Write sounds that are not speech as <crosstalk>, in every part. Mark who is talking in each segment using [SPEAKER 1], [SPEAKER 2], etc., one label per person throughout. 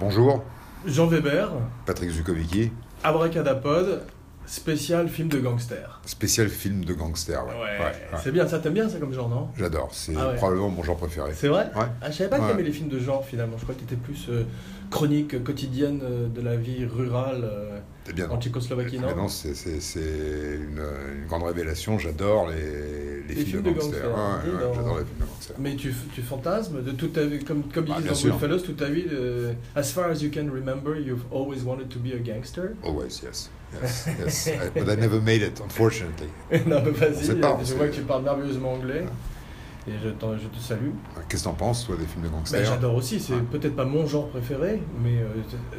[SPEAKER 1] Bonjour,
[SPEAKER 2] Jean Weber,
[SPEAKER 1] Patrick Zukovicki,
[SPEAKER 2] Abracadapod, spécial film de gangster.
[SPEAKER 1] spécial film de gangster. Ouais, ouais, ouais.
[SPEAKER 2] c'est bien, ça t'aime bien ça comme genre, non
[SPEAKER 1] J'adore, c'est
[SPEAKER 2] Ah ouais.
[SPEAKER 1] probablement mon genre préféré.
[SPEAKER 2] C'est vrai
[SPEAKER 1] Ouais.
[SPEAKER 2] Ah, Je savais pas que
[SPEAKER 1] Ouais.
[SPEAKER 2] t'aimais les films de genre finalement, je crois que t'étais plus euh, chronique euh, quotidienne euh, de la vie rurale euh,
[SPEAKER 1] Eh bien,
[SPEAKER 2] en Tchécoslovaquie, non
[SPEAKER 1] mais non, c'est c'est- c'est une, une grande révélation. J'adore les, les films de gangster. Ouais,
[SPEAKER 2] dis
[SPEAKER 1] ouais,
[SPEAKER 2] donc.
[SPEAKER 1] J'adore les films de gangster.
[SPEAKER 2] Mais tu, f- tu fantasmes de toute ta vie, comme, comme ils
[SPEAKER 1] Ah, bien
[SPEAKER 2] disent
[SPEAKER 1] sûr.
[SPEAKER 2] dans Goodfellas, toute ta vie, euh, as far as you can remember, you've always wanted to be a gangster. <laughs>
[SPEAKER 1] Always, Oh, yes. Yes, yes. <laughs> I- but I never made it, unfortunately.
[SPEAKER 2] non, mais
[SPEAKER 1] On
[SPEAKER 2] vas-y, euh,
[SPEAKER 1] sait pas,
[SPEAKER 2] je
[SPEAKER 1] c'est-
[SPEAKER 2] vois que tu parles merveilleusement anglais et je, t'en- je te salue.
[SPEAKER 1] Qu'est-ce que t'en penses, toi, des films de
[SPEAKER 2] Ben,
[SPEAKER 1] gangster
[SPEAKER 2] J'adore aussi, c'est
[SPEAKER 1] Ouais.
[SPEAKER 2] peut-être pas mon genre préféré, mais euh,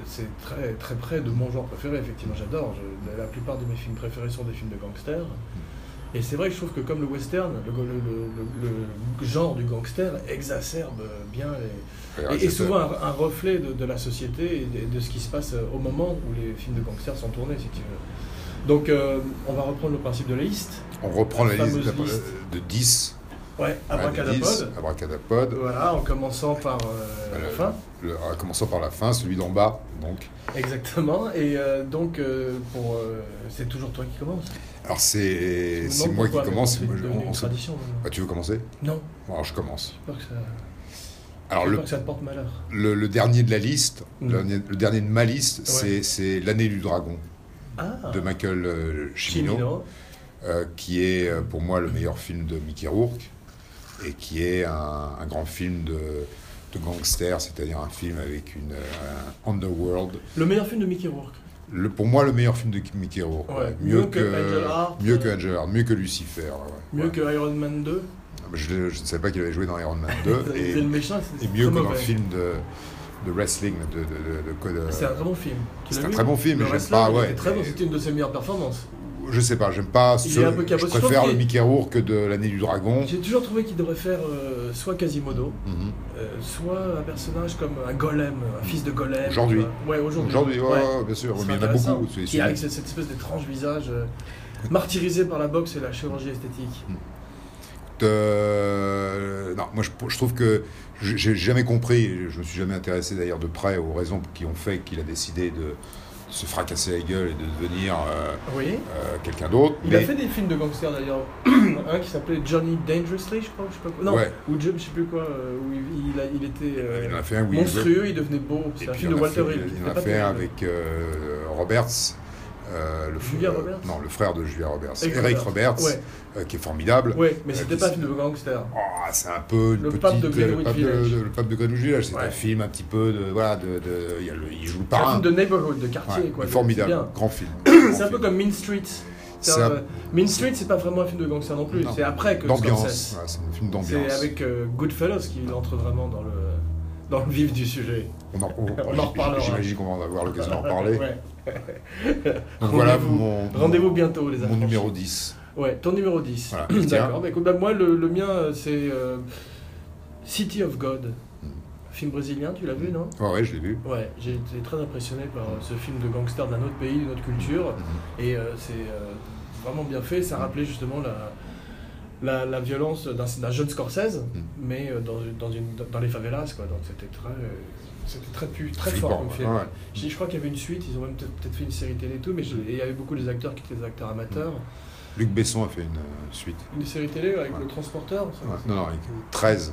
[SPEAKER 2] c'est très, très près de mon genre préféré, effectivement j'adore. Je- La plupart de mes films préférés sont des films de gangsters.
[SPEAKER 1] Hmm.
[SPEAKER 2] Et c'est vrai que je trouve que comme le western, le, le- le- le- le genre du gangster exacerbe bien les-
[SPEAKER 1] Ouais,
[SPEAKER 2] Et, et
[SPEAKER 1] j'adore.
[SPEAKER 2] souvent un, un reflet de, de la société et de, de ce qui se passe au moment où les films de gangsters sont tournés, si tu veux. Donc euh, on va reprendre le principe de la liste.
[SPEAKER 1] On reprend la,
[SPEAKER 2] la
[SPEAKER 1] liste
[SPEAKER 2] fameuse liste.
[SPEAKER 1] de 10.
[SPEAKER 2] Ouais, Abracadapod.
[SPEAKER 1] Abracadapod.
[SPEAKER 2] Voilà, en commençant par euh,
[SPEAKER 1] Voilà.
[SPEAKER 2] la fin.
[SPEAKER 1] Le- en commençant par la fin, celui d'en bas, donc.
[SPEAKER 2] Exactement, et euh, donc euh, pour euh, c'est toujours toi qui commence.
[SPEAKER 1] Alors
[SPEAKER 2] Je me
[SPEAKER 1] c'est c'est
[SPEAKER 2] demande
[SPEAKER 1] moi qui
[SPEAKER 2] pourquoi, mais
[SPEAKER 1] commence.
[SPEAKER 2] C'est
[SPEAKER 1] moi, je-
[SPEAKER 2] devenu
[SPEAKER 1] on-
[SPEAKER 2] une
[SPEAKER 1] on sait-
[SPEAKER 2] tradition. maintenant.
[SPEAKER 1] Ah, tu veux commencer
[SPEAKER 2] Non,
[SPEAKER 1] Bon, Alors je commence.
[SPEAKER 2] j'ai peur que ça,
[SPEAKER 1] Alors
[SPEAKER 2] j'ai
[SPEAKER 1] le,
[SPEAKER 2] peur que ça te porte malheur.
[SPEAKER 1] le- le dernier de la liste,
[SPEAKER 2] Mm.
[SPEAKER 1] le, dernier, le dernier de ma liste,
[SPEAKER 2] Ouais.
[SPEAKER 1] c'est- c'est l'année du dragon
[SPEAKER 2] Ah,
[SPEAKER 1] de Michael euh, Cimino,
[SPEAKER 2] Chimino.
[SPEAKER 1] euh, qui est euh, pour moi le meilleur film de Mickey Rourke et qui est un, un grand film de, de gangster, c'est-à-dire un film avec une euh, un underworld.
[SPEAKER 2] Le meilleur film de Mickey Rourke.
[SPEAKER 1] Le, pour moi, le meilleur film de Mickey Rourke,
[SPEAKER 2] Ouais.
[SPEAKER 1] ouais.
[SPEAKER 2] Mieux que Angel Heart.
[SPEAKER 1] mieux que Angel Heart, mieux que Lucifer. ouais.
[SPEAKER 2] Mieux
[SPEAKER 1] Ouais.
[SPEAKER 2] que Iron Man 2.
[SPEAKER 1] Je, je ne savais pas qu'il avait joué dans Iron Man
[SPEAKER 2] <laughs> C'est
[SPEAKER 1] 2
[SPEAKER 2] c'est le
[SPEAKER 1] et,
[SPEAKER 2] méchant, c'est
[SPEAKER 1] et
[SPEAKER 2] c'est
[SPEAKER 1] mieux
[SPEAKER 2] très
[SPEAKER 1] que dans le
[SPEAKER 2] mauvais.
[SPEAKER 1] film de, de wrestling de, de, de- de- de-
[SPEAKER 2] C'est un très bon film. Tu
[SPEAKER 1] euh, C'est
[SPEAKER 2] l'as
[SPEAKER 1] un
[SPEAKER 2] vu
[SPEAKER 1] très bon film,
[SPEAKER 2] Le
[SPEAKER 1] mais j'aime
[SPEAKER 2] Wrestler,
[SPEAKER 1] pas,
[SPEAKER 2] il
[SPEAKER 1] ouais,
[SPEAKER 2] était très bon,
[SPEAKER 1] mais-
[SPEAKER 2] c'était une de ses meilleures performances.
[SPEAKER 1] Je sais pas, j'aime pas.
[SPEAKER 2] Il
[SPEAKER 1] ce-
[SPEAKER 2] est un peu
[SPEAKER 1] je
[SPEAKER 2] cabossé, sauf
[SPEAKER 1] préfère
[SPEAKER 2] qu'il-
[SPEAKER 1] le Mickey Rourke que de l'année du dragon.
[SPEAKER 2] J'ai toujours trouvé qu'il devrait faire euh, soit Quasimodo,
[SPEAKER 1] Mhm.
[SPEAKER 2] euh, soit un personnage comme un golem, un fils de golem.
[SPEAKER 1] Aujourd'hui.
[SPEAKER 2] tu vois. Ouais, aujourd'hui.
[SPEAKER 1] Aujourd'hui, ouais,
[SPEAKER 2] Ouais.
[SPEAKER 1] ouais, bien sûr,
[SPEAKER 2] C'est
[SPEAKER 1] mais il y en a
[SPEAKER 2] intéressant.
[SPEAKER 1] beaucoup. c'est-
[SPEAKER 2] Qui,
[SPEAKER 1] c'est-
[SPEAKER 2] avec cette cette espèce d'étrange visage euh, martyrisé par la boxe et la chirurgie esthétique.
[SPEAKER 1] euh, non, moi je, je trouve que j'ai j'ai jamais compris. Je me suis jamais intéressé d'ailleurs de près aux raisons qui ont fait qu'il a décidé de se fracasser la gueule et de devenir euh,
[SPEAKER 2] Oui.
[SPEAKER 1] euh, quelqu'un d'autre.
[SPEAKER 2] Il
[SPEAKER 1] mais-
[SPEAKER 2] a fait des films de gangsters d'ailleurs. <clears throat> un qui s'appelait Johnny Dangerously, je crois, je sais pas quoi. Non,
[SPEAKER 1] Ouais.
[SPEAKER 2] ou Jim, je sais plus quoi, euh, où il, il a- il était euh,
[SPEAKER 1] il en a fait un où il
[SPEAKER 2] monstrueux, il devenait beau. C'est un
[SPEAKER 1] puis,
[SPEAKER 2] film
[SPEAKER 1] il
[SPEAKER 2] de
[SPEAKER 1] en a
[SPEAKER 2] Walter
[SPEAKER 1] fait-
[SPEAKER 2] Hill. qui
[SPEAKER 1] Il en
[SPEAKER 2] était
[SPEAKER 1] a
[SPEAKER 2] pas
[SPEAKER 1] fait un
[SPEAKER 2] terrible.
[SPEAKER 1] avec euh, Roberts. euh, le
[SPEAKER 2] Julia
[SPEAKER 1] euh,
[SPEAKER 2] Roberts
[SPEAKER 1] Non, le frère de Julia Roberts.
[SPEAKER 2] Eric
[SPEAKER 1] Eric
[SPEAKER 2] Roberts.
[SPEAKER 1] Roberts, euh, qui est formidable.
[SPEAKER 2] Ouais, mais
[SPEAKER 1] Euh,
[SPEAKER 2] c'était
[SPEAKER 1] qui
[SPEAKER 2] pas un
[SPEAKER 1] s-
[SPEAKER 2] film de gangster.
[SPEAKER 1] Ah, c'est un peu une
[SPEAKER 2] Le
[SPEAKER 1] petite,
[SPEAKER 2] pape de Greenwich
[SPEAKER 1] le pape
[SPEAKER 2] Village.
[SPEAKER 1] de, le pape de Greenwich Village, c'est
[SPEAKER 2] Ouais.
[SPEAKER 1] un film un petit peu de voilà de, de- il, y a le- il joue le
[SPEAKER 2] C'est un
[SPEAKER 1] parrain.
[SPEAKER 2] film de neighborhood, de quartier.
[SPEAKER 1] Ouais,
[SPEAKER 2] quoi, donc
[SPEAKER 1] formidable,
[SPEAKER 2] c'est bien.
[SPEAKER 1] grand film.
[SPEAKER 2] <coughs> C'est un peu comme Mean Streets. C'est
[SPEAKER 1] C'est
[SPEAKER 2] un-
[SPEAKER 1] un-
[SPEAKER 2] Mean Streets, c'est pas vraiment un film de gangster non plus. C'est après que Scorsese.
[SPEAKER 1] d'ambiance. Voilà, c'est un film
[SPEAKER 2] C'est
[SPEAKER 1] d'ambiance.
[SPEAKER 2] avec euh, Goodfellas qu'il entre vraiment dans le, dans le vif du sujet.
[SPEAKER 1] On en, on-
[SPEAKER 2] <laughs> On en reparlera.
[SPEAKER 1] J'imagine qu'on va en avoir l'occasion d'en reparler.
[SPEAKER 2] Ouais.
[SPEAKER 1] Donc voilà
[SPEAKER 2] Rendez-vous-
[SPEAKER 1] mon, mon-
[SPEAKER 2] Rendez-vous bientôt, les
[SPEAKER 1] mon
[SPEAKER 2] affranchis.
[SPEAKER 1] numéro 10.
[SPEAKER 2] Ouais, ton numéro 10.
[SPEAKER 1] Voilà.
[SPEAKER 2] <clears throat> D'accord. Bah, écoute, bah, moi, le, le mien, euh, c'est euh, City of God.
[SPEAKER 1] Mm.
[SPEAKER 2] Film brésilien, tu l'as vu, non
[SPEAKER 1] Ouais, ouais, je l'ai vu.
[SPEAKER 2] Ouais, j'ai été très impressionné par euh, ce film de gangster d'un autre pays, d'une autre culture. Et euh, c'est euh, vraiment bien fait. Ça rappelait justement la, la, la violence d'un d'un jeune Scorsese,
[SPEAKER 1] Mm.
[SPEAKER 2] mais euh, dans, une- dans, une, dans les favelas. Quoi. Donc c'était très, euh, c'était très, pu- très fort
[SPEAKER 1] Flippant,
[SPEAKER 2] comme
[SPEAKER 1] ouais.
[SPEAKER 2] film.
[SPEAKER 1] Ouais.
[SPEAKER 2] Je, je crois qu'il y avait une suite, ils ont même peut-être peut-être fait une série télé et tout, mais je-
[SPEAKER 1] Mm.
[SPEAKER 2] et il y avait beaucoup des acteurs qui étaient des acteurs amateurs.
[SPEAKER 1] Luc Besson a fait une euh, suite.
[SPEAKER 2] Une série télé avec
[SPEAKER 1] Mm. Ouais.
[SPEAKER 2] le transporteur ça,
[SPEAKER 1] Ouais,
[SPEAKER 2] c'est-
[SPEAKER 1] Non, non, avec 13.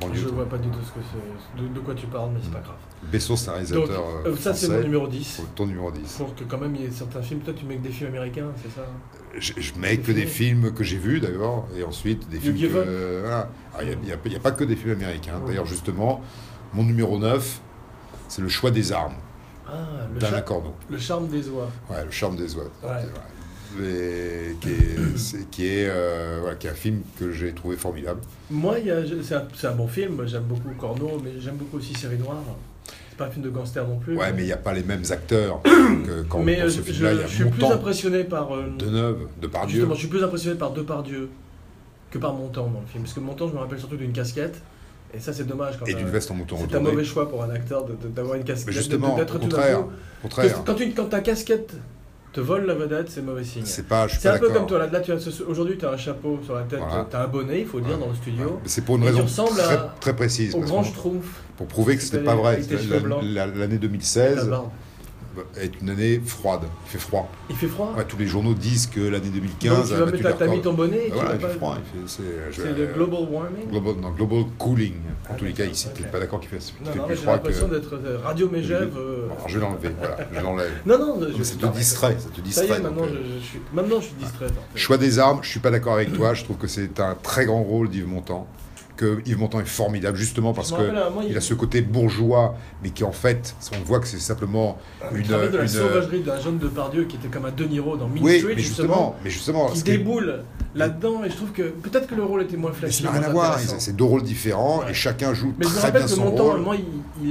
[SPEAKER 1] Banlieue
[SPEAKER 2] Je
[SPEAKER 1] 13.
[SPEAKER 2] vois pas du tout ce que c'est- de, de quoi tu parles, mais c'est
[SPEAKER 1] Mm.
[SPEAKER 2] pas grave.
[SPEAKER 1] Besson, c'est un
[SPEAKER 2] Donc,
[SPEAKER 1] réalisateur. euh,
[SPEAKER 2] euh, ça, c'est
[SPEAKER 1] français.
[SPEAKER 2] mon numéro 10.
[SPEAKER 1] Ton numéro 10.
[SPEAKER 2] Pour que quand même il y ait certains films, toi tu mets que des films américains, c'est ça hein
[SPEAKER 1] Je, je mets
[SPEAKER 2] C'est
[SPEAKER 1] que des
[SPEAKER 2] fini.
[SPEAKER 1] films que j'ai vus d'abord, et ensuite des
[SPEAKER 2] You
[SPEAKER 1] films.
[SPEAKER 2] give
[SPEAKER 1] que-
[SPEAKER 2] up.
[SPEAKER 1] voilà. Alors, Il n'y a, il y a pas que des films américains.
[SPEAKER 2] Ouais.
[SPEAKER 1] D'ailleurs, justement, mon numéro 9, c'est Le choix des armes
[SPEAKER 2] Ah, le,
[SPEAKER 1] d'Alain
[SPEAKER 2] char-
[SPEAKER 1] Corneau.
[SPEAKER 2] le charme des oies.
[SPEAKER 1] Ouais, Le charme des oies.
[SPEAKER 2] Ouais.
[SPEAKER 1] C'est vrai. Et qui
[SPEAKER 2] <coughs>
[SPEAKER 1] est, c'est- qui est, euh, voilà, qui est un film que j'ai trouvé formidable.
[SPEAKER 2] Moi, il y a- je- c'est un, c'est un bon film, moi, j'aime beaucoup Corneau, mais j'aime beaucoup aussi Série Noire. C'est pas un film de gangster non plus.
[SPEAKER 1] Ouais, mais il n'y a pas les mêmes
[SPEAKER 2] <coughs>
[SPEAKER 1] acteurs que quand
[SPEAKER 2] Mais,
[SPEAKER 1] dans
[SPEAKER 2] euh,
[SPEAKER 1] ce
[SPEAKER 2] je,
[SPEAKER 1] film-là,
[SPEAKER 2] je-
[SPEAKER 1] il y a
[SPEAKER 2] je suis plus
[SPEAKER 1] Montand,
[SPEAKER 2] impressionné par. euh,
[SPEAKER 1] Deneuve, Depardieu.
[SPEAKER 2] justement, je suis plus impressionné par Depardieu que par Montand dans le film. Parce que Montand, je me rappelle surtout d'une casquette, et ça c'est dommage quand
[SPEAKER 1] Et d'une
[SPEAKER 2] même.
[SPEAKER 1] veste en mouton
[SPEAKER 2] C'est un
[SPEAKER 1] retourné.
[SPEAKER 2] mauvais choix pour un acteur de- de- d'avoir une
[SPEAKER 1] Mais
[SPEAKER 2] casquette. de-
[SPEAKER 1] justement,
[SPEAKER 2] d'être
[SPEAKER 1] au
[SPEAKER 2] tout d'un
[SPEAKER 1] contraire,
[SPEAKER 2] coup-
[SPEAKER 1] au contraire.
[SPEAKER 2] que- Quand, tu- quand ta casquette te vole la vedette, c'est mauvais signe.
[SPEAKER 1] C'est pas, je suis
[SPEAKER 2] C'est
[SPEAKER 1] pas
[SPEAKER 2] un peu comme
[SPEAKER 1] d'accord.
[SPEAKER 2] toi, là, là, tu as ce- aujourd'hui tu as un chapeau sur la tête,
[SPEAKER 1] Voilà.
[SPEAKER 2] tu as un bonnet, il faut dire,
[SPEAKER 1] Ouais.
[SPEAKER 2] dans le studio,
[SPEAKER 1] Ouais, mais C'est pour une
[SPEAKER 2] Et tu
[SPEAKER 1] raison
[SPEAKER 2] ressembles
[SPEAKER 1] très,
[SPEAKER 2] à-
[SPEAKER 1] très précise.
[SPEAKER 2] au
[SPEAKER 1] parce
[SPEAKER 2] grand
[SPEAKER 1] qu'on-
[SPEAKER 2] schtroumpf.
[SPEAKER 1] pour prouver que c'était
[SPEAKER 2] C'était
[SPEAKER 1] pas
[SPEAKER 2] les-
[SPEAKER 1] vrai.
[SPEAKER 2] avec tes cheveux blancs.
[SPEAKER 1] La- la- L'année
[SPEAKER 2] La
[SPEAKER 1] 2016
[SPEAKER 2] barbe.
[SPEAKER 1] est une année froide, il fait froid.
[SPEAKER 2] Il fait froid
[SPEAKER 1] Ouais, tous les journaux disent que l'année 2015
[SPEAKER 2] Donc tu
[SPEAKER 1] a
[SPEAKER 2] vas
[SPEAKER 1] battu
[SPEAKER 2] mettre
[SPEAKER 1] les
[SPEAKER 2] ta, t'as mis
[SPEAKER 1] records.
[SPEAKER 2] ton bonnet et
[SPEAKER 1] Bah
[SPEAKER 2] tu
[SPEAKER 1] voilà,
[SPEAKER 2] vas
[SPEAKER 1] il fait
[SPEAKER 2] pas...
[SPEAKER 1] froid, il fait- c'est je-
[SPEAKER 2] C'est le
[SPEAKER 1] euh,
[SPEAKER 2] global warming
[SPEAKER 1] global- non, global cooling. En
[SPEAKER 2] Ah,
[SPEAKER 1] tous les cas,
[SPEAKER 2] d'accord,
[SPEAKER 1] ici, t'es
[SPEAKER 2] ok.
[SPEAKER 1] pas d'accord qu'il fait, qu'il
[SPEAKER 2] Non,
[SPEAKER 1] fait
[SPEAKER 2] non,
[SPEAKER 1] plus
[SPEAKER 2] j'ai
[SPEAKER 1] froid que.
[SPEAKER 2] l'impression d'être euh, Radio Mégève. euh,
[SPEAKER 1] Bon, je l'ai enlevé, voilà, je l'enlève.
[SPEAKER 2] Non, non, je-
[SPEAKER 1] Mais ça te
[SPEAKER 2] non,
[SPEAKER 1] distrait, ça te
[SPEAKER 2] Ça
[SPEAKER 1] distrait.
[SPEAKER 2] y est,
[SPEAKER 1] donc,
[SPEAKER 2] maintenant
[SPEAKER 1] euh,
[SPEAKER 2] je, je suis, maintenant je suis distrait. en fait.
[SPEAKER 1] Choix des armes, je suis pas d'accord avec toi. Je trouve que c'est un très grand rôle d'Yves Montand. Que Yves Montand est formidable justement parce
[SPEAKER 2] Je me
[SPEAKER 1] que
[SPEAKER 2] rappelle à un moment,
[SPEAKER 1] il a ce côté bourgeois, mais qui en fait, on voit que c'est simplement
[SPEAKER 2] il
[SPEAKER 1] une.
[SPEAKER 2] parlait de la
[SPEAKER 1] une-
[SPEAKER 2] sauvagerie d'un jeune Depardieu qui était comme un De Niro dans Mean
[SPEAKER 1] Oui,
[SPEAKER 2] Street,
[SPEAKER 1] mais justement, mais justement,
[SPEAKER 2] qui
[SPEAKER 1] ce qui est-
[SPEAKER 2] déboule là-dedans. Et je trouve que peut-être que le rôle était moins
[SPEAKER 1] mais
[SPEAKER 2] flashy.
[SPEAKER 1] ça n'a rien
[SPEAKER 2] moins
[SPEAKER 1] à voir.
[SPEAKER 2] intéressant.
[SPEAKER 1] C'est deux rôles différents
[SPEAKER 2] hein. Ouais.
[SPEAKER 1] et chacun joue
[SPEAKER 2] Mais je me
[SPEAKER 1] très bien
[SPEAKER 2] rappelle que
[SPEAKER 1] son
[SPEAKER 2] Montand, à un
[SPEAKER 1] rôle.
[SPEAKER 2] moment, il, il,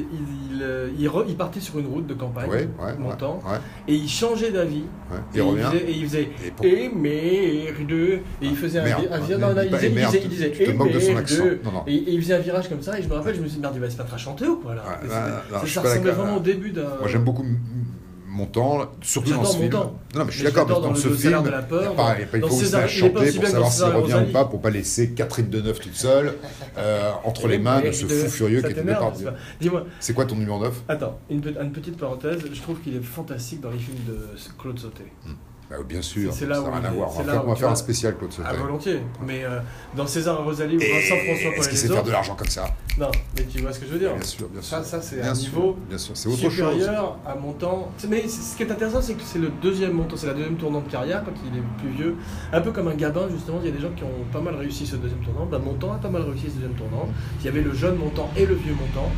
[SPEAKER 2] il, il, euh, il re- il partait sur une route de campagne,
[SPEAKER 1] Ouais, ouais,
[SPEAKER 2] Montand,
[SPEAKER 1] ouais, ouais,
[SPEAKER 2] et il changeait d'avis.
[SPEAKER 1] ouais.
[SPEAKER 2] et,
[SPEAKER 1] Il revient.
[SPEAKER 2] faisait, et il faisait
[SPEAKER 1] Et pour-
[SPEAKER 2] MR2 et il faisait un,
[SPEAKER 1] Merde,
[SPEAKER 2] un
[SPEAKER 1] ne
[SPEAKER 2] virage. Non, non,
[SPEAKER 1] dis
[SPEAKER 2] il
[SPEAKER 1] pas
[SPEAKER 2] disait, il
[SPEAKER 1] merde,
[SPEAKER 2] disait,
[SPEAKER 1] tu-
[SPEAKER 2] il disait
[SPEAKER 1] tu te moques de son
[SPEAKER 2] MR2,
[SPEAKER 1] accent. Non, non.
[SPEAKER 2] Et, et il faisait un virage comme ça et je me rappelle, je me suis dit merde, il va se mettre à chanter ou quoi là
[SPEAKER 1] Ouais,
[SPEAKER 2] Et
[SPEAKER 1] non,
[SPEAKER 2] c'était-
[SPEAKER 1] non, non,
[SPEAKER 2] Ça,
[SPEAKER 1] je suis
[SPEAKER 2] ça
[SPEAKER 1] pas
[SPEAKER 2] ressemblait
[SPEAKER 1] d'accord.
[SPEAKER 2] vraiment au début d'un.
[SPEAKER 1] Moi, j'aime beaucoup M- M- Montand, surtout dans
[SPEAKER 2] J'adore
[SPEAKER 1] ce film.
[SPEAKER 2] Montand.
[SPEAKER 1] Non, non, mais je suis
[SPEAKER 2] Mais
[SPEAKER 1] d'accord, parce
[SPEAKER 2] j'adore
[SPEAKER 1] que dans
[SPEAKER 2] dans
[SPEAKER 1] ce
[SPEAKER 2] le
[SPEAKER 1] film,
[SPEAKER 2] Salaire de la
[SPEAKER 1] il n'y a
[SPEAKER 2] peur,
[SPEAKER 1] pas, il y a pas- il
[SPEAKER 2] dans
[SPEAKER 1] faut se
[SPEAKER 2] César-
[SPEAKER 1] à
[SPEAKER 2] il est pas
[SPEAKER 1] chanter
[SPEAKER 2] aussi
[SPEAKER 1] pour
[SPEAKER 2] bien
[SPEAKER 1] savoir
[SPEAKER 2] que
[SPEAKER 1] s'il
[SPEAKER 2] César
[SPEAKER 1] revient ou
[SPEAKER 2] Rosalie.
[SPEAKER 1] pas, pour pas laisser Catherine Deneuve toute seule euh, entre les mains de ce fou furieux
[SPEAKER 2] Ça
[SPEAKER 1] qui est
[SPEAKER 2] t'énerve,
[SPEAKER 1] Depardieu.
[SPEAKER 2] n'est-ce pas Dis-moi,
[SPEAKER 1] C'est quoi ton numéro 9
[SPEAKER 2] attends, une, pe- une petite parenthèse, je trouve qu'il est fantastique dans les films de Claude Sauté.
[SPEAKER 1] bah, Bien sûr, ça
[SPEAKER 2] C'est- c'est là
[SPEAKER 1] n'a
[SPEAKER 2] où
[SPEAKER 1] rien
[SPEAKER 2] il
[SPEAKER 1] à
[SPEAKER 2] est-
[SPEAKER 1] voir. On va
[SPEAKER 2] c'est là
[SPEAKER 1] faire,
[SPEAKER 2] où
[SPEAKER 1] on va
[SPEAKER 2] tu
[SPEAKER 1] faire un
[SPEAKER 2] vois-
[SPEAKER 1] spécial Claude
[SPEAKER 2] À
[SPEAKER 1] Sautet.
[SPEAKER 2] volontiers, mais euh, dans César et Rosalie ou
[SPEAKER 1] Et
[SPEAKER 2] Vincent François pour
[SPEAKER 1] Est-ce qu'il
[SPEAKER 2] les
[SPEAKER 1] sait
[SPEAKER 2] autres.
[SPEAKER 1] faire de l'argent comme ça
[SPEAKER 2] Non, mais tu vois ce que je veux dire.
[SPEAKER 1] Bien sûr, bien sûr.
[SPEAKER 2] Ça, ça c'est
[SPEAKER 1] Bien
[SPEAKER 2] un
[SPEAKER 1] sûr,
[SPEAKER 2] niveau
[SPEAKER 1] Bien sûr, c'est autre chose.
[SPEAKER 2] supérieur à montant. Mais c'est- ce qui est intéressant, c'est que c'est le deuxième montant, c'est la deuxième tournant de carrière quand il est plus vieux. Un peu comme un gabin, justement, il y a des gens qui ont pas mal réussi ce deuxième tournant. Bah, montant a pas mal réussi ce deuxième tournant. Il y avait le jeune montant et le vieux montant,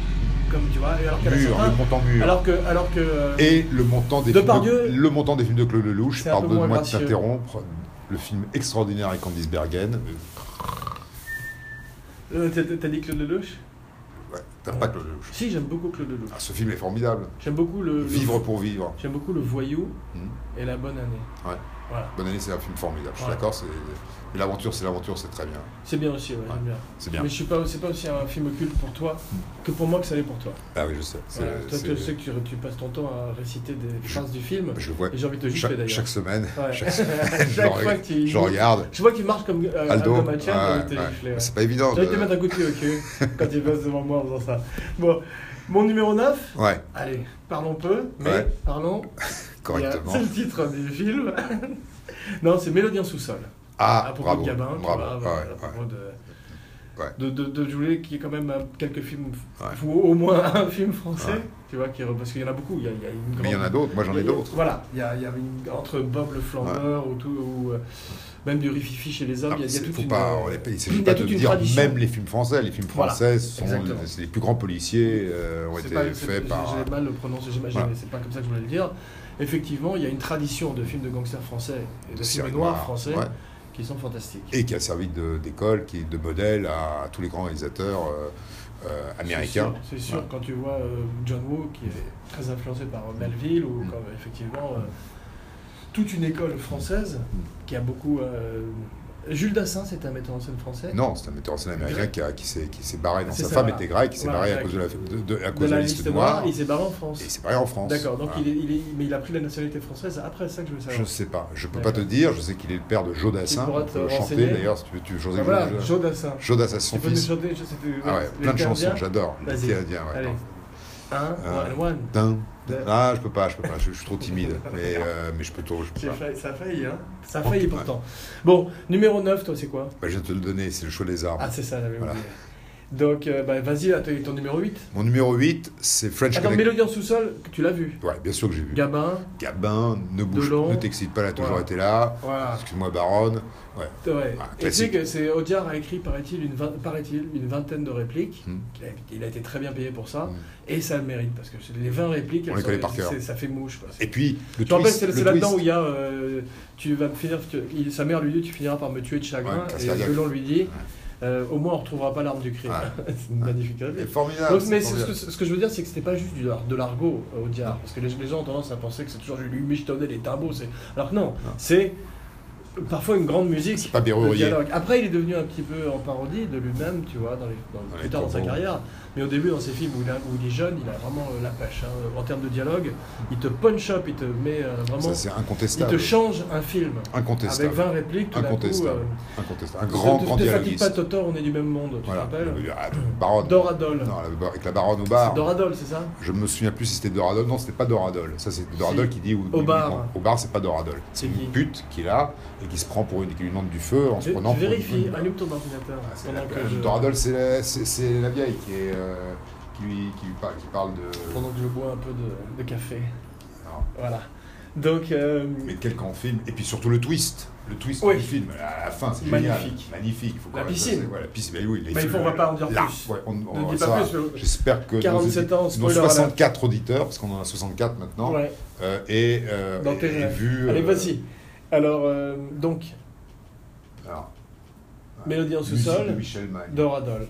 [SPEAKER 2] comme tu vois. et alors qu'à la
[SPEAKER 1] Mur, le
[SPEAKER 2] certains-
[SPEAKER 1] montant mur.
[SPEAKER 2] alors que, alors que euh,
[SPEAKER 1] Et le montant des,
[SPEAKER 2] Depardieu-
[SPEAKER 1] films, de, le montant des films de Claude Lelouch,
[SPEAKER 2] C'est un peu moins
[SPEAKER 1] pardonne-moi de
[SPEAKER 2] gracieux.
[SPEAKER 1] t'interrompre, le film extraordinaire avec Candice Bergen. euh,
[SPEAKER 2] euh, t'as t'as dit Claude Lelouch
[SPEAKER 1] ouais, T'as pas Claude Lelouch.
[SPEAKER 2] Si, j'aime beaucoup Claude Lelouch.
[SPEAKER 1] Ah, ce film est formidable.
[SPEAKER 2] J'aime beaucoup le, le-
[SPEAKER 1] Vivre pour vivre.
[SPEAKER 2] J'aime beaucoup le voyou
[SPEAKER 1] Mhm.
[SPEAKER 2] et la bonne année.
[SPEAKER 1] Ouais.
[SPEAKER 2] Voilà.
[SPEAKER 1] Bonne année, c'est un film formidable. Je suis
[SPEAKER 2] Ouais.
[SPEAKER 1] d'accord. c'est- mais L'aventure, c'est l'aventure, c'est très bien.
[SPEAKER 2] C'est bien aussi, ouais, j'aime bien.
[SPEAKER 1] C'est bien.
[SPEAKER 2] Mais je suis pas, c'est pas aussi un film culte pour toi que pour moi que ça l'est pour toi.
[SPEAKER 1] Ah oui, je sais. c'est-
[SPEAKER 2] Voilà. Euh, Toi,
[SPEAKER 1] c'est-
[SPEAKER 2] tu sais que tu, tu passes ton temps à réciter des
[SPEAKER 1] Je-
[SPEAKER 2] phrases du film.
[SPEAKER 1] Je vois
[SPEAKER 2] Et j'ai envie de te gifler
[SPEAKER 1] chaque,
[SPEAKER 2] d'ailleurs.
[SPEAKER 1] chaque semaine.
[SPEAKER 2] Ouais. <laughs>
[SPEAKER 1] Chaque semaine, je,
[SPEAKER 2] Chaque
[SPEAKER 1] le
[SPEAKER 2] fois
[SPEAKER 1] re-
[SPEAKER 2] que tu-
[SPEAKER 1] je le regarde.
[SPEAKER 2] Je vois qu'il marche comme euh,
[SPEAKER 1] Aldo,
[SPEAKER 2] Aldo Machia, j'ai envie de te
[SPEAKER 1] ouais, ouais.
[SPEAKER 2] gifler, ouais.
[SPEAKER 1] c'est pas évident.
[SPEAKER 2] J'ai envie de te
[SPEAKER 1] de-
[SPEAKER 2] mettre un coup de pied au cul
[SPEAKER 1] <laughs>
[SPEAKER 2] quand il passe devant moi en faisant ça. Bon, mon numéro 9,
[SPEAKER 1] Ouais,
[SPEAKER 2] allez, parlons peu, mais
[SPEAKER 1] Ouais.
[SPEAKER 2] parlons. Il y a- <laughs>
[SPEAKER 1] correctement.
[SPEAKER 2] C'est le titre du film. <laughs> non, c'est Mélodie en sous-sol. à
[SPEAKER 1] Ah,
[SPEAKER 2] propos
[SPEAKER 1] bravo.
[SPEAKER 2] de Gabin, tu
[SPEAKER 1] bravo.
[SPEAKER 2] vois,
[SPEAKER 1] ouais,
[SPEAKER 2] à
[SPEAKER 1] ouais.
[SPEAKER 2] propos de,
[SPEAKER 1] Ouais.
[SPEAKER 2] de, de, de Joulet, qui est quand même euh, quelques films,
[SPEAKER 1] Ouais.
[SPEAKER 2] ou au moins <laughs> un film français,
[SPEAKER 1] Ouais.
[SPEAKER 2] tu vois, qui, re- parce qu'il y en a beaucoup, il y a, il y a une grande...
[SPEAKER 1] Mais il y en a d'autres. Moi, j'en ai d'autres.
[SPEAKER 2] Voilà, il y a, il y a une- entre Bob le Flambeur ou, tout, ou euh, même du Rififi chez les hommes,
[SPEAKER 1] Ah,
[SPEAKER 2] il y a- il y a
[SPEAKER 1] c'est-
[SPEAKER 2] toute
[SPEAKER 1] faut
[SPEAKER 2] une...
[SPEAKER 1] pas, on est pas- il
[SPEAKER 2] il
[SPEAKER 1] s'agit
[SPEAKER 2] y a
[SPEAKER 1] pas de
[SPEAKER 2] toute une
[SPEAKER 1] dire
[SPEAKER 2] tradition.
[SPEAKER 1] même les films français. Les films
[SPEAKER 2] Voilà,
[SPEAKER 1] français sont
[SPEAKER 2] exactement.
[SPEAKER 1] les, c'est les plus grands policiers euh, ont
[SPEAKER 2] c'est
[SPEAKER 1] été
[SPEAKER 2] pas- c'est-
[SPEAKER 1] faits
[SPEAKER 2] j'ai-
[SPEAKER 1] par.
[SPEAKER 2] J'ai mal le prononcé, j'imagine,
[SPEAKER 1] Voilà.
[SPEAKER 2] mais c'est pas comme ça que je voulais le dire. Effectivement, il y a une tradition de films de gangsters français et de films
[SPEAKER 1] Cyril
[SPEAKER 2] noirs
[SPEAKER 1] Noir,
[SPEAKER 2] français
[SPEAKER 1] ouais.
[SPEAKER 2] qui sont fantastiques.
[SPEAKER 1] et qui a servi de- d'école, qui est de modèle à, tous les grands réalisateurs euh, euh, américains.
[SPEAKER 2] C'est sûr, c'est sûr,
[SPEAKER 1] Ouais.
[SPEAKER 2] quand tu vois euh, John Woo qui est très influencé par euh, Melville ou
[SPEAKER 1] Mm.
[SPEAKER 2] comme effectivement euh, toute une école française
[SPEAKER 1] Mm.
[SPEAKER 2] qui a beaucoup. euh, Jules Dassin, c'est un metteur en scène français.
[SPEAKER 1] Non, c'est un metteur en scène américain
[SPEAKER 2] Grec.
[SPEAKER 1] qui, a- qui s'est qui s'est barré. Non,
[SPEAKER 2] C'est
[SPEAKER 1] sa
[SPEAKER 2] ça,
[SPEAKER 1] femme
[SPEAKER 2] voilà.
[SPEAKER 1] était grecque, qui s'est
[SPEAKER 2] Voilà,
[SPEAKER 1] barrée à
[SPEAKER 2] grec.
[SPEAKER 1] cause de la, de- de- à
[SPEAKER 2] de
[SPEAKER 1] cause de
[SPEAKER 2] la liste noire, il s'est barré en France.
[SPEAKER 1] Et c'est barré en France.
[SPEAKER 2] D'accord, donc
[SPEAKER 1] Voilà.
[SPEAKER 2] il, est- il est- mais il a pris la nationalité française après c'est ça que je
[SPEAKER 1] Hein.
[SPEAKER 2] veux
[SPEAKER 1] Je
[SPEAKER 2] savoir.
[SPEAKER 1] ne sais pas, je peux pas te
[SPEAKER 2] D'accord.
[SPEAKER 1] dire. Je sais qu'il est le père de Jodassin.
[SPEAKER 2] Tu pourras te renseigner.
[SPEAKER 1] chanter d'ailleurs, si tu veux. Tu, José-
[SPEAKER 2] Ah, voilà,
[SPEAKER 1] José-
[SPEAKER 2] Joe Dassin.
[SPEAKER 1] Jodassin,
[SPEAKER 2] Tu
[SPEAKER 1] son
[SPEAKER 2] peux nous
[SPEAKER 1] fils.
[SPEAKER 2] chanter, je sais plus.
[SPEAKER 1] Ah ouais,
[SPEAKER 2] les
[SPEAKER 1] plein de
[SPEAKER 2] Canadiens
[SPEAKER 1] chansons, j'adore. Les
[SPEAKER 2] Vas-y.
[SPEAKER 1] Canadiens, ouais.
[SPEAKER 2] Allez.
[SPEAKER 1] non.
[SPEAKER 2] Un,
[SPEAKER 1] Euh,
[SPEAKER 2] one, one.
[SPEAKER 1] Dun, dun.
[SPEAKER 2] Deux.
[SPEAKER 1] Ah, je peux pas, je peux pas, je, je suis trop
[SPEAKER 2] <laughs>
[SPEAKER 1] timide. Mais, euh, mais je peux trop. Je peux
[SPEAKER 2] J'ai
[SPEAKER 1] pas.
[SPEAKER 2] failli- Ça a failli, hein Ça a failli pourtant. Bon, numéro 9, toi, c'est quoi
[SPEAKER 1] Bah, je viens de te le donner, c'est le choix des armes.
[SPEAKER 2] Ah, c'est ça, j'avais
[SPEAKER 1] Voilà.
[SPEAKER 2] oublié. Donc, euh, bah, vas-y, là, t'es- ton numéro 8.
[SPEAKER 1] Mon numéro 8, c'est French
[SPEAKER 2] Attends,
[SPEAKER 1] Connect.
[SPEAKER 2] Mélodie en sous-sol, tu l'as vu.
[SPEAKER 1] Ouais, bien sûr que j'ai vu.
[SPEAKER 2] Gabin,
[SPEAKER 1] Gabin, ne bouge,
[SPEAKER 2] Delon.
[SPEAKER 1] ne t'excite pas, elle a toujours
[SPEAKER 2] Voilà.
[SPEAKER 1] été là.
[SPEAKER 2] voilà.
[SPEAKER 1] Excuse-moi, Baronne. Ouais.
[SPEAKER 2] Ouais.
[SPEAKER 1] Ah,
[SPEAKER 2] Et tu sais
[SPEAKER 1] classique.
[SPEAKER 2] que c'est Audiard a écrit, paraît-il, une, vingt- paraît-il, une vingtaine de répliques.
[SPEAKER 1] Hmm.
[SPEAKER 2] Il a, il a été très bien payé pour ça.
[SPEAKER 1] Hmm.
[SPEAKER 2] Et ça le mérite, parce que c'est- les 20 répliques,
[SPEAKER 1] On
[SPEAKER 2] elles
[SPEAKER 1] les
[SPEAKER 2] sont-
[SPEAKER 1] connaît par cœur.
[SPEAKER 2] c'est- ça fait mouche. Quoi.
[SPEAKER 1] Et puis, le
[SPEAKER 2] Je te rappelle,
[SPEAKER 1] twist.
[SPEAKER 2] c'est
[SPEAKER 1] le
[SPEAKER 2] c'est là-dedans où
[SPEAKER 1] twist.
[SPEAKER 2] il y a euh, tu vas me finir, tu- il- sa mère lui dit tu finiras par me tuer de chagrin,
[SPEAKER 1] Ouais, casse
[SPEAKER 2] et
[SPEAKER 1] cardiaque.
[SPEAKER 2] Violon lui dit euh, au moins on retrouvera pas l'arme du crime.
[SPEAKER 1] Ouais.
[SPEAKER 2] <laughs> c'est une
[SPEAKER 1] Ouais.
[SPEAKER 2] magnifique réplique.
[SPEAKER 1] C'est formidable.
[SPEAKER 2] Donc,
[SPEAKER 1] Ah, c'est
[SPEAKER 2] mais c'est ce,
[SPEAKER 1] formidable.
[SPEAKER 2] que- ce que je veux dire, c'est que c'était pas juste du, de l'argot euh, au diard, parce que les, les gens ont tendance à penser que c'est toujours du lui mais je te donnais les timbaux, c'est alors que non, c'est parfois une grande musique.
[SPEAKER 1] Ah. pas
[SPEAKER 2] le
[SPEAKER 1] Berrurier.
[SPEAKER 2] dialogue. Après, il est devenu un petit peu en parodie de lui-même, tu vois, dans les, dans-
[SPEAKER 1] Dans
[SPEAKER 2] plus
[SPEAKER 1] les
[SPEAKER 2] tard dans sa
[SPEAKER 1] tourments.
[SPEAKER 2] carrière. Mais au début, dans ses films où il, a- où il est jeune, il a vraiment euh, la pêche. hein. En termes de dialogue, il te punch up, il te met euh, vraiment.
[SPEAKER 1] Ça, c'est
[SPEAKER 2] Il
[SPEAKER 1] incontestable.
[SPEAKER 2] te change un film.
[SPEAKER 1] Incontestable.
[SPEAKER 2] Avec 20 répliques, tout d'un coup.
[SPEAKER 1] Incontestable.
[SPEAKER 2] euh,
[SPEAKER 1] Incontestable. Un
[SPEAKER 2] te-
[SPEAKER 1] grand,
[SPEAKER 2] te-
[SPEAKER 1] grand
[SPEAKER 2] te fatigue pas,
[SPEAKER 1] dialoguiste.
[SPEAKER 2] Totor, on est du même monde, tu
[SPEAKER 1] Voilà.
[SPEAKER 2] te rappelles
[SPEAKER 1] Ah, Baronne.
[SPEAKER 2] Doradol.
[SPEAKER 1] Non, la- avec la baronne au bar.
[SPEAKER 2] Doradol, c'est ça
[SPEAKER 1] Je me souviens plus si c'était Doradol. Non, c'était pas Doradol. Ça, c'était Doradol qui
[SPEAKER 2] Si.
[SPEAKER 1] dit.
[SPEAKER 2] Au bar.
[SPEAKER 1] Au bar, c'est pas Doradol.
[SPEAKER 2] C'est
[SPEAKER 1] C'est
[SPEAKER 2] qui
[SPEAKER 1] une pute qu'il a et qui se prend pour une. qui lui demande du feu en se
[SPEAKER 2] Tu
[SPEAKER 1] prenant
[SPEAKER 2] tu
[SPEAKER 1] pour une-
[SPEAKER 2] vérifies, allume ton ordinateur.
[SPEAKER 1] Ah, c'est
[SPEAKER 2] pendant
[SPEAKER 1] la-
[SPEAKER 2] que je-
[SPEAKER 1] Doradol, c'est la, c'est- c'est la vieille qui, est, euh, qui, lui- qui lui parle, qui parle de.
[SPEAKER 2] Pendant que je bois un peu de, de café.
[SPEAKER 1] Alors,
[SPEAKER 2] Voilà. Donc, euh,
[SPEAKER 1] Ah. mais quel grand film Et puis surtout le twist. Le twist
[SPEAKER 2] Oui.
[SPEAKER 1] du film. À la fin, c'est génial.
[SPEAKER 2] Magnifique.
[SPEAKER 1] Magnifique. Faut quand
[SPEAKER 2] La
[SPEAKER 1] même-
[SPEAKER 2] piscine.
[SPEAKER 1] c'est- ouais, la piscine. Mais oui, les
[SPEAKER 2] Mais il faut- on va pas en dire
[SPEAKER 1] Là,
[SPEAKER 2] plus.
[SPEAKER 1] ouais, on- on-
[SPEAKER 2] ne dis
[SPEAKER 1] ça-
[SPEAKER 2] pas plus. mais-
[SPEAKER 1] J'espère que nos-
[SPEAKER 2] 47 ans,
[SPEAKER 1] nos
[SPEAKER 2] spoiler alert.
[SPEAKER 1] 64 auditeurs, parce qu'on en a 64 maintenant,
[SPEAKER 2] Ouais.
[SPEAKER 1] euh, et, euh,
[SPEAKER 2] Dans
[SPEAKER 1] et-
[SPEAKER 2] tes
[SPEAKER 1] et
[SPEAKER 2] rêves.
[SPEAKER 1] vu.
[SPEAKER 2] Allez,
[SPEAKER 1] euh,
[SPEAKER 2] vas-y. Alors, euh, donc,
[SPEAKER 1] alors,
[SPEAKER 2] Mélodie en
[SPEAKER 1] musique
[SPEAKER 2] sous-sol,
[SPEAKER 1] de Michel Magne.
[SPEAKER 2] Doradol.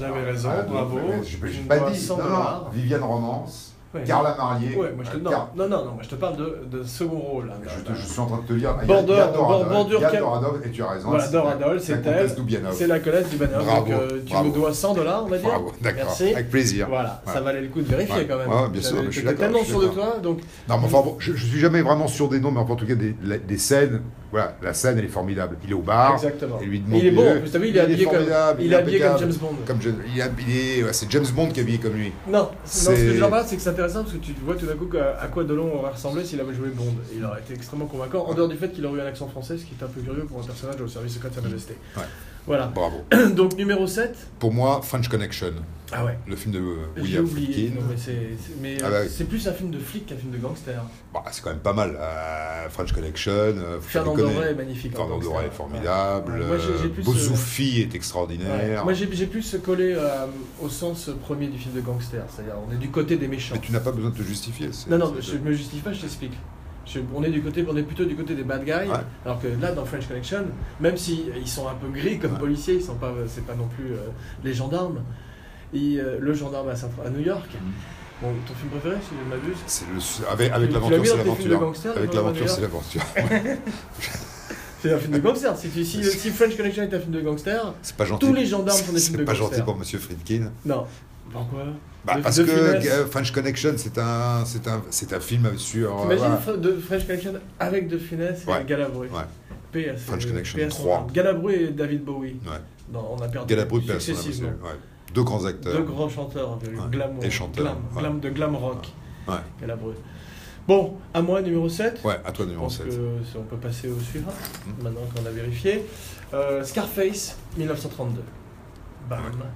[SPEAKER 2] J'avais
[SPEAKER 1] Ah,
[SPEAKER 2] raison,
[SPEAKER 1] ah, donc,
[SPEAKER 2] bravo.
[SPEAKER 1] mais J'ai j'ai
[SPEAKER 2] Une
[SPEAKER 1] pas
[SPEAKER 2] voix
[SPEAKER 1] dit.
[SPEAKER 2] sans
[SPEAKER 1] Non, non,
[SPEAKER 2] dollars.
[SPEAKER 1] Viviane Romance,
[SPEAKER 2] Ouais.
[SPEAKER 1] Carla Marié. Euh,
[SPEAKER 2] Ouais, moi je te, non, non, non, non, moi je te parle de, de second rôle. hein, là.
[SPEAKER 1] Je, te- je suis en train de te dire, il y a- il y
[SPEAKER 2] Bordeur-
[SPEAKER 1] a Doradol,
[SPEAKER 2] Bordure-
[SPEAKER 1] il y a Doradol, et tu as raison.
[SPEAKER 2] Voilà,
[SPEAKER 1] c'est
[SPEAKER 2] Doradol,
[SPEAKER 1] la-
[SPEAKER 2] c'est
[SPEAKER 1] la
[SPEAKER 2] elle.
[SPEAKER 1] comtesse Doubianoff.
[SPEAKER 2] C'est la collègue du banner.
[SPEAKER 1] Bravo,
[SPEAKER 2] donc euh, tu
[SPEAKER 1] bravo.
[SPEAKER 2] me dois 100 dollars, on va dire.
[SPEAKER 1] Bravo, d'accord,
[SPEAKER 2] Merci.
[SPEAKER 1] avec plaisir.
[SPEAKER 2] Voilà,
[SPEAKER 1] Ouais.
[SPEAKER 2] ça valait le coup de vérifier
[SPEAKER 1] Ouais.
[SPEAKER 2] quand même.
[SPEAKER 1] Ouais, bien sûr,
[SPEAKER 2] J'avais-
[SPEAKER 1] mais je suis
[SPEAKER 2] J'étais
[SPEAKER 1] d'accord,
[SPEAKER 2] tellement
[SPEAKER 1] je suis
[SPEAKER 2] sûr de
[SPEAKER 1] d'accord.
[SPEAKER 2] toi, donc
[SPEAKER 1] Non, mais enfin, bon, je, je suis jamais vraiment sûr des noms, mais enfin, en tout cas, des, la- des scènes. Voilà, la scène, elle est formidable. Il est au bar.
[SPEAKER 2] exactement.
[SPEAKER 1] Et lui demande.
[SPEAKER 2] Mais il est beau,
[SPEAKER 1] euh,
[SPEAKER 2] en plus, t'as vu, il est habillé comme,
[SPEAKER 1] formidable,
[SPEAKER 2] il est habillé comme
[SPEAKER 1] impeccable.
[SPEAKER 2] James Bond.
[SPEAKER 1] Comme James- il est habillé. ouais, c'est James Bond qui est habillé comme lui.
[SPEAKER 2] Non, non, ce que
[SPEAKER 1] C'est-
[SPEAKER 2] je veux dire par là, c'est que c'est intéressant parce que tu vois tout d'un coup qu'à- à quoi Delon aurait ressemblé s'il avait joué Bond. Et il aurait été extrêmement convaincant, en dehors du fait qu'il aurait eu un accent français, ce qui est un peu curieux pour un personnage au service secret de sa majesté.
[SPEAKER 1] Ouais.
[SPEAKER 2] Voilà. <clears throat>
[SPEAKER 1] Bravo.
[SPEAKER 2] Donc numéro 7.
[SPEAKER 1] Pour moi, French Connection,
[SPEAKER 2] Ah ouais.
[SPEAKER 1] le film de euh,
[SPEAKER 2] J'ai
[SPEAKER 1] William
[SPEAKER 2] oublié,
[SPEAKER 1] Friedkin.
[SPEAKER 2] non, mais c'est c'est- mais,
[SPEAKER 1] Ah
[SPEAKER 2] euh,
[SPEAKER 1] bah oui.
[SPEAKER 2] c'est plus un film de flic qu'un film de gangster.
[SPEAKER 1] Bah, c'est quand même pas mal. euh, French Connection. euh, faut pas
[SPEAKER 2] Fernando
[SPEAKER 1] déconner.
[SPEAKER 2] Rey est magnifique. en
[SPEAKER 1] Fernand
[SPEAKER 2] gangster.
[SPEAKER 1] Doré est formidable.
[SPEAKER 2] Ouais. Moi, j'ai- j'ai
[SPEAKER 1] euh,
[SPEAKER 2] plus,
[SPEAKER 1] Bouzoufi est
[SPEAKER 2] Ouais.
[SPEAKER 1] extraordinaire.
[SPEAKER 2] Moi j'ai j'ai plus collé euh, au sens premier du film de gangster, c'est-à-dire on est du côté des méchants.
[SPEAKER 1] mais tu n'as pas besoin de te justifier. c'est-
[SPEAKER 2] Non, non,
[SPEAKER 1] c'est-
[SPEAKER 2] je me justifie pas, je t'explique. Je- on, est du côté, on est plutôt du côté des bad guys,
[SPEAKER 1] Ouais.
[SPEAKER 2] alors que là dans French Connection, même si euh, ils sont un peu gris comme
[SPEAKER 1] Ouais.
[SPEAKER 2] policiers, ils sont pas, c'est pas non plus euh, les gendarmes. Et, euh, le gendarme à, San- à New York,
[SPEAKER 1] Mm.
[SPEAKER 2] bon, ton film préféré si je ne m'abuse
[SPEAKER 1] C'est le, avec avec
[SPEAKER 2] Tu- tu l'as
[SPEAKER 1] l'aventure,
[SPEAKER 2] mis
[SPEAKER 1] c'est
[SPEAKER 2] dans tes films de
[SPEAKER 1] l'aventure.
[SPEAKER 2] gangsters,
[SPEAKER 1] Avec
[SPEAKER 2] dans le
[SPEAKER 1] l'aventure,
[SPEAKER 2] Roi
[SPEAKER 1] c'est l'aventure.
[SPEAKER 2] C'est un film de gangster. Si, tu- si, si French Connection est un film de gangster,
[SPEAKER 1] C'est pas gentil.
[SPEAKER 2] tous les gendarmes sont des films de
[SPEAKER 1] C'est pas
[SPEAKER 2] gangster.
[SPEAKER 1] gentil pour Monsieur Friedkin.
[SPEAKER 2] Non. Pourquoi
[SPEAKER 1] Bah,
[SPEAKER 2] De-
[SPEAKER 1] parce
[SPEAKER 2] de
[SPEAKER 1] que
[SPEAKER 2] finesse.
[SPEAKER 1] euh, French Connection, c'est un, c'est un, c'est un film sur. euh,
[SPEAKER 2] T'imagines
[SPEAKER 1] voilà.
[SPEAKER 2] Fre- de French Connection avec De Funès et
[SPEAKER 1] Ouais.
[SPEAKER 2] Galabru.
[SPEAKER 1] Ouais.
[SPEAKER 2] PS,
[SPEAKER 1] French
[SPEAKER 2] euh,
[SPEAKER 1] Connection
[SPEAKER 2] PS,
[SPEAKER 1] 3.
[SPEAKER 2] Galabru et David Bowie.
[SPEAKER 1] Ouais.
[SPEAKER 2] Non, on a perdu
[SPEAKER 1] Galabru et Persona,
[SPEAKER 2] successivement.
[SPEAKER 1] monsieur. Ouais. Deux grands acteurs.
[SPEAKER 2] Deux grands chanteurs de
[SPEAKER 1] Euh, Ouais.
[SPEAKER 2] glam,
[SPEAKER 1] Et chanteurs,
[SPEAKER 2] glam-
[SPEAKER 1] ouais.
[SPEAKER 2] glam- de glam rock.
[SPEAKER 1] Ouais.
[SPEAKER 2] Galabru. Bon, à moi numéro 7.
[SPEAKER 1] Ouais, à toi
[SPEAKER 2] Je
[SPEAKER 1] numéro
[SPEAKER 2] pense
[SPEAKER 1] 7.
[SPEAKER 2] que c'est- on peut passer au suivant,
[SPEAKER 1] Mm.
[SPEAKER 2] maintenant qu'on a vérifié. Euh, Scarface, 1932. Bam,
[SPEAKER 1] Ouais.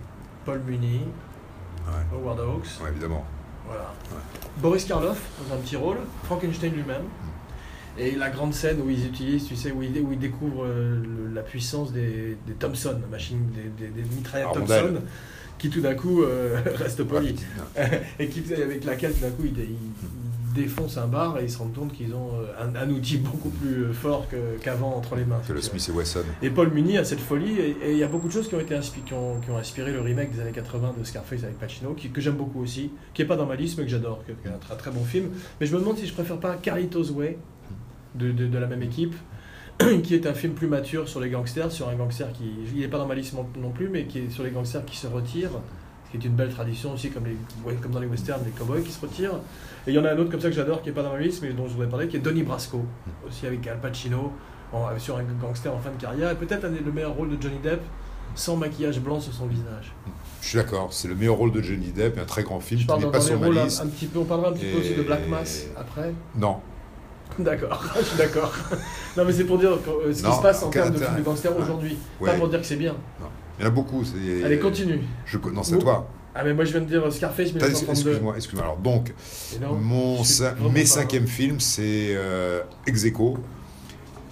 [SPEAKER 2] Paul Muni,
[SPEAKER 1] Ouais.
[SPEAKER 2] Howard Hawks,
[SPEAKER 1] Ouais, évidemment.
[SPEAKER 2] voilà.
[SPEAKER 1] Ouais.
[SPEAKER 2] Boris Karloff, dans un petit rôle, Frankenstein lui-même.
[SPEAKER 1] Hmm.
[SPEAKER 2] Et la grande scène où ils utilisent, tu sais, où ils, où ils découvrent euh, le- la puissance des, des Thompson, la machine des, des, des mitraillettes
[SPEAKER 1] La
[SPEAKER 2] Thompson,
[SPEAKER 1] rondelle.
[SPEAKER 2] qui tout d'un coup euh, <laughs> reste
[SPEAKER 1] Ouais.
[SPEAKER 2] poli. <laughs> et qui, avec laquelle tout d'un coup ils, dé- ils défoncent un bar et ils se rendent compte qu'ils ont euh, un, un outil beaucoup plus euh, fort que- qu'avant entre les mains.
[SPEAKER 1] Que le Smith et Wesson.
[SPEAKER 2] Et Paul Muni a cette folie, et et il y a beaucoup de choses qui ont, été inspi- qui ont, qui ont inspiré le remake des années 80 de Scarface avec Pacino, qui- que j'aime beaucoup aussi, qui n'est pas dans ma liste, mais que j'adore, qui est un très, très bon film. Mais je me demande si je préfère pas Carlitos Way, de, de- de la même équipe, <clears throat> qui est un film plus mature sur les gangsters, sur un gangster qui... Il n'est pas dans ma liste non, non plus, mais qui est sur les gangsters qui se retirent, ce qui est une belle tradition aussi, comme, les, ouais, comme dans les westerns, les cowboys qui se retirent. Et il y en a un autre comme ça que j'adore, qui n'est pas dans ma liste, mais dont je voudrais parler, qui est Donnie Brasco, aussi avec Al Pacino, en- euh, sur un gangster en fin de carrière, et peut-être un des le meilleur rôle de Johnny Depp, sans maquillage blanc sur son visage.
[SPEAKER 1] Je suis d'accord, c'est le meilleur rôle de Johnny Depp, un très grand film,
[SPEAKER 2] Je
[SPEAKER 1] qui
[SPEAKER 2] parle
[SPEAKER 1] n'est
[SPEAKER 2] dans,
[SPEAKER 1] pas
[SPEAKER 2] dans les
[SPEAKER 1] sur ma
[SPEAKER 2] rôles un,
[SPEAKER 1] liste.
[SPEAKER 2] un petit peu, on parlera un petit peu aussi de Black
[SPEAKER 1] Et-
[SPEAKER 2] Mass après. <laughs>
[SPEAKER 1] Non,
[SPEAKER 2] D'accord, <laughs> je suis d'accord. non mais c'est pour dire euh, ce qui
[SPEAKER 1] Non,
[SPEAKER 2] se passe en
[SPEAKER 1] aucun
[SPEAKER 2] termes de
[SPEAKER 1] intérêt.
[SPEAKER 2] films de gangster
[SPEAKER 1] Ouais.
[SPEAKER 2] aujourd'hui, pas
[SPEAKER 1] Ouais.
[SPEAKER 2] pour dire que c'est bien.
[SPEAKER 1] il y en a beaucoup. c'est-
[SPEAKER 2] Allez, continue.
[SPEAKER 1] Je... Non, c'est à
[SPEAKER 2] Ouh.
[SPEAKER 1] toi.
[SPEAKER 2] Ah mais moi je viens de dire Scarface
[SPEAKER 1] T'as-
[SPEAKER 2] 1932.
[SPEAKER 1] Excuse-moi, excuse-moi. Alors, donc,
[SPEAKER 2] Et non,
[SPEAKER 1] Mon
[SPEAKER 2] je suis
[SPEAKER 1] cin-
[SPEAKER 2] vraiment
[SPEAKER 1] mes
[SPEAKER 2] pas-
[SPEAKER 1] cinquièmes films, c'est euh, Ex Aequo,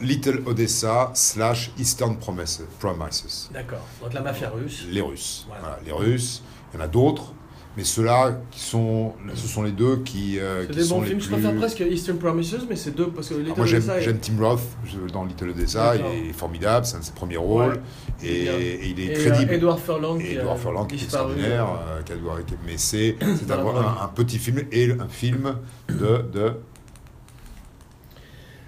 [SPEAKER 1] Little Odessa slash Eastern Promises, Promises.
[SPEAKER 2] D'accord, donc la mafia russe.
[SPEAKER 1] Les Russes.
[SPEAKER 2] Voilà.
[SPEAKER 1] Voilà, les Russes. Il y en a d'autres, mais ceux-là, qui sont, ce sont les deux qui, euh,
[SPEAKER 2] C'est
[SPEAKER 1] qui
[SPEAKER 2] des
[SPEAKER 1] sont
[SPEAKER 2] bons
[SPEAKER 1] les
[SPEAKER 2] films,
[SPEAKER 1] plus...
[SPEAKER 2] je préfère presque Eastern Promises, mais c'est deux, parce que les
[SPEAKER 1] Alors,
[SPEAKER 2] deux
[SPEAKER 1] moi, j'aime
[SPEAKER 2] ça,
[SPEAKER 1] j'aime Tim Roth je- dans Little Odessa.
[SPEAKER 2] D'accord.
[SPEAKER 1] Il est formidable, c'est un de ses premiers rôles.
[SPEAKER 2] il est
[SPEAKER 1] et,
[SPEAKER 2] bien.
[SPEAKER 1] et il est
[SPEAKER 2] et,
[SPEAKER 1] crédible.
[SPEAKER 2] euh, Edward Furlong
[SPEAKER 1] Et
[SPEAKER 2] qui a
[SPEAKER 1] Edouard Furlan, qui est
[SPEAKER 2] disparu.
[SPEAKER 1] extraordinaire, euh, qui a dû arrêter. mais c'est c'est
[SPEAKER 2] <coughs> Dans la
[SPEAKER 1] un,
[SPEAKER 2] vraie vie.
[SPEAKER 1] un- un petit film et un film de, de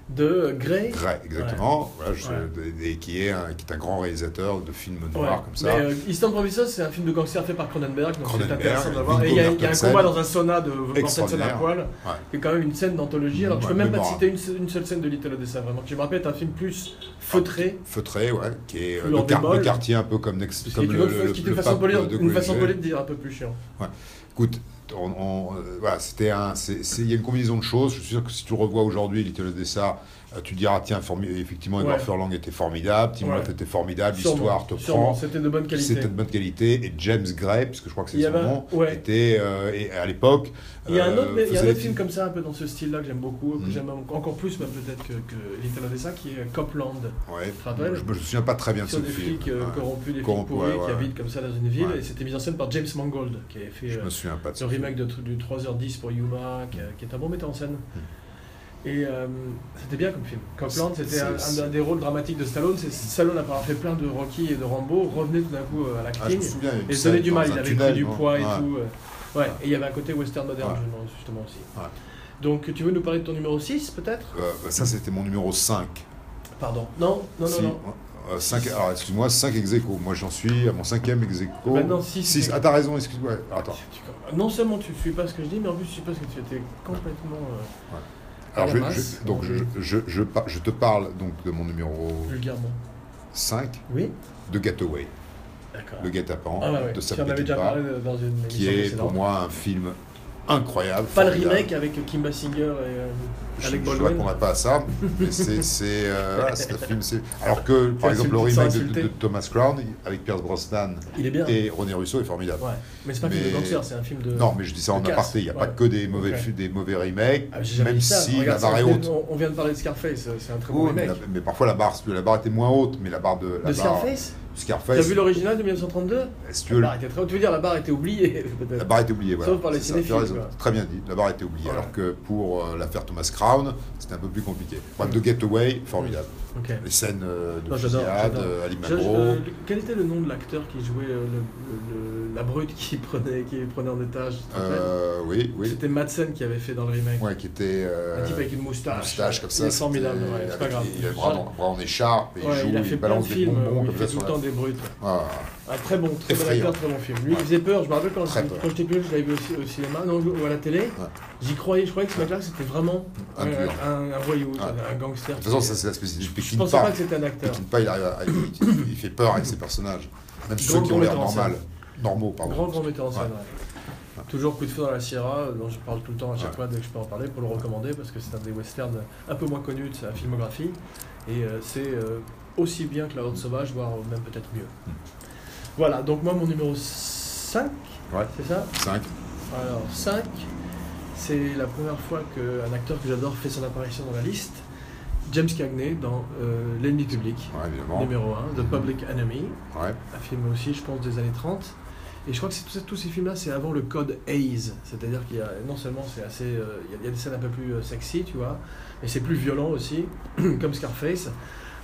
[SPEAKER 2] de Grey.
[SPEAKER 1] Gray, exactement, Voilà, je-
[SPEAKER 2] Ouais.
[SPEAKER 1] et qui est, un, qui est un grand réalisateur de films
[SPEAKER 2] Ouais.
[SPEAKER 1] noirs comme ça.
[SPEAKER 2] Mais euh, Eastern Promises, c'est un film de gangster fait par Cronenberg, donc c'est
[SPEAKER 1] Cronenberg,
[SPEAKER 2] intéressant de voir. Et
[SPEAKER 1] Viggo
[SPEAKER 2] il y a, il y a un
[SPEAKER 1] Mortensen.
[SPEAKER 2] combat dans un sauna de Mortensen à
[SPEAKER 1] Extraordinaire.
[SPEAKER 2] poil,
[SPEAKER 1] Ouais.
[SPEAKER 2] qui est quand même une scène d'anthologie. Alors je peux
[SPEAKER 1] Ouais,
[SPEAKER 2] même pas te
[SPEAKER 1] mémorable.
[SPEAKER 2] citer une, se- une seule scène de Little Odessa, vraiment. Je me rappelle, c'est un film plus feutré.
[SPEAKER 1] Feutré, ouais, qui est euh,
[SPEAKER 2] Lors
[SPEAKER 1] le,
[SPEAKER 2] des
[SPEAKER 1] quart- le
[SPEAKER 2] balles.
[SPEAKER 1] quartier un peu comme Next,
[SPEAKER 2] Parce
[SPEAKER 1] comme
[SPEAKER 2] qu'il y a
[SPEAKER 1] le,
[SPEAKER 2] une autre-
[SPEAKER 1] le-
[SPEAKER 2] qui est
[SPEAKER 1] le
[SPEAKER 2] une façon
[SPEAKER 1] pape
[SPEAKER 2] polie-
[SPEAKER 1] de
[SPEAKER 2] une façon
[SPEAKER 1] Gouliger.
[SPEAKER 2] polie de dire un peu plus chiant.
[SPEAKER 1] Écoute, on- on- euh, voilà, c'était un, c'est- c'est- il y a une combinaison de choses. Je suis sûr que si tu le revois aujourd'hui, Little Odessa, euh, tu te diras tiens, formi- effectivement, Edward
[SPEAKER 2] Ouais.
[SPEAKER 1] Furlong était formidable, Tim
[SPEAKER 2] Ouais.
[SPEAKER 1] Roth était formidable,
[SPEAKER 2] Sûrement,
[SPEAKER 1] l'histoire te
[SPEAKER 2] sûrement,
[SPEAKER 1] prend.
[SPEAKER 2] C'était de bonne qualité.
[SPEAKER 1] C'était de bonne qualité et James Gray, parce que je crois que
[SPEAKER 2] Il
[SPEAKER 1] c'est
[SPEAKER 2] y
[SPEAKER 1] son
[SPEAKER 2] avait un-
[SPEAKER 1] nom,
[SPEAKER 2] ouais.
[SPEAKER 1] était euh, et à l'époque.
[SPEAKER 2] Il y a un
[SPEAKER 1] euh,
[SPEAKER 2] autre, mais il y a un
[SPEAKER 1] faisait-
[SPEAKER 2] autre film comme ça, un peu dans ce style-là, que j'aime beaucoup, que
[SPEAKER 1] Mhm.
[SPEAKER 2] j'aime encore plus même peut-être que, que Little Odessa, qui est Copland.
[SPEAKER 1] Ouais.
[SPEAKER 2] te rappelles
[SPEAKER 1] Je me je me souviens pas très bien de ce
[SPEAKER 2] Sur des
[SPEAKER 1] film.
[SPEAKER 2] flics euh,
[SPEAKER 1] Ouais.
[SPEAKER 2] corrompus, des flics
[SPEAKER 1] Corrompus,
[SPEAKER 2] pourris
[SPEAKER 1] ouais,
[SPEAKER 2] qui
[SPEAKER 1] ouais.
[SPEAKER 2] habitent comme ça dans une ville.
[SPEAKER 1] Ouais.
[SPEAKER 2] Et c'était mis en scène par James Mangold, qui avait fait
[SPEAKER 1] Je
[SPEAKER 2] euh,
[SPEAKER 1] me souviens pas de
[SPEAKER 2] le
[SPEAKER 1] ce film.
[SPEAKER 2] remake de, tr- du 3h10 pour Yuma, qui, a- qui est un bon metteur en scène. Et euh, c'était bien comme film. Copland,
[SPEAKER 1] Hmm. C'est-
[SPEAKER 2] c'était un,
[SPEAKER 1] c'est-
[SPEAKER 2] un- un des rôles dramatiques de Stallone. C'est Stallone, après avoir fait plein de Rocky et de Rambo, revenait tout d'un coup euh, à
[SPEAKER 1] Ah, je
[SPEAKER 2] l'acting.
[SPEAKER 1] me souviens. il y a une
[SPEAKER 2] et se
[SPEAKER 1] scène
[SPEAKER 2] donnait du
[SPEAKER 1] dans
[SPEAKER 2] mal,
[SPEAKER 1] un
[SPEAKER 2] il avait
[SPEAKER 1] tunnel,
[SPEAKER 2] pris du
[SPEAKER 1] non
[SPEAKER 2] poids et
[SPEAKER 1] Ouais.
[SPEAKER 2] tout. euh, ouais, et il y avait un côté western moderne,
[SPEAKER 1] Ouais.
[SPEAKER 2] justement, justement aussi.
[SPEAKER 1] Ouais.
[SPEAKER 2] Donc tu veux nous parler de ton numéro 6 peut-être
[SPEAKER 1] Euh, bah, ça, c'était mon numéro 5.
[SPEAKER 2] Pardon. Non, non, non, non.
[SPEAKER 1] Euh, alors excuse-moi, 5 ex aequo. Moi j'en suis à mon cinquième ex aequo.
[SPEAKER 2] Bah non, six.
[SPEAKER 1] Six. Ah t'as raison, excuse-moi. Attends.
[SPEAKER 2] Tu- tu- Non seulement tu ne suis pas ce que je dis, mais en plus tu suis pas ce que tu étais complètement euh,
[SPEAKER 1] Alors
[SPEAKER 2] la
[SPEAKER 1] je,
[SPEAKER 2] masse.
[SPEAKER 1] je- donc, je, je, je, par- je te parle donc de mon numéro
[SPEAKER 2] vulgairement.
[SPEAKER 1] 5
[SPEAKER 2] Oui
[SPEAKER 1] de Gataway,
[SPEAKER 2] D'accord.
[SPEAKER 1] le guet-apens
[SPEAKER 2] Ah ouais, ouais.
[SPEAKER 1] de
[SPEAKER 2] Tu
[SPEAKER 1] Sam
[SPEAKER 2] en avais déjà
[SPEAKER 1] Peckinpah,
[SPEAKER 2] parlé de- dans une émission
[SPEAKER 1] qui est pour
[SPEAKER 2] précédente.
[SPEAKER 1] moi un film incroyable.
[SPEAKER 2] Pas le
[SPEAKER 1] formidable.
[SPEAKER 2] remake avec Kim Basinger et euh,
[SPEAKER 1] Je
[SPEAKER 2] Alec
[SPEAKER 1] ne
[SPEAKER 2] Baldwin.
[SPEAKER 1] répondrai pas à ça, mais c'est
[SPEAKER 2] <laughs>
[SPEAKER 1] c'est, euh, voilà, c'est un film. c'est- Alors que par
[SPEAKER 2] Ils
[SPEAKER 1] exemple le
[SPEAKER 2] sont
[SPEAKER 1] remake de,
[SPEAKER 2] insultés.
[SPEAKER 1] de Thomas Crown avec Pierce Brosnan
[SPEAKER 2] Il est bien.
[SPEAKER 1] et René Russo est formidable.
[SPEAKER 2] Ouais. Mais c'est pas un film de
[SPEAKER 1] Mais-
[SPEAKER 2] gangster, c'est un film de.
[SPEAKER 1] Non, mais je dis ça en
[SPEAKER 2] de
[SPEAKER 1] aparté, il n'y a
[SPEAKER 2] casse,
[SPEAKER 1] pas
[SPEAKER 2] ouais.
[SPEAKER 1] que des mauvais,
[SPEAKER 2] Ok.
[SPEAKER 1] fi- des mauvais remakes,
[SPEAKER 2] Ah, j'ai jamais
[SPEAKER 1] même
[SPEAKER 2] dit ça.
[SPEAKER 1] si
[SPEAKER 2] Regarde,
[SPEAKER 1] la barre
[SPEAKER 2] ça,
[SPEAKER 1] est
[SPEAKER 2] on-
[SPEAKER 1] haute.
[SPEAKER 2] On, on vient de parler de Scarface, euh, c'est un très bon
[SPEAKER 1] Oui, mais,
[SPEAKER 2] remake.
[SPEAKER 1] la- mais parfois la barre, la barre était moins haute, mais la barre de la
[SPEAKER 2] De
[SPEAKER 1] barre,
[SPEAKER 2] Scarface
[SPEAKER 1] Scarface,
[SPEAKER 2] T'as vu l'original de 1932
[SPEAKER 1] si tu
[SPEAKER 2] La
[SPEAKER 1] veux,
[SPEAKER 2] barre était très haute. Tu veux dire, la barre était oubliée
[SPEAKER 1] la
[SPEAKER 2] <laughs> peut-être
[SPEAKER 1] barre était oubliée. Voilà.
[SPEAKER 2] Sauf par les
[SPEAKER 1] C'est ça, tu as
[SPEAKER 2] cinéphiles,
[SPEAKER 1] raison.
[SPEAKER 2] quoi.
[SPEAKER 1] Très bien dit, la barre était oubliée.
[SPEAKER 2] Voilà.
[SPEAKER 1] Alors que pour euh, l'affaire Thomas Crown, c'était un peu plus compliqué. Bref, de Getaway, formidable.
[SPEAKER 2] Ok.
[SPEAKER 1] Les scènes euh, de
[SPEAKER 2] Mm. Non, j'adore,
[SPEAKER 1] fusillade,
[SPEAKER 2] j'adore.
[SPEAKER 1] euh, Ali
[SPEAKER 2] Je- je-
[SPEAKER 1] Magro.
[SPEAKER 2] euh, quel était le nom de l'acteur qui jouait euh, le- le- le- la brute qui <laughs> prenait, qui prenait en otage tu te rappelles
[SPEAKER 1] euh, oui, oui.
[SPEAKER 2] C'était Madsen qui avait fait dans le remake.
[SPEAKER 1] Ouais, qui était. euh,
[SPEAKER 2] Un type avec une moustache.
[SPEAKER 1] moustache comme ça.
[SPEAKER 2] Il est formidable,
[SPEAKER 1] c'était-
[SPEAKER 2] ouais, c'est pas
[SPEAKER 1] avec-
[SPEAKER 2] grave.
[SPEAKER 1] Il a le bras, en- bras en écharpe, et
[SPEAKER 2] Ouais,
[SPEAKER 1] il joue,
[SPEAKER 2] il a
[SPEAKER 1] il
[SPEAKER 2] fait plein de
[SPEAKER 1] balance des
[SPEAKER 2] films
[SPEAKER 1] bonbons
[SPEAKER 2] où il
[SPEAKER 1] comme
[SPEAKER 2] fait
[SPEAKER 1] ça
[SPEAKER 2] tout
[SPEAKER 1] sur
[SPEAKER 2] le
[SPEAKER 1] la-
[SPEAKER 2] temps des brutes.
[SPEAKER 1] Ah,
[SPEAKER 2] Un très bon, très bon
[SPEAKER 1] Effrayant.
[SPEAKER 2] acteur, très bon film. Lui,
[SPEAKER 1] Ouais.
[SPEAKER 2] il faisait peur, je me rappelle quand,
[SPEAKER 1] Très
[SPEAKER 2] quand
[SPEAKER 1] peur.
[SPEAKER 2] j'étais plus, jeune, je l'avais vu aussi au cinéma, non, ou à la télé. J'y croyais, je croyais que ce mec-là, c'était vraiment
[SPEAKER 1] Un
[SPEAKER 2] un,
[SPEAKER 1] dur.
[SPEAKER 2] un, un voyou,
[SPEAKER 1] Ouais.
[SPEAKER 2] un gangster.
[SPEAKER 1] De toute façon, ça, c'est la spécificité du
[SPEAKER 2] je
[SPEAKER 1] Peking
[SPEAKER 2] pensais pas que c'était un acteur.
[SPEAKER 1] Peckinpah, il, arrive à- il- il fait peur avec ses personnages. Même
[SPEAKER 2] Grand
[SPEAKER 1] ceux qui ont l'air
[SPEAKER 2] metteur en
[SPEAKER 1] normal, normaux, pardon.
[SPEAKER 2] Grand, grand metteur en scène.
[SPEAKER 1] Ouais.
[SPEAKER 2] ouais. Toujours coup de feu dans la Sierra, euh, dont je parle tout le temps à chaque
[SPEAKER 1] Ouais.
[SPEAKER 2] fois dès que je peux en parler pour le recommander parce que c'est un des westerns un peu moins connu de sa filmographie et euh, c'est euh, aussi bien que La Horde Sauvage, voire même peut-être mieux. Voilà, donc moi mon numéro 5,
[SPEAKER 1] Ouais.
[SPEAKER 2] c'est ça
[SPEAKER 1] Cinq.
[SPEAKER 2] Alors 5, c'est la première fois qu'un acteur que j'adore fait son apparition dans la liste, James Cagney dans euh, L'ennemi public,
[SPEAKER 1] Ouais, évidemment.
[SPEAKER 2] numéro 1, The Public Enemy,
[SPEAKER 1] Ouais.
[SPEAKER 2] un film aussi, je pense, des années 30. Et je crois que c'est tous- tous ces films-là, c'est avant le code Hayes. C'est-à-dire qu'il y a, non seulement c'est assez, euh, il y a- il y a des scènes un peu plus euh, sexy, tu vois, mais c'est plus violent aussi, <clears throat> comme Scarface,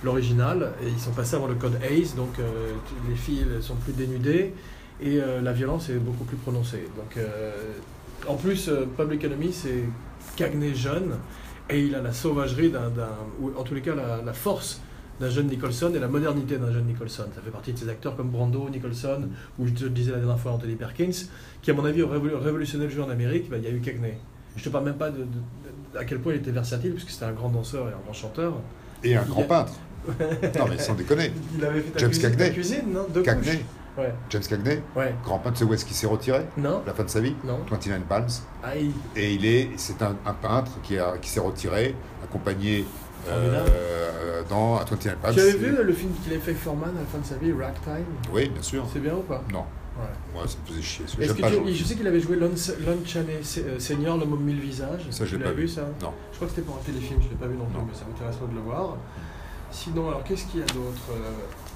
[SPEAKER 2] l'original. Et ils sont passés avant le code Hayes, donc euh, tu- les filles elles sont plus dénudées et euh, la violence est beaucoup plus prononcée. Donc, euh, en plus, euh, Public Enemy, c'est Cagney jeune et il a la sauvagerie d'un, d'un- ou en tous les cas, la, la force d'un jeune Nicholson et la modernité d'un jeune Nicholson. Ça fait partie de ces acteurs comme Brando, Nicholson, ou je te le disais la dernière fois Anthony Perkins, qui à mon avis ont révolu- révolutionné le jeu en Amérique, bah, il y a eu Cagney. Je te parle même pas de, de- de- à quel point il était versatile, puisque c'était un grand danseur et un grand chanteur.
[SPEAKER 1] Et un
[SPEAKER 2] Il y
[SPEAKER 1] grand
[SPEAKER 2] a- <laughs>
[SPEAKER 1] peintre. non, mais sans déconner.
[SPEAKER 2] Il avait fait ta
[SPEAKER 1] James
[SPEAKER 2] cuisine, ta
[SPEAKER 1] Cagney.
[SPEAKER 2] cuisine, non Deux couches.
[SPEAKER 1] Cagney,
[SPEAKER 2] Ouais,
[SPEAKER 1] James Cagney,
[SPEAKER 2] ouais.
[SPEAKER 1] grand peintre, c'est où est-ce qu'il s'est retiré
[SPEAKER 2] Non
[SPEAKER 1] à la fin de sa vie
[SPEAKER 2] Non.
[SPEAKER 1] 29 Palms.
[SPEAKER 2] Ah, il-
[SPEAKER 1] Et il est, c'est un, un peintre qui, a- qui s'est retiré, accompagné
[SPEAKER 2] Formidable.
[SPEAKER 1] euh, dans à 29 Palms.
[SPEAKER 2] Tu avais vu le film qu'il a fait Foreman à la fin de sa vie, Ragtime
[SPEAKER 1] Oui, bien sûr.
[SPEAKER 2] C'est bien ou pas
[SPEAKER 1] Non,
[SPEAKER 2] Ouais.
[SPEAKER 1] moi ça me faisait chier.
[SPEAKER 2] Est-ce
[SPEAKER 1] J'aime
[SPEAKER 2] que
[SPEAKER 1] pas
[SPEAKER 2] tu-
[SPEAKER 1] Jean-
[SPEAKER 2] Je sais qu'il avait joué Lon, Lon Chaney sé- euh, Senior, l'homme aux mille visages.
[SPEAKER 1] Ça, je
[SPEAKER 2] Tu
[SPEAKER 1] l'ai
[SPEAKER 2] l'as
[SPEAKER 1] pas
[SPEAKER 2] vu.
[SPEAKER 1] vu.
[SPEAKER 2] ça
[SPEAKER 1] Non.
[SPEAKER 2] Je crois que c'était pour un téléfilm, je ne l'ai pas vu non plus,
[SPEAKER 1] Non.
[SPEAKER 2] mais ça m'intéresserait de le voir. Sinon, alors qu'est-ce qu'il y a d'autre Euh,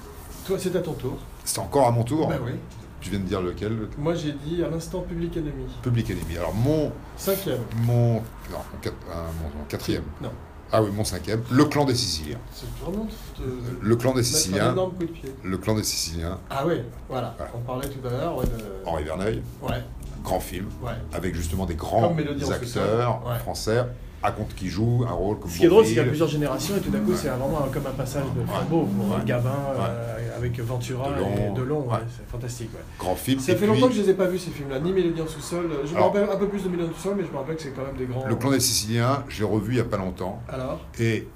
[SPEAKER 2] Toi, c'est à ton tour.
[SPEAKER 1] C'est encore à mon tour.
[SPEAKER 2] Bah oui.
[SPEAKER 1] Tu viens de dire lequel
[SPEAKER 2] Moi, j'ai dit à l'instant Public Enemy.
[SPEAKER 1] Public Enemy. Alors mon
[SPEAKER 2] Cinquième.
[SPEAKER 1] Mon, non, mon quat- euh, mon- mon quatrième.
[SPEAKER 2] Non.
[SPEAKER 1] Ah oui, mon cinquième. Le clan des Siciliens.
[SPEAKER 2] C'est vraiment de- de- de
[SPEAKER 1] Le clan des
[SPEAKER 2] mettre un
[SPEAKER 1] Siciliens.
[SPEAKER 2] énorme coup de pied.
[SPEAKER 1] Le clan des Siciliens.
[SPEAKER 2] Ah ouais, voilà.
[SPEAKER 1] Voilà.
[SPEAKER 2] On parlait tout à l'heure ouais, de...
[SPEAKER 1] Henri Verneuil.
[SPEAKER 2] Ouais,
[SPEAKER 1] Grand film.
[SPEAKER 2] ouais.
[SPEAKER 1] Avec justement des
[SPEAKER 2] Comme
[SPEAKER 1] grands
[SPEAKER 2] Mélodie en
[SPEAKER 1] acteurs
[SPEAKER 2] sous-sol. Ouais.
[SPEAKER 1] français. à compte qui joue un rôle comme
[SPEAKER 2] Ce qui est drôle, c'est qu'il y a
[SPEAKER 1] Bourvil,
[SPEAKER 2] plusieurs générations et tout d'un coup, c'est vraiment un- comme un passage de Flambeau pour
[SPEAKER 1] Ouais.
[SPEAKER 2] Gabin euh, avec Ventura
[SPEAKER 1] Delon.
[SPEAKER 2] et Delon. ouais,
[SPEAKER 1] Ouais.
[SPEAKER 2] C'est fantastique. ouais.
[SPEAKER 1] grand film.
[SPEAKER 2] Ça
[SPEAKER 1] Et
[SPEAKER 2] fait
[SPEAKER 1] puis,
[SPEAKER 2] longtemps que je les ai pas vus ces films-là, ni Mélodie en sous-sol. Je me
[SPEAKER 1] Alors-
[SPEAKER 2] rappelle un peu plus de Mélodie en sous-sol, mais je me rappelle que c'est quand même des grands.
[SPEAKER 1] Le clan des Siciliens, je l'ai revu il n'y a pas longtemps.
[SPEAKER 2] Alors
[SPEAKER 1] Et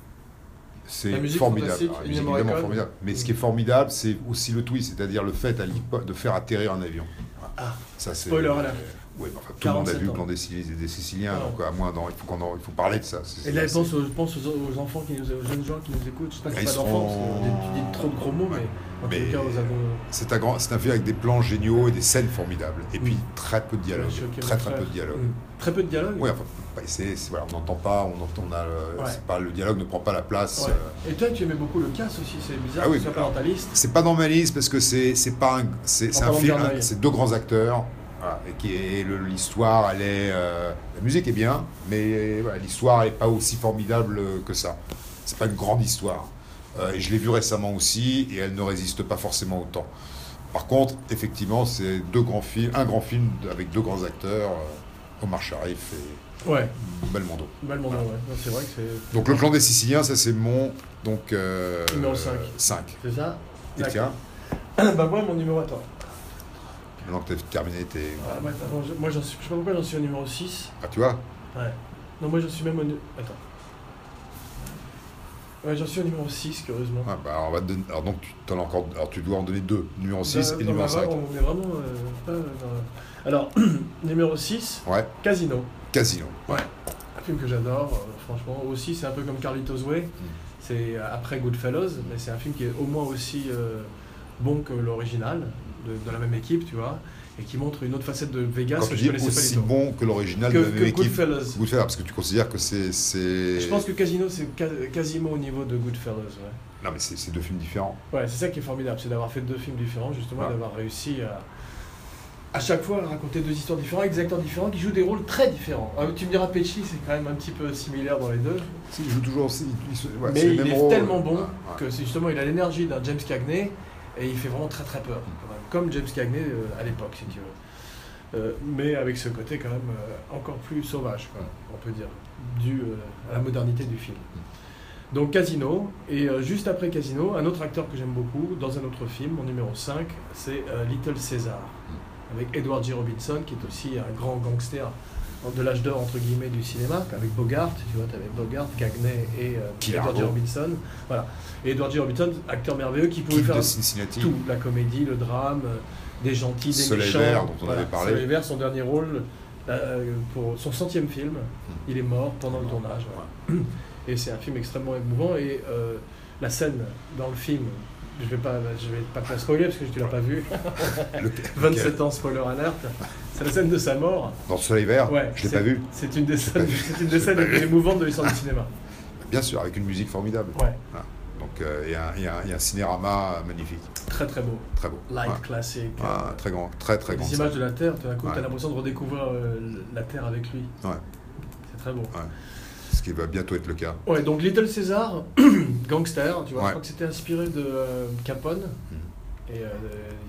[SPEAKER 1] c'est
[SPEAKER 2] La musique
[SPEAKER 1] formidable.
[SPEAKER 2] fantastique,
[SPEAKER 1] Alors,
[SPEAKER 2] Ennio
[SPEAKER 1] évidemment
[SPEAKER 2] Morricone. Mm.
[SPEAKER 1] formidable. Mais ce qui est formidable, c'est aussi le twist, c'est-à-dire le fait à l'époque de faire atterrir un avion. Voilà.
[SPEAKER 2] Ah.
[SPEAKER 1] Ça, c'est-
[SPEAKER 2] Spoiler alert.
[SPEAKER 1] Ouais, mais enfin, tout le monde a
[SPEAKER 2] 47
[SPEAKER 1] vu le
[SPEAKER 2] ans.
[SPEAKER 1] plan des Siciliens, des Siciliens
[SPEAKER 2] Ah.
[SPEAKER 1] donc à moins d'en- il faut, qu'on en- il faut parler de ça. C'est-
[SPEAKER 2] Et là, je
[SPEAKER 1] c'est-
[SPEAKER 2] pense, aux, je pense aux, aux enfants, qui nous, aux jeunes gens qui nous écoutent. Je sais pas que
[SPEAKER 1] Ils
[SPEAKER 2] c'est pas
[SPEAKER 1] seront-
[SPEAKER 2] d'enfants, parce que tu dis trop de gros mots, mais en
[SPEAKER 1] Mais-
[SPEAKER 2] tout cas, aux avons.
[SPEAKER 1] C'est un, grand, c'est un film avec des plans géniaux et des scènes formidables. Et puis
[SPEAKER 2] Mm.
[SPEAKER 1] très peu de dialogue.
[SPEAKER 2] Ça a choqué
[SPEAKER 1] Très
[SPEAKER 2] mon
[SPEAKER 1] très peu
[SPEAKER 2] frère.
[SPEAKER 1] de dialogue.
[SPEAKER 2] Mm. Très peu de dialogue
[SPEAKER 1] Oui, enfin, bah, c'est, c'est- voilà, on n'entend pas, on entend, on a le,
[SPEAKER 2] Ouais.
[SPEAKER 1] c'est pas, le dialogue ne prend pas la place.
[SPEAKER 2] Ouais.
[SPEAKER 1] euh,
[SPEAKER 2] Et toi, tu aimais beaucoup le casse aussi, c'est bizarre,
[SPEAKER 1] Ah oui,
[SPEAKER 2] tu sois
[SPEAKER 1] mais
[SPEAKER 2] pas
[SPEAKER 1] alors-
[SPEAKER 2] dans ta liste.
[SPEAKER 1] C'est pas dans ma liste parce que c'est, c'est pas un, c'est,
[SPEAKER 2] En
[SPEAKER 1] c'est un
[SPEAKER 2] parlant de
[SPEAKER 1] film,
[SPEAKER 2] Garnaille.
[SPEAKER 1] c'est deux grands acteurs. voilà, et qui est, le- l'histoire, elle est. euh, la musique est bien, mais voilà, l'histoire n'est pas aussi formidable euh, que ça. C'est pas une grande histoire. Euh, et je l'ai vu récemment aussi, et elle ne résiste pas forcément au temps. Par contre, effectivement, c'est deux grands films, un grand film avec deux grands acteurs, euh, Omar Sharif et
[SPEAKER 2] Ouais,
[SPEAKER 1] Belmondo.
[SPEAKER 2] Belmondo, ouais. Non, C'est vrai que c'est.
[SPEAKER 1] Donc le clan des Siciliens, ça c'est mon donc euh,
[SPEAKER 2] Numéro cinq.
[SPEAKER 1] 5.
[SPEAKER 2] C'est ça
[SPEAKER 1] Et
[SPEAKER 2] D'accord.
[SPEAKER 1] tiens,
[SPEAKER 2] <coughs> Bah, moi, mon numéro. Attends.
[SPEAKER 1] maintenant que t'as terminé tes.
[SPEAKER 2] Ah, ouais, attends, je- moi, j'en suis- je sais pas pourquoi j'en suis au numéro 6.
[SPEAKER 1] Ah tu vois,
[SPEAKER 2] Ouais. Non, moi, j'en suis même au. nu- Attends. Ouais, j'en suis au numéro 6, curieusement.
[SPEAKER 1] Ah, bah, alors, on va te donner- alors, donc tu t'en as encore alors tu dois en donner deux, numéro 6
[SPEAKER 2] Bah,
[SPEAKER 1] et
[SPEAKER 2] non,
[SPEAKER 1] numéro
[SPEAKER 2] bah,
[SPEAKER 1] 5.
[SPEAKER 2] On est vraiment euh, pas dans- <clears throat> Alors, numéro 6,
[SPEAKER 1] Ouais, hein.
[SPEAKER 2] Casino.
[SPEAKER 1] Casino.
[SPEAKER 2] Un film que j'adore, euh, franchement. Aussi, c'est un peu comme Carlitos
[SPEAKER 1] Mm.
[SPEAKER 2] Way. C'est euh, après Goodfellas, mais c'est un film qui est au moins aussi euh, bon que l'original, de, de la même équipe, tu vois, et qui montre une autre facette de Vegas
[SPEAKER 1] Quand
[SPEAKER 2] que
[SPEAKER 1] tu
[SPEAKER 2] je
[SPEAKER 1] dis
[SPEAKER 2] connaissais
[SPEAKER 1] aussi
[SPEAKER 2] pas du tout.
[SPEAKER 1] bon que l'original de la
[SPEAKER 2] que,
[SPEAKER 1] même
[SPEAKER 2] que
[SPEAKER 1] équipe.
[SPEAKER 2] Goodfellas.
[SPEAKER 1] Goodfellas, parce que tu considères que c'est c'est.
[SPEAKER 2] Je pense que Casino, c'est ca- quasiment au niveau de Goodfellas, ouais.
[SPEAKER 1] Non mais c'est c'est deux films différents.
[SPEAKER 2] Ouais, c'est ça qui est formidable, c'est d'avoir fait deux films différents, justement,
[SPEAKER 1] Ouais.
[SPEAKER 2] d'avoir réussi à. À chaque fois, à raconter deux histoires différentes, avec des acteurs différents qui jouent des rôles très différents. Ah, tu me diras, Pesci, c'est quand même un petit peu similaire dans les deux.
[SPEAKER 1] Si, ils jouent toujours aussi. ils- ils se- ouais, c'est
[SPEAKER 2] mais
[SPEAKER 1] les
[SPEAKER 2] il
[SPEAKER 1] mêmes
[SPEAKER 2] est
[SPEAKER 1] rôles.
[SPEAKER 2] tellement bon
[SPEAKER 1] Ouais, ouais.
[SPEAKER 2] que c'est justement il a l'énergie d'un James Cagney et il fait vraiment très très peur, quand même. comme James Cagney euh, à l'époque si tu veux. Euh, mais avec ce côté quand même euh, encore plus sauvage, quoi, on peut dire, dû euh, à la modernité du film. Donc Casino, et euh, juste après Casino, un autre acteur que j'aime beaucoup, dans un autre film, mon numéro 5, c'est euh, Little César, avec Edward G. Robinson, qui est aussi un grand gangster de l'âge d'or, entre guillemets, du cinéma, avec Bogart, tu vois, t'avais Bogart, Cagney et euh,
[SPEAKER 1] Killer
[SPEAKER 2] Edward G.
[SPEAKER 1] Rowe.
[SPEAKER 2] Robinson. Voilà. Et Edward G. Robinson, acteur merveilleux, qui pouvait
[SPEAKER 1] Kid
[SPEAKER 2] faire
[SPEAKER 1] de Cincinnati.
[SPEAKER 2] tout, la comédie, le drame, euh, des gentils, des
[SPEAKER 1] Soleil
[SPEAKER 2] méchants.
[SPEAKER 1] Vert, dont on avait parlé.
[SPEAKER 2] Soleil Vert, son dernier rôle, euh, pour son centième film,
[SPEAKER 1] Hmm.
[SPEAKER 2] il est mort pendant le tournage. voilà. Et c'est un film extrêmement émouvant. Et euh, la scène dans le film, je vais pas, je vais pas te la spoiler parce que tu l'as pas vu. <laughs>
[SPEAKER 1] Le-
[SPEAKER 2] 27 ans, spoiler alert. C'est la scène de sa mort.
[SPEAKER 1] Dans Soleil Vert,
[SPEAKER 2] Ouais,
[SPEAKER 1] je l'ai
[SPEAKER 2] c'est-
[SPEAKER 1] pas vu.
[SPEAKER 2] C'est une des scènes,
[SPEAKER 1] vu.
[SPEAKER 2] c'est une des
[SPEAKER 1] Je l'ai
[SPEAKER 2] scènes
[SPEAKER 1] pas
[SPEAKER 2] les plus émouvantes de l'histoire du cinéma.
[SPEAKER 1] Bien sûr, avec une musique formidable.
[SPEAKER 2] Ouais,
[SPEAKER 1] Donc euh, et, un, et un- et un cinérama magnifique,
[SPEAKER 2] très très beau.
[SPEAKER 1] très beau.
[SPEAKER 2] Light,
[SPEAKER 1] Ouais.
[SPEAKER 2] classique.
[SPEAKER 1] Ah, très grand, très très grand.
[SPEAKER 2] Les images de la Terre, tout d'un coup,
[SPEAKER 1] Ouais.
[SPEAKER 2] t'as l'impression de redécouvrir euh, la Terre avec lui.
[SPEAKER 1] Ouais.
[SPEAKER 2] C'est très beau.
[SPEAKER 1] Ce qui va bientôt être le cas.
[SPEAKER 2] Ouais, donc Little César, <clears throat> gangster, tu vois,
[SPEAKER 1] Ouais.
[SPEAKER 2] je crois que c'était inspiré de euh, Capone.
[SPEAKER 1] Mhm.
[SPEAKER 2] Et euh,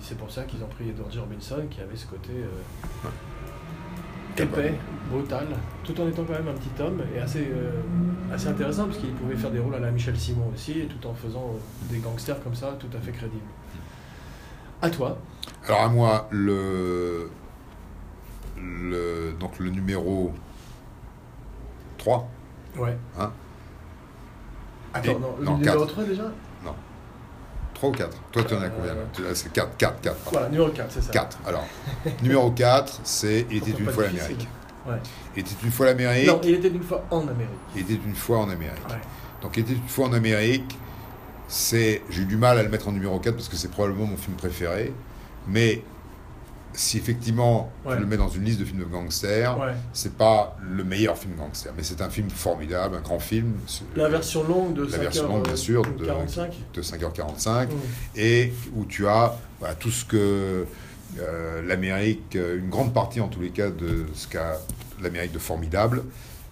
[SPEAKER 2] c'est pour ça qu'ils ont pris Edward G. Robinson, qui avait ce côté euh,
[SPEAKER 1] Capone.
[SPEAKER 2] épais, brutal, tout en étant quand même un petit homme et assez, euh, assez intéressant, parce qu'il pouvait faire des rôles à la Michel Simon aussi, et tout en faisant euh, des gangsters comme ça, tout à fait crédibles. À toi.
[SPEAKER 1] Alors à moi, le, le, donc le numéro 3,
[SPEAKER 2] Ouais.
[SPEAKER 1] Hein
[SPEAKER 2] Attends,
[SPEAKER 1] Et-
[SPEAKER 2] non,
[SPEAKER 1] non,
[SPEAKER 2] le numéro
[SPEAKER 1] quatre.
[SPEAKER 2] 3 déjà
[SPEAKER 1] 3 ou 4 Toi, tu en as combien là Tu- là, C'est 4, 4, 4.
[SPEAKER 2] Voilà, numéro 4, c'est ça.
[SPEAKER 1] 4. Alors, <laughs> numéro 4, c'est Il était
[SPEAKER 2] Pourquoi
[SPEAKER 1] une
[SPEAKER 2] pas
[SPEAKER 1] fois
[SPEAKER 2] difficile
[SPEAKER 1] l'Amérique.
[SPEAKER 2] Ouais.
[SPEAKER 1] Il était une fois l'Amérique,
[SPEAKER 2] Non, il était d'une fois en Amérique.
[SPEAKER 1] il était une fois en Amérique.
[SPEAKER 2] Ouais.
[SPEAKER 1] Donc, il était une fois en Amérique, c'est, j'ai eu du mal à le mettre en numéro 4 parce que c'est probablement mon film préféré. Mais si effectivement
[SPEAKER 2] Ouais.
[SPEAKER 1] tu le mets dans une liste de films de gangsters,
[SPEAKER 2] Ouais.
[SPEAKER 1] C'est pas le meilleur film gangster, mais c'est un film formidable, un grand film. C'est-
[SPEAKER 2] La version longue de
[SPEAKER 1] la
[SPEAKER 2] 5
[SPEAKER 1] version
[SPEAKER 2] heures,
[SPEAKER 1] longue, bien
[SPEAKER 2] euh,
[SPEAKER 1] sûr, de,
[SPEAKER 2] 45.
[SPEAKER 1] de 5h45,
[SPEAKER 2] Mm.
[SPEAKER 1] et où tu as voilà, tout ce que euh, l'Amérique, euh, une grande partie en tous les cas de ce qu'a l'Amérique de formidable,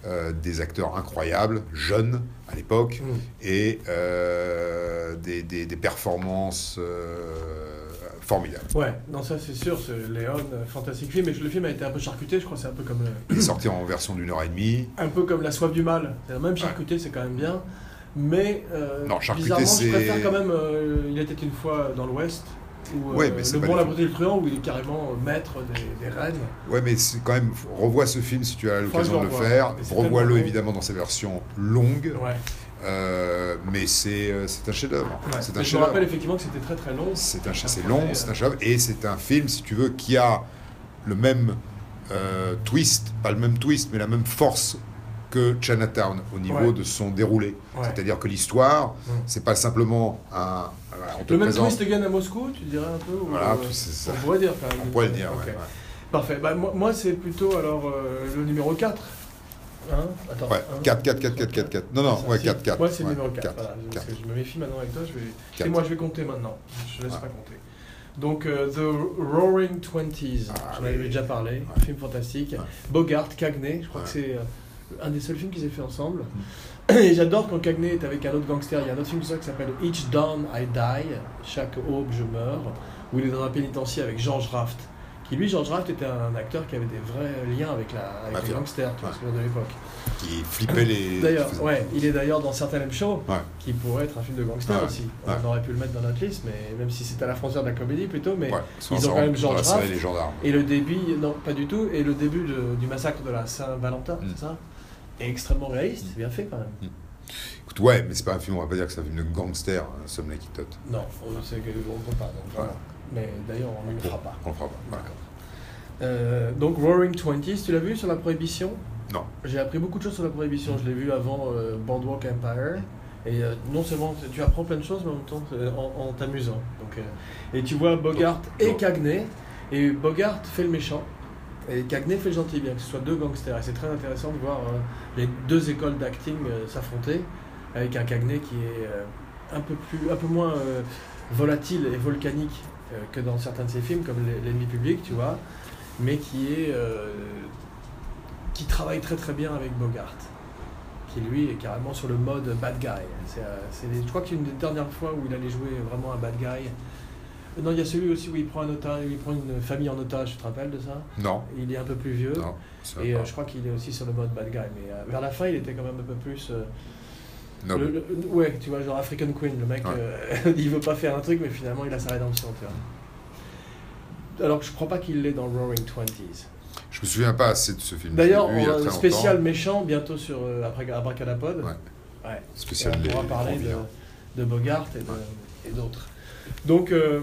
[SPEAKER 1] euh, des acteurs incroyables, jeunes à l'époque,
[SPEAKER 2] Mm.
[SPEAKER 1] et euh, des, des- des performances euh, formidable.
[SPEAKER 2] Ouais, non, ça c'est sûr, ce Léon, euh, fantastique film. Et je- le film a été un peu charcuté, je crois, c'est un peu comme, euh,
[SPEAKER 1] Il est sorti en version d'une heure et demie.
[SPEAKER 2] un peu comme La soif du mal. C'est même charcuté, c'est quand même bien. Mais euh,
[SPEAKER 1] Non, charcuté,
[SPEAKER 2] bizarrement, je
[SPEAKER 1] c'est-
[SPEAKER 2] préfère quand même euh, Il était une fois dans l'Ouest, ou euh,
[SPEAKER 1] Ouais, mais c'est
[SPEAKER 2] Le
[SPEAKER 1] pas
[SPEAKER 2] bon,
[SPEAKER 1] du
[SPEAKER 2] la
[SPEAKER 1] tout.
[SPEAKER 2] beauté et le truand, où il est carrément euh, maître des, des reines.
[SPEAKER 1] Ouais, mais c'est quand même, revois ce film si tu as l'occasion de le
[SPEAKER 2] revoie.
[SPEAKER 1] faire.
[SPEAKER 2] Mais c'est
[SPEAKER 1] Revois-le
[SPEAKER 2] tellement bon.
[SPEAKER 1] évidemment dans sa version longue,
[SPEAKER 2] Ouais.
[SPEAKER 1] euh, mais c'est euh, c'est un chef-d'œuvre.
[SPEAKER 2] Ouais.
[SPEAKER 1] C'est
[SPEAKER 2] Mais
[SPEAKER 1] un
[SPEAKER 2] je me rappelle
[SPEAKER 1] chef-d'œuvre.
[SPEAKER 2] effectivement que c'était très très long.
[SPEAKER 1] C'est un c'est
[SPEAKER 2] Après,
[SPEAKER 1] long,
[SPEAKER 2] euh,
[SPEAKER 1] c'est un chef-d'œuvre, et c'est un film, si tu veux, qui a le même euh, twist, pas le même twist, mais la même force que Chinatown au niveau
[SPEAKER 2] Ouais.
[SPEAKER 1] de son déroulé.
[SPEAKER 2] Ouais.
[SPEAKER 1] C'est-à-dire que l'histoire,
[SPEAKER 2] Mm.
[SPEAKER 1] c'est pas simplement un. voilà, on te
[SPEAKER 2] Le même
[SPEAKER 1] présente.
[SPEAKER 2] twist again à Moscou, tu dirais un peu ou,
[SPEAKER 1] Voilà,
[SPEAKER 2] euh,
[SPEAKER 1] tout- c'est ça.
[SPEAKER 2] On pourrait dire quand même.
[SPEAKER 1] On pourrait le dire.
[SPEAKER 2] Ok.
[SPEAKER 1] ouais, ouais.
[SPEAKER 2] Parfait. Bah, moi, moi, c'est plutôt alors euh, le numéro 4. Hein Attends,
[SPEAKER 1] Ouais,
[SPEAKER 2] un,
[SPEAKER 1] 4, 4, 4, 4, 4, 4. Non, non,
[SPEAKER 2] cinq,
[SPEAKER 1] ouais,
[SPEAKER 2] six.
[SPEAKER 1] 4, 4.
[SPEAKER 2] Moi, c'est le numéro 4. voilà. Parce
[SPEAKER 1] 4.
[SPEAKER 2] que je me méfie maintenant avec toi. Je vais...
[SPEAKER 1] Quatre.
[SPEAKER 2] C'est moi, je vais compter maintenant. Je ne laisse
[SPEAKER 1] Ouais.
[SPEAKER 2] pas compter. Donc, euh, The Roaring Twenties,
[SPEAKER 1] Ah,
[SPEAKER 2] j'en avais
[SPEAKER 1] oui.
[SPEAKER 2] déjà parlé,
[SPEAKER 1] Ouais.
[SPEAKER 2] film fantastique.
[SPEAKER 1] Ouais.
[SPEAKER 2] Bogart, Cagney, je crois
[SPEAKER 1] Ouais. Mm.
[SPEAKER 2] que c'est euh, un des seuls films qu'ils aient fait ensemble. <clears throat> Et j'adore quand Cagney est avec un autre gangster. Il y a un autre film comme ça qui s'appelle Each Dawn I Die, Chaque aube je meurs, où il est dans un pénitencier avec George Raft. Qui lui, George Raft, était un acteur qui avait des vrais liens avec, la, avec les
[SPEAKER 1] Mafia.
[SPEAKER 2] gangsters, tu vois,
[SPEAKER 1] Ouais.
[SPEAKER 2] c'est-à-dire de l'époque.
[SPEAKER 1] Qui flippait les.
[SPEAKER 2] <coughs> D'ailleurs, ouais, il est d'ailleurs dans certains M shows,
[SPEAKER 1] Ouais. Ah
[SPEAKER 2] qui pourrait être un film de gangster
[SPEAKER 1] Ouais,
[SPEAKER 2] aussi.
[SPEAKER 1] ouais.
[SPEAKER 2] On aurait pu le mettre dans notre liste, mais même si c'est à la frontière de la comédie plutôt, mais
[SPEAKER 1] Ouais, sans
[SPEAKER 2] ils ont
[SPEAKER 1] s'en
[SPEAKER 2] quand même
[SPEAKER 1] rendre-
[SPEAKER 2] Georges
[SPEAKER 1] dans la série
[SPEAKER 2] Raft.
[SPEAKER 1] les gendarmes.
[SPEAKER 2] et le début, non, pas du tout, et le début de- du massacre de la Saint-Valentin,
[SPEAKER 1] Mm.
[SPEAKER 2] c'est ça, est extrêmement réaliste,
[SPEAKER 1] Mm.
[SPEAKER 2] bien fait quand même.
[SPEAKER 1] Écoute, ouais, mais c'est pas un film, on va pas dire que c'est un film de gangster, hein, Somme la Quitte-Totte.
[SPEAKER 2] Non, on ne peut pas, donc voilà.
[SPEAKER 1] Ouais.
[SPEAKER 2] Mais d'ailleurs, on ne le fera pas.
[SPEAKER 1] On le fera pas. voilà.
[SPEAKER 2] D'accord. Euh, donc Roaring Twenties, tu l'as vu sur la Prohibition
[SPEAKER 1] Non.
[SPEAKER 2] J'ai appris beaucoup de choses sur la Prohibition. Je l'ai vu avant euh, Boardwalk Empire. Et euh, non seulement tu apprends plein de choses, mais en même temps euh, en, en t'amusant. Donc, euh, et tu vois Bogart et
[SPEAKER 1] Non.
[SPEAKER 2] Cagney. Et Bogart fait le méchant. Et Cagney fait le gentil, bien que ce soit deux gangsters. Et c'est très intéressant de voir euh, les deux écoles d'acting euh, s'affronter avec un Cagney qui est euh, un, peu plus, un peu moins euh, volatile et volcanique euh, que dans certains de ses films, comme Les- L'ennemi public, tu vois, mais qui est euh, qui travaille très très bien avec Bogart, qui lui est carrément sur le mode bad guy. C'est, euh, c'est- je crois que c'est une des dernières fois où il allait jouer vraiment un bad guy. Euh, Non, il y a celui aussi où il prend un otage, il prend une famille en otage. Tu te rappelles de ça
[SPEAKER 1] Non.
[SPEAKER 2] Il est un peu plus vieux.
[SPEAKER 1] Non. ça va
[SPEAKER 2] Et
[SPEAKER 1] pas.
[SPEAKER 2] euh, je crois qu'il est aussi sur le mode bad guy, mais euh, vers la fin, il était quand même un peu plus. euh,
[SPEAKER 1] Non,
[SPEAKER 2] le-
[SPEAKER 1] mais-
[SPEAKER 2] le- ouais, tu vois, genre African Queen, le mec,
[SPEAKER 1] Ouais.
[SPEAKER 2] euh, <laughs> il veut pas faire un truc, mais finalement, il a sa rédemption, tu vois. Alors que je crois pas qu'il l'est dans Roaring Twenties.
[SPEAKER 1] Je me souviens pas assez de ce film. Je l'ai
[SPEAKER 2] D'ailleurs,
[SPEAKER 1] vu il y a
[SPEAKER 2] on a
[SPEAKER 1] très
[SPEAKER 2] un spécial
[SPEAKER 1] longtemps.
[SPEAKER 2] méchant bientôt sur euh, après Abracadapod.
[SPEAKER 1] Ouais.
[SPEAKER 2] Ouais. Et
[SPEAKER 1] Spécial
[SPEAKER 2] on
[SPEAKER 1] les-
[SPEAKER 2] pourra
[SPEAKER 1] les
[SPEAKER 2] parler
[SPEAKER 1] grands vilains.
[SPEAKER 2] de, de Bogart et de- et d'autres. Donc, euh,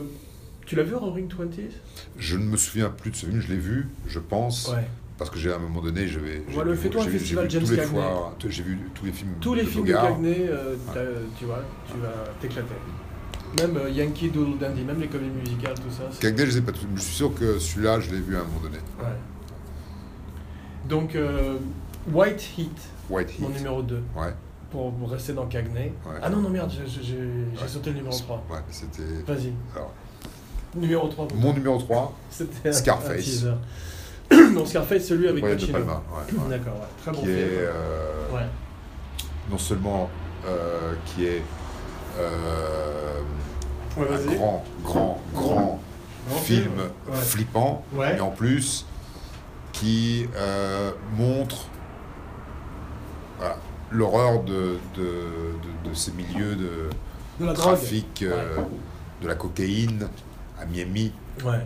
[SPEAKER 2] tu l'as vu Roaring Twenties
[SPEAKER 1] Je ne me souviens plus de ce film, je l'ai vu, je pense,
[SPEAKER 2] Ouais.
[SPEAKER 1] parce que j'ai à un moment donné, je vais. j'ai
[SPEAKER 2] Voilà,
[SPEAKER 1] vu-
[SPEAKER 2] fais-toi un
[SPEAKER 1] j'ai vu- j'ai
[SPEAKER 2] festival
[SPEAKER 1] vu tous
[SPEAKER 2] James
[SPEAKER 1] les
[SPEAKER 2] Cagney.
[SPEAKER 1] fois- J'ai vu tous les films.
[SPEAKER 2] Tous les
[SPEAKER 1] de
[SPEAKER 2] films
[SPEAKER 1] Bogart.
[SPEAKER 2] de Cagney, euh, t'as- tu vois, tu vas t'éclater. Même euh, Yankee Doodle Dandy, même les comédies musicales, tout ça. c'est-
[SPEAKER 1] Cagney, je sais pas tous, mais je suis sûr que celui-là, je l'ai vu à un moment donné.
[SPEAKER 2] Ouais. Donc, euh, White Heat,
[SPEAKER 1] White Heat.
[SPEAKER 2] mon numéro 2,
[SPEAKER 1] Ouais,
[SPEAKER 2] pour rester dans Cagney.
[SPEAKER 1] Ouais.
[SPEAKER 2] Ah non, non, merde, j'ai- j'ai j'ai
[SPEAKER 1] Ouais.
[SPEAKER 2] sauté le numéro 3.
[SPEAKER 1] ouais, c'était.
[SPEAKER 2] Vas-y,
[SPEAKER 1] Alors,
[SPEAKER 2] numéro 3.
[SPEAKER 1] mon numéro 3,
[SPEAKER 2] C'était un-
[SPEAKER 1] Scarface.
[SPEAKER 2] un teaser. <coughs> non, Scarface, celui avec
[SPEAKER 1] Brian De
[SPEAKER 2] Pacino. Mm.
[SPEAKER 1] Palma, ouais, ouais.
[SPEAKER 2] <coughs> D'accord, ouais. très bon
[SPEAKER 1] qui
[SPEAKER 2] film.
[SPEAKER 1] est euh,
[SPEAKER 2] Ouais.
[SPEAKER 1] non seulement euh, qui est euh,
[SPEAKER 2] Ouais,
[SPEAKER 1] un
[SPEAKER 2] vas-y.
[SPEAKER 1] grand, grand, grand
[SPEAKER 2] Grand
[SPEAKER 1] film
[SPEAKER 2] ouais.
[SPEAKER 1] flippant,
[SPEAKER 2] Ouais.
[SPEAKER 1] et en plus qui euh, montre voilà, l'horreur de, de- de- de ces milieux de
[SPEAKER 2] De la drogue.
[SPEAKER 1] trafic euh, de la cocaïne à Miami
[SPEAKER 2] Ouais.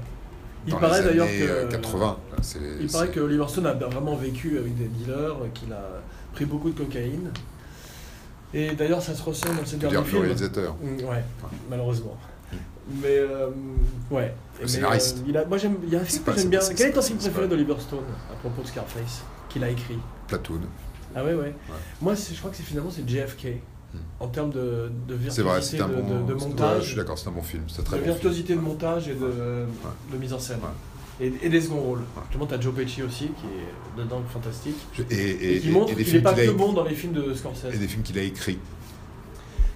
[SPEAKER 2] Il
[SPEAKER 1] dans
[SPEAKER 2] paraît
[SPEAKER 1] les
[SPEAKER 2] d'ailleurs
[SPEAKER 1] années euh,
[SPEAKER 2] que.
[SPEAKER 1] 80. C'est-
[SPEAKER 2] Il
[SPEAKER 1] c'est-
[SPEAKER 2] paraît que Oliver Stone a vraiment vécu avec des dealers, qu'il a pris beaucoup de cocaïne. Et d'ailleurs, ça se ressent dans ses
[SPEAKER 1] je veux
[SPEAKER 2] derniers
[SPEAKER 1] dire le
[SPEAKER 2] films.
[SPEAKER 1] réalisateur.
[SPEAKER 2] Mm, Ouais, malheureusement. Mais euh, ouais.
[SPEAKER 1] Le
[SPEAKER 2] Mais,
[SPEAKER 1] scénariste.
[SPEAKER 2] euh, il a- moi j'aime. Il y a un film
[SPEAKER 1] pas-
[SPEAKER 2] que j'aime
[SPEAKER 1] c'est
[SPEAKER 2] bien.
[SPEAKER 1] pas- c'est
[SPEAKER 2] Quel est ton
[SPEAKER 1] pas-
[SPEAKER 2] film
[SPEAKER 1] c'est pas-
[SPEAKER 2] préféré d'Oliver Stone à propos de Scarface qu'il a écrit
[SPEAKER 1] Platoon.
[SPEAKER 2] Ah ouais ouais. Moi c'est- je crois que c'est finalement c'est JFK.
[SPEAKER 1] Hmm.
[SPEAKER 2] En termes de, de virtuosité
[SPEAKER 1] C'est vrai, c'est un
[SPEAKER 2] de,
[SPEAKER 1] bon.
[SPEAKER 2] de- de
[SPEAKER 1] c'est- ouais, je
[SPEAKER 2] montage,
[SPEAKER 1] suis d'accord, c'est un bon film. C'est un très
[SPEAKER 2] de
[SPEAKER 1] bon. film.
[SPEAKER 2] virtuosité de montage et de, de mise en scène. Et, et des seconds rôles. Justement, t'as Joe Pesci aussi qui est dedans fantastique.
[SPEAKER 1] Je- Et, et-
[SPEAKER 2] Et, qui
[SPEAKER 1] et-
[SPEAKER 2] montre
[SPEAKER 1] et des
[SPEAKER 2] qu'il n'est
[SPEAKER 1] films
[SPEAKER 2] pas
[SPEAKER 1] qu'il a
[SPEAKER 2] que
[SPEAKER 1] éc-
[SPEAKER 2] bon dans les films de Scorsese.
[SPEAKER 1] et des films qu'il a écrits.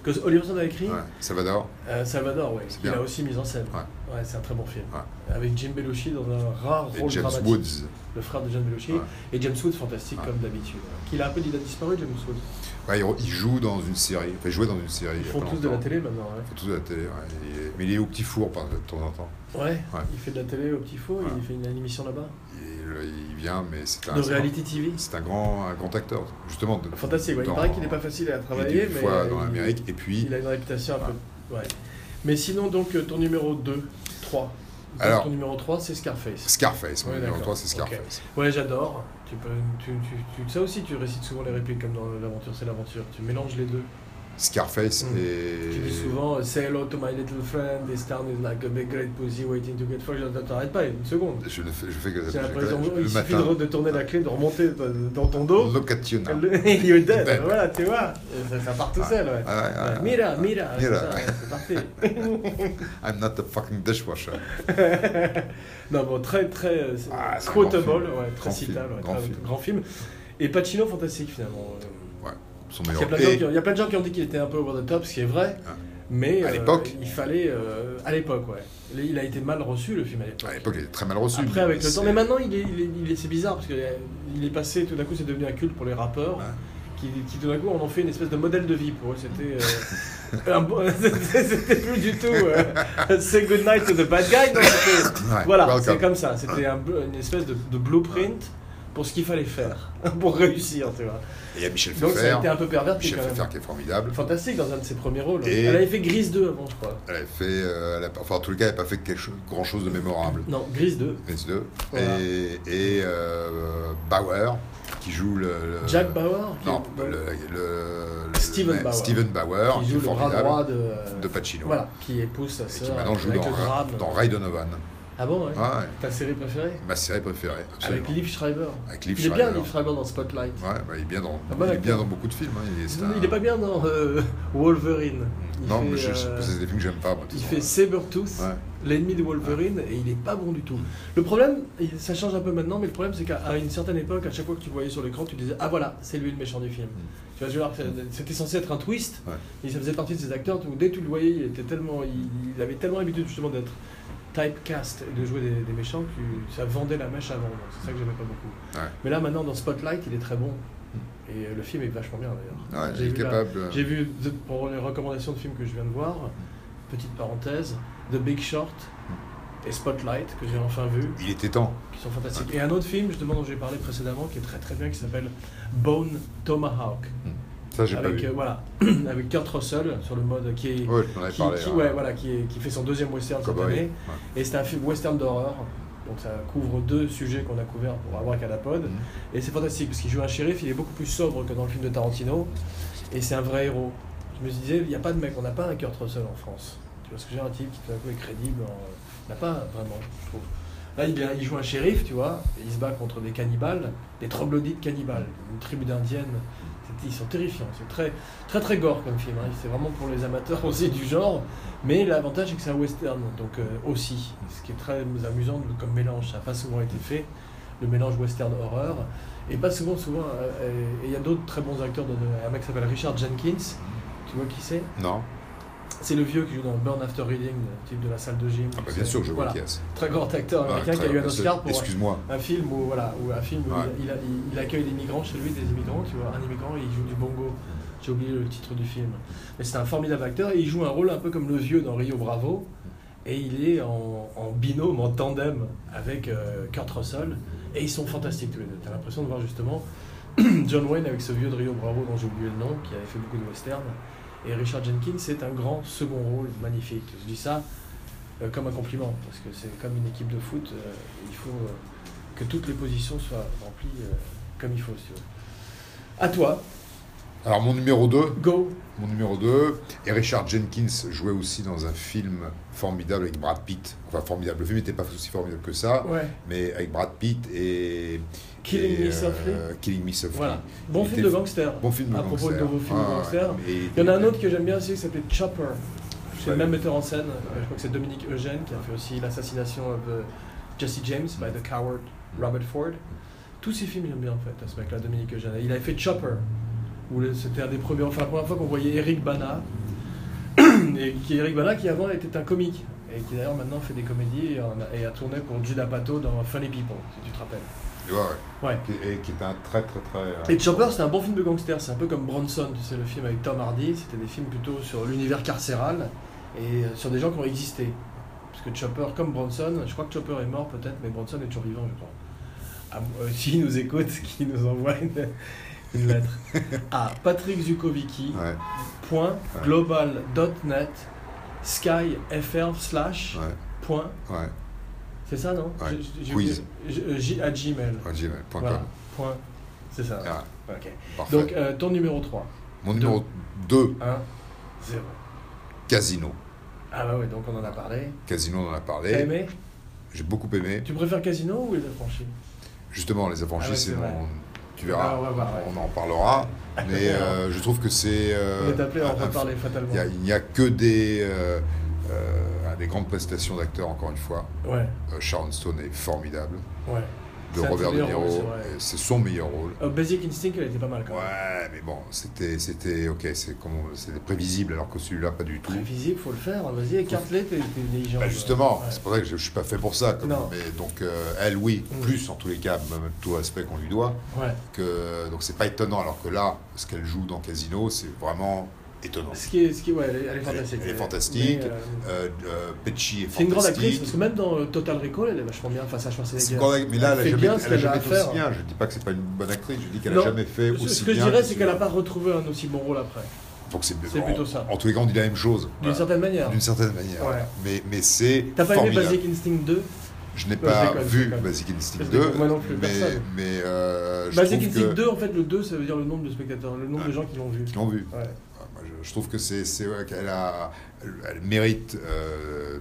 [SPEAKER 2] Que Oliver Stone a écrit,
[SPEAKER 1] Ouais, Salvador.
[SPEAKER 2] Euh, Salvador, oui.
[SPEAKER 1] C'est
[SPEAKER 2] Il
[SPEAKER 1] bien.
[SPEAKER 2] a aussi mis en scène.
[SPEAKER 1] Ouais.
[SPEAKER 2] Ouais, c'est un très bon film.
[SPEAKER 1] Ouais.
[SPEAKER 2] Avec Jim Belushi dans un rare
[SPEAKER 1] Et
[SPEAKER 2] rôle
[SPEAKER 1] James
[SPEAKER 2] dramatique.
[SPEAKER 1] Woods.
[SPEAKER 2] Le frère de Jim Belushi.
[SPEAKER 1] Ouais.
[SPEAKER 2] Et James Woods, fantastique
[SPEAKER 1] Ouais.
[SPEAKER 2] comme d'habitude. Qu'il a un peu dit, il a disparu, James Woods.
[SPEAKER 1] Ouais, il il joue dans une série. Enfin, il jouait dans une série.
[SPEAKER 2] Ils
[SPEAKER 1] il y a
[SPEAKER 2] font
[SPEAKER 1] pas
[SPEAKER 2] tous de la
[SPEAKER 1] longtemps.
[SPEAKER 2] télé maintenant. ouais.
[SPEAKER 1] Ils font tous de la télé. ouais. Il est- Mais il est au petit four par- de temps en temps.
[SPEAKER 2] Ouais. il fait de la télé au petit four,
[SPEAKER 1] Ouais.
[SPEAKER 2] il fait une émission là-bas.
[SPEAKER 1] Il, il vient, mais c'est un.
[SPEAKER 2] de
[SPEAKER 1] c'est un-
[SPEAKER 2] reality TV.
[SPEAKER 1] C'est un grand, un grand acteur, justement. de-
[SPEAKER 2] Fantastique, ouais.
[SPEAKER 1] dans-
[SPEAKER 2] il paraît qu'il n'est pas facile à
[SPEAKER 1] il est
[SPEAKER 2] travailler,
[SPEAKER 1] une
[SPEAKER 2] mais
[SPEAKER 1] fois dans
[SPEAKER 2] il-
[SPEAKER 1] l'Amérique. Et puis,
[SPEAKER 2] il a une réputation un peu. Ouais. Mais sinon, donc, euh, ton numéro 2, 3. Donc,
[SPEAKER 1] Alors-
[SPEAKER 2] ton numéro 3, c'est Scarface.
[SPEAKER 1] Scarface. Mon
[SPEAKER 2] Ouais,
[SPEAKER 1] numéro
[SPEAKER 2] d'accord.
[SPEAKER 1] 3, c'est
[SPEAKER 2] Ok.
[SPEAKER 1] Scarface.
[SPEAKER 2] Ouais, j'adore. Tu peux, tu, tu, tu- ça aussi, tu récites souvent les répliques comme dans L'aventure, c'est l'aventure. Tu mélanges les deux.
[SPEAKER 1] Scarface
[SPEAKER 2] Mm.
[SPEAKER 1] et.
[SPEAKER 2] Tu dis souvent euh, Say hello to my little friend, this town is like a big great pussy waiting to get fucked. Je- T'arrêtes pas une seconde.
[SPEAKER 1] Je, ne fais, je fais que
[SPEAKER 2] C'est
[SPEAKER 1] ça.
[SPEAKER 2] la
[SPEAKER 1] Je-
[SPEAKER 2] prison.
[SPEAKER 1] je-
[SPEAKER 2] Il
[SPEAKER 1] le
[SPEAKER 2] suffit de,
[SPEAKER 1] matin.
[SPEAKER 2] re- de tourner la clé, de remonter dans- dans ton dos.
[SPEAKER 1] Locatina.
[SPEAKER 2] Le- <laughs> You're dead.
[SPEAKER 1] Dead.
[SPEAKER 2] Voilà, tu vois. Ça, ça part tout seul. Ouais.
[SPEAKER 1] Ah, ouais, ouais,
[SPEAKER 2] Ouais,
[SPEAKER 1] ouais.
[SPEAKER 2] Mira, mira, c'est
[SPEAKER 1] Mira.
[SPEAKER 2] ça, ouais, c'est parti.
[SPEAKER 1] I'm not a fucking dishwasher.
[SPEAKER 2] non, bon, très, très euh,
[SPEAKER 1] Ah, c'est un grand
[SPEAKER 2] quotable,
[SPEAKER 1] film.
[SPEAKER 2] ouais, très
[SPEAKER 1] Grand
[SPEAKER 2] citable,
[SPEAKER 1] film,
[SPEAKER 2] ouais,
[SPEAKER 1] grand
[SPEAKER 2] très-
[SPEAKER 1] film.
[SPEAKER 2] grand film. Et Pacino, fantastique finalement. Euh,
[SPEAKER 1] Ouais, son
[SPEAKER 2] Il y, a
[SPEAKER 1] meilleur.
[SPEAKER 2] plein de gens
[SPEAKER 1] Et-
[SPEAKER 2] qui ont- il y a plein de gens qui ont dit qu'il était un peu over the top, ce qui est vrai,
[SPEAKER 1] Ah.
[SPEAKER 2] mais
[SPEAKER 1] À
[SPEAKER 2] euh,
[SPEAKER 1] l'époque
[SPEAKER 2] il fallait. euh, à l'époque, ouais. Il il a été mal reçu le film à l'époque.
[SPEAKER 1] à l'époque, il était e très mal reçu.
[SPEAKER 2] Après, avec le
[SPEAKER 1] c'est-
[SPEAKER 2] temps. Mais maintenant, il est, il est- il est- c'est bizarre parce qu'il est, il est passé, tout d'un coup, c'est devenu un culte pour les rappeurs.
[SPEAKER 1] Ouais.
[SPEAKER 2] Qui, qui, tout d'un coup, on en fait une espèce de modèle de vie pour
[SPEAKER 1] <laughs>
[SPEAKER 2] eux. C'était. euh, un bon- <laughs> c'était c'était plus du tout. euh, <laughs> say good night to the bad guy. non, c'était-
[SPEAKER 1] Ouais,
[SPEAKER 2] voilà,
[SPEAKER 1] welcome.
[SPEAKER 2] c'est comme ça. C'était un bl- une espèce de, de blueprint pour ce qu'il fallait faire <laughs> pour réussir, tu vois.
[SPEAKER 1] Et il y a Michel
[SPEAKER 2] Donc, ça a
[SPEAKER 1] Pfeiffer.
[SPEAKER 2] été un peu perverti
[SPEAKER 1] Michel
[SPEAKER 2] quand même.
[SPEAKER 1] Pfeiffer qui est formidable.
[SPEAKER 2] Fantastique dans un de ses premiers rôles.
[SPEAKER 1] Et-
[SPEAKER 2] Elle avait fait Grise 2 avant, je crois.
[SPEAKER 1] Elle a fait, euh, elle a pas- enfin en tous les cas, elle n'a pas fait quelque chose, grand chose de mémorable.
[SPEAKER 2] Non, Grise 2.
[SPEAKER 1] Les deux.
[SPEAKER 2] Voilà.
[SPEAKER 1] Et, et, euh, Bauer qui joue le, le-
[SPEAKER 2] Jack Bauer qui,
[SPEAKER 1] Euh, non,
[SPEAKER 2] est-
[SPEAKER 1] le, le- le-
[SPEAKER 2] Steven
[SPEAKER 1] le-
[SPEAKER 2] Bauer.
[SPEAKER 1] Steven Bauer
[SPEAKER 2] qui
[SPEAKER 1] qui
[SPEAKER 2] joue
[SPEAKER 1] est
[SPEAKER 2] le bras
[SPEAKER 1] formidable
[SPEAKER 2] droit de, euh,
[SPEAKER 1] de Pacino.
[SPEAKER 2] Voilà, qui épouse sa
[SPEAKER 1] Et qui
[SPEAKER 2] sœur
[SPEAKER 1] maintenant joue
[SPEAKER 2] avec
[SPEAKER 1] dans,
[SPEAKER 2] le drame.
[SPEAKER 1] dans Ray Donovan.
[SPEAKER 2] Ah bon, ouais.
[SPEAKER 1] Ouais,
[SPEAKER 2] Ta série préférée
[SPEAKER 1] ma série préférée. absolument.
[SPEAKER 2] Avec Liv Schreiber.
[SPEAKER 1] Avec Liv
[SPEAKER 2] il est bien,
[SPEAKER 1] Schreiber.
[SPEAKER 2] Liv Schreiber, dans Spotlight.
[SPEAKER 1] Ouais, bah, il est bien dans,
[SPEAKER 2] Ah,
[SPEAKER 1] il
[SPEAKER 2] bon
[SPEAKER 1] est bien
[SPEAKER 2] acteur.
[SPEAKER 1] dans beaucoup de films. hein, Il est, c'est un-
[SPEAKER 2] Il est pas bien dans euh, <laughs> Wolverine. Il
[SPEAKER 1] non,
[SPEAKER 2] fait,
[SPEAKER 1] mais je, je-
[SPEAKER 2] euh,
[SPEAKER 1] c'est des films que j'aime pas. moi,
[SPEAKER 2] il
[SPEAKER 1] disons.
[SPEAKER 2] fait Sabretooth,
[SPEAKER 1] Ouais.
[SPEAKER 2] l'ennemi de Wolverine, et il est pas bon du tout. Le problème, il- ça change un peu maintenant, mais le problème c'est qu'à à une certaine époque, à chaque fois que tu le voyais sur l'écran, tu disais Ah voilà, c'est lui le méchant du film. Tu vois, je veux dire, c'est- c'était censé être un twist,
[SPEAKER 1] Mm. Ouais.
[SPEAKER 2] et ça faisait partie de ces acteurs où dès que tu le voyais, il, était tellement, il, il avait tellement l'habitude justement d'être typecast et de jouer des, des méchants que tu- ça vendait la mèche avant. donc C'est ça que j'aimais pas beaucoup.
[SPEAKER 1] Ouais. Mm.
[SPEAKER 2] Mais là maintenant, dans Spotlight, il est très bon. Et euh, le film est vachement bien
[SPEAKER 1] Ouais,
[SPEAKER 2] d'ailleurs.
[SPEAKER 1] il
[SPEAKER 2] J'ai
[SPEAKER 1] est
[SPEAKER 2] vu la-
[SPEAKER 1] capable. euh,
[SPEAKER 2] j'ai vu, de- pour les recommandations de films que je viens de voir, petite parenthèse, The Big Short
[SPEAKER 1] Hmm.
[SPEAKER 2] et Spotlight, que j'ai enfin vu,
[SPEAKER 1] Il était temps.
[SPEAKER 2] qui sont
[SPEAKER 1] Ah.
[SPEAKER 2] fantastiques. Et un autre film, justement, dont j'ai parlé précédemment, qui est très très bien, qui s'appelle Bone Tomahawk.
[SPEAKER 1] Ça, j'ai pas
[SPEAKER 2] Avec,
[SPEAKER 1] vu.
[SPEAKER 2] euh, voilà, <clears throat> avec Kurt Russell, sur le mode, qui est...
[SPEAKER 1] Ouais, je t'en avais
[SPEAKER 2] Qui,
[SPEAKER 1] parlé.
[SPEAKER 2] qui-
[SPEAKER 1] hein.
[SPEAKER 2] ouais, voilà, qui, est- qui fait son deuxième western cette
[SPEAKER 1] Cowboy.
[SPEAKER 2] année.
[SPEAKER 1] Ouais.
[SPEAKER 2] Et c'est un film western d'horreur. Donc ça couvre deux sujets qu'on a couverts pour Abracadapod.
[SPEAKER 1] Mhm.
[SPEAKER 2] Et c'est fantastique parce qu'il joue un shérif, il est beaucoup plus sobre que dans le film de Tarantino. Et c'est un vrai héros. Je me disais, il n'y a pas de mec, on n'a pas un Kurt Russell en France. Tu vois ce que j'ai un type qui tout d'un coup est crédible. en- On n'a pas vraiment, je trouve. Là, il, est- il joue un shérif, tu vois, et il se bat contre des cannibales, des troglodytes cannibales, une tribu d'indiennes. C'est- Ils sont terrifiants, c'est très, très très gore comme film. hein. C'est vraiment pour les amateurs <laughs> aussi du genre. Mais l'avantage, c'est que c'est un western, donc euh, aussi, ce qui est très amusant comme mélange. Ça n'a pas souvent été fait, le mélange western-horreur. Et pas souvent, souvent. euh, et- et il y a d'autres très bons acteurs. de- un mec qui s'appelle Richard Jenkins, tu vois qui c'est
[SPEAKER 1] Non,
[SPEAKER 2] C'est le vieux qui joue dans Burn After Reading, le type de la salle de gym.
[SPEAKER 1] Ah, bah,
[SPEAKER 2] tu
[SPEAKER 1] bien
[SPEAKER 2] sais.
[SPEAKER 1] sûr que je vois
[SPEAKER 2] Voilà.
[SPEAKER 1] qui est.
[SPEAKER 2] Très grand acteur
[SPEAKER 1] Ah,
[SPEAKER 2] américain qui a
[SPEAKER 1] très-
[SPEAKER 2] eu un Oscar pour euh,
[SPEAKER 1] Excuse-moi.
[SPEAKER 2] un film où voilà où un film où
[SPEAKER 1] Ouais.
[SPEAKER 2] il, il a- il- il accueille des migrants chez lui des immigrants tu vois un immigrant et il joue du bongo j'ai oublié le titre du film mais c'est un formidable acteur et il joue un rôle un peu comme le vieux dans Rio Bravo et il est en, en binôme en tandem avec euh, Kurt Russell et ils sont fantastiques tous les deux t'as l'impression de voir justement <clears throat> John Wayne avec ce vieux de Rio Bravo dont j'ai oublié le nom qui avait fait beaucoup de westerns et Richard Jenkins c'est un grand second rôle magnifique je dis ça euh, comme un compliment parce que c'est comme une équipe de foot euh, il faut euh, que toutes les positions soient remplies euh, comme il faut. Si tu veux. À toi,
[SPEAKER 1] Alors mon numéro 2,
[SPEAKER 2] go.
[SPEAKER 1] mon numéro 2, et Richard Jenkins jouait aussi dans un film formidable avec Brad Pitt. Enfin formidable, le film n'était pas aussi formidable que ça,
[SPEAKER 2] Ouais.
[SPEAKER 1] mais avec Brad Pitt et
[SPEAKER 2] Killing
[SPEAKER 1] et,
[SPEAKER 2] Me Softly.
[SPEAKER 1] euh, Killing Me Softly.
[SPEAKER 2] Voilà. Bon
[SPEAKER 1] Il
[SPEAKER 2] film
[SPEAKER 1] était-
[SPEAKER 2] de gangster. hein.
[SPEAKER 1] Bon film de Ah,
[SPEAKER 2] À propos de vos films de
[SPEAKER 1] ouais,
[SPEAKER 2] gangster,
[SPEAKER 1] mais il
[SPEAKER 2] Il y en a un
[SPEAKER 1] était-
[SPEAKER 2] autre que j'aime bien aussi qui s'appelait Chopper. C'est
[SPEAKER 1] Ouais.
[SPEAKER 2] le même metteur en scène. Euh, Je crois que c'est Dominique Eugène qui a fait aussi l'assassination de Jesse James by the coward Robert Ford. Tous ces films, j'aime bien en fait, à ce mec-là, Dominique Eugène. Il avait fait Chopper, où le- c'était un des premiers. Enfin, la première fois qu'on voyait Eric Bana. <clears throat> et qui est Eric Bana, qui avant était un comique, et qui d'ailleurs maintenant fait des comédies et, en a- et a tourné pour Judah Pato dans Funny People, si tu te rappelles.
[SPEAKER 1] Tu vois, ouais.
[SPEAKER 2] Ouais.
[SPEAKER 1] Qui- Et qui est un très très très. euh,
[SPEAKER 2] Et Chopper, c'est un bon film de gangster, c'est un peu comme Bronson, tu sais, le film avec Tom Hardy, c'était des films plutôt sur l'univers carcéral et euh, sur des gens qui ont existé. Parce que Chopper, comme Bronson, je crois que Chopper est mort peut-être, mais Bronson est toujours vivant, je crois. Ah, euh, <laughs> S'il nous écoute, qui nous envoie une,
[SPEAKER 1] <laughs>
[SPEAKER 2] une lettre à Patrick Zukovicki,
[SPEAKER 1] Ouais,
[SPEAKER 2] point global.net skyfr slash
[SPEAKER 1] ouais,
[SPEAKER 2] point
[SPEAKER 1] ouais.
[SPEAKER 2] c'est ça non
[SPEAKER 1] Ouais.
[SPEAKER 2] J'ai- j'ai-
[SPEAKER 1] Quiz.
[SPEAKER 2] j'ai- euh, j à gmail
[SPEAKER 1] Ouais, gmail.com.
[SPEAKER 2] voilà point c'est ça
[SPEAKER 1] Ah,
[SPEAKER 2] ok
[SPEAKER 1] parfait.
[SPEAKER 2] donc euh, ton numéro 3
[SPEAKER 1] Mon numéro 2,
[SPEAKER 2] 1 0
[SPEAKER 1] Casino.
[SPEAKER 2] ah bah ouais donc on en a parlé
[SPEAKER 1] Casino, on en a parlé.
[SPEAKER 2] T'as aimé
[SPEAKER 1] J'ai beaucoup aimé.
[SPEAKER 2] tu préfères Casino ou Les Affranchis
[SPEAKER 1] Justement, les
[SPEAKER 2] Ah ouais,
[SPEAKER 1] affranchis, c'est
[SPEAKER 2] c'est vrai.
[SPEAKER 1] mon- Tu verras,
[SPEAKER 2] Ah, on va voir, ouais.
[SPEAKER 1] on en parlera.
[SPEAKER 2] <laughs>
[SPEAKER 1] Mais euh, je trouve que c'est.
[SPEAKER 2] on
[SPEAKER 1] euh,
[SPEAKER 2] est appelé à en
[SPEAKER 1] un- un-
[SPEAKER 2] reparler
[SPEAKER 1] il
[SPEAKER 2] fatalement
[SPEAKER 1] y a- Il n'y a, que des, euh, euh, des grandes prestations d'acteurs, encore une fois.
[SPEAKER 2] ouais
[SPEAKER 1] Euh, Sharon Stone est formidable.
[SPEAKER 2] ouais
[SPEAKER 1] De
[SPEAKER 2] C'est un
[SPEAKER 1] Robert
[SPEAKER 2] très
[SPEAKER 1] De
[SPEAKER 2] meilleur rôle,
[SPEAKER 1] Niro,
[SPEAKER 2] c'est vrai.
[SPEAKER 1] et c'est son meilleur rôle.
[SPEAKER 2] Euh, Basic Instinct elle était pas mal quand même
[SPEAKER 1] Ouais, mais bon, c'était, c'était, ok, c'est comme, c'était prévisible, alors que celui-là, pas du tout.
[SPEAKER 2] prévisible faut le faire hein, vas-y écarte-les t'es t'es intelligent
[SPEAKER 1] Bah, justement,
[SPEAKER 2] Ouais.
[SPEAKER 1] c'est pour ça que je, je suis pas fait pour ça. comme-
[SPEAKER 2] Non.
[SPEAKER 1] mais donc euh, elle, oui,
[SPEAKER 2] Mm.
[SPEAKER 1] plus en tous les cas, même tout respect qu'on lui doit.
[SPEAKER 2] ouais
[SPEAKER 1] Que, donc c'est pas étonnant, alors que là, ce qu'elle joue dans Casino, c'est vraiment étonnant.
[SPEAKER 2] Ce qui est, ce qui est- ouais, elle est- elle est fantastique.
[SPEAKER 1] Elle est fantastique.
[SPEAKER 2] Mais, euh,
[SPEAKER 1] Euh, euh, Pesci est
[SPEAKER 2] c'est une grande actrice,
[SPEAKER 1] fantastique.
[SPEAKER 2] parce que même dans euh, Total Recall, elle est vachement bien face à
[SPEAKER 1] C'est
[SPEAKER 2] Schwarzenegger.
[SPEAKER 1] une grande actrice, mais là, elle a
[SPEAKER 2] fait
[SPEAKER 1] jamais,
[SPEAKER 2] bien
[SPEAKER 1] elle
[SPEAKER 2] ce
[SPEAKER 1] a
[SPEAKER 2] qu'elle
[SPEAKER 1] jamais
[SPEAKER 2] a à
[SPEAKER 1] été
[SPEAKER 2] faire.
[SPEAKER 1] aussi bien. Je dis pas que c'est pas une bonne actrice, je dis qu'elle
[SPEAKER 2] Non.
[SPEAKER 1] a jamais fait
[SPEAKER 2] Ce-
[SPEAKER 1] aussi
[SPEAKER 2] ce que je
[SPEAKER 1] bien.
[SPEAKER 2] dirais,
[SPEAKER 1] que
[SPEAKER 2] c'est qu'elle n'a
[SPEAKER 1] celui-là.
[SPEAKER 2] pas retrouvé un aussi bon rôle après. D'une
[SPEAKER 1] Donc c'est
[SPEAKER 2] c'est
[SPEAKER 1] en-
[SPEAKER 2] plutôt ça.
[SPEAKER 1] En tous les cas, on dit la même chose. Voilà.
[SPEAKER 2] certaine manière.
[SPEAKER 1] D'une certaine manière.
[SPEAKER 2] Ouais.
[SPEAKER 1] Mais, mais c'est.
[SPEAKER 2] T'as pas aimé
[SPEAKER 1] formidable.
[SPEAKER 2] Basic Instinct 2
[SPEAKER 1] Je n'ai
[SPEAKER 2] Non,
[SPEAKER 1] pas
[SPEAKER 2] je déconne, je
[SPEAKER 1] vu
[SPEAKER 2] déconne.
[SPEAKER 1] Basic Instinct
[SPEAKER 2] Je
[SPEAKER 1] 2,
[SPEAKER 2] déconne, moi non plus,
[SPEAKER 1] mais,
[SPEAKER 2] personne.
[SPEAKER 1] mais euh, je
[SPEAKER 2] Basic
[SPEAKER 1] trouve
[SPEAKER 2] Instinct
[SPEAKER 1] que...
[SPEAKER 2] 2, en fait, le 2, ça veut dire le nombre de spectateurs, le nombre de
[SPEAKER 1] Ouais.
[SPEAKER 2] gens qui l'ont vu.
[SPEAKER 1] Ils l'ont vu.
[SPEAKER 2] Ouais.
[SPEAKER 1] Ah, moi, je, je trouve que c'est c'est vrai qu'elle a, elle, elle mérite. euh,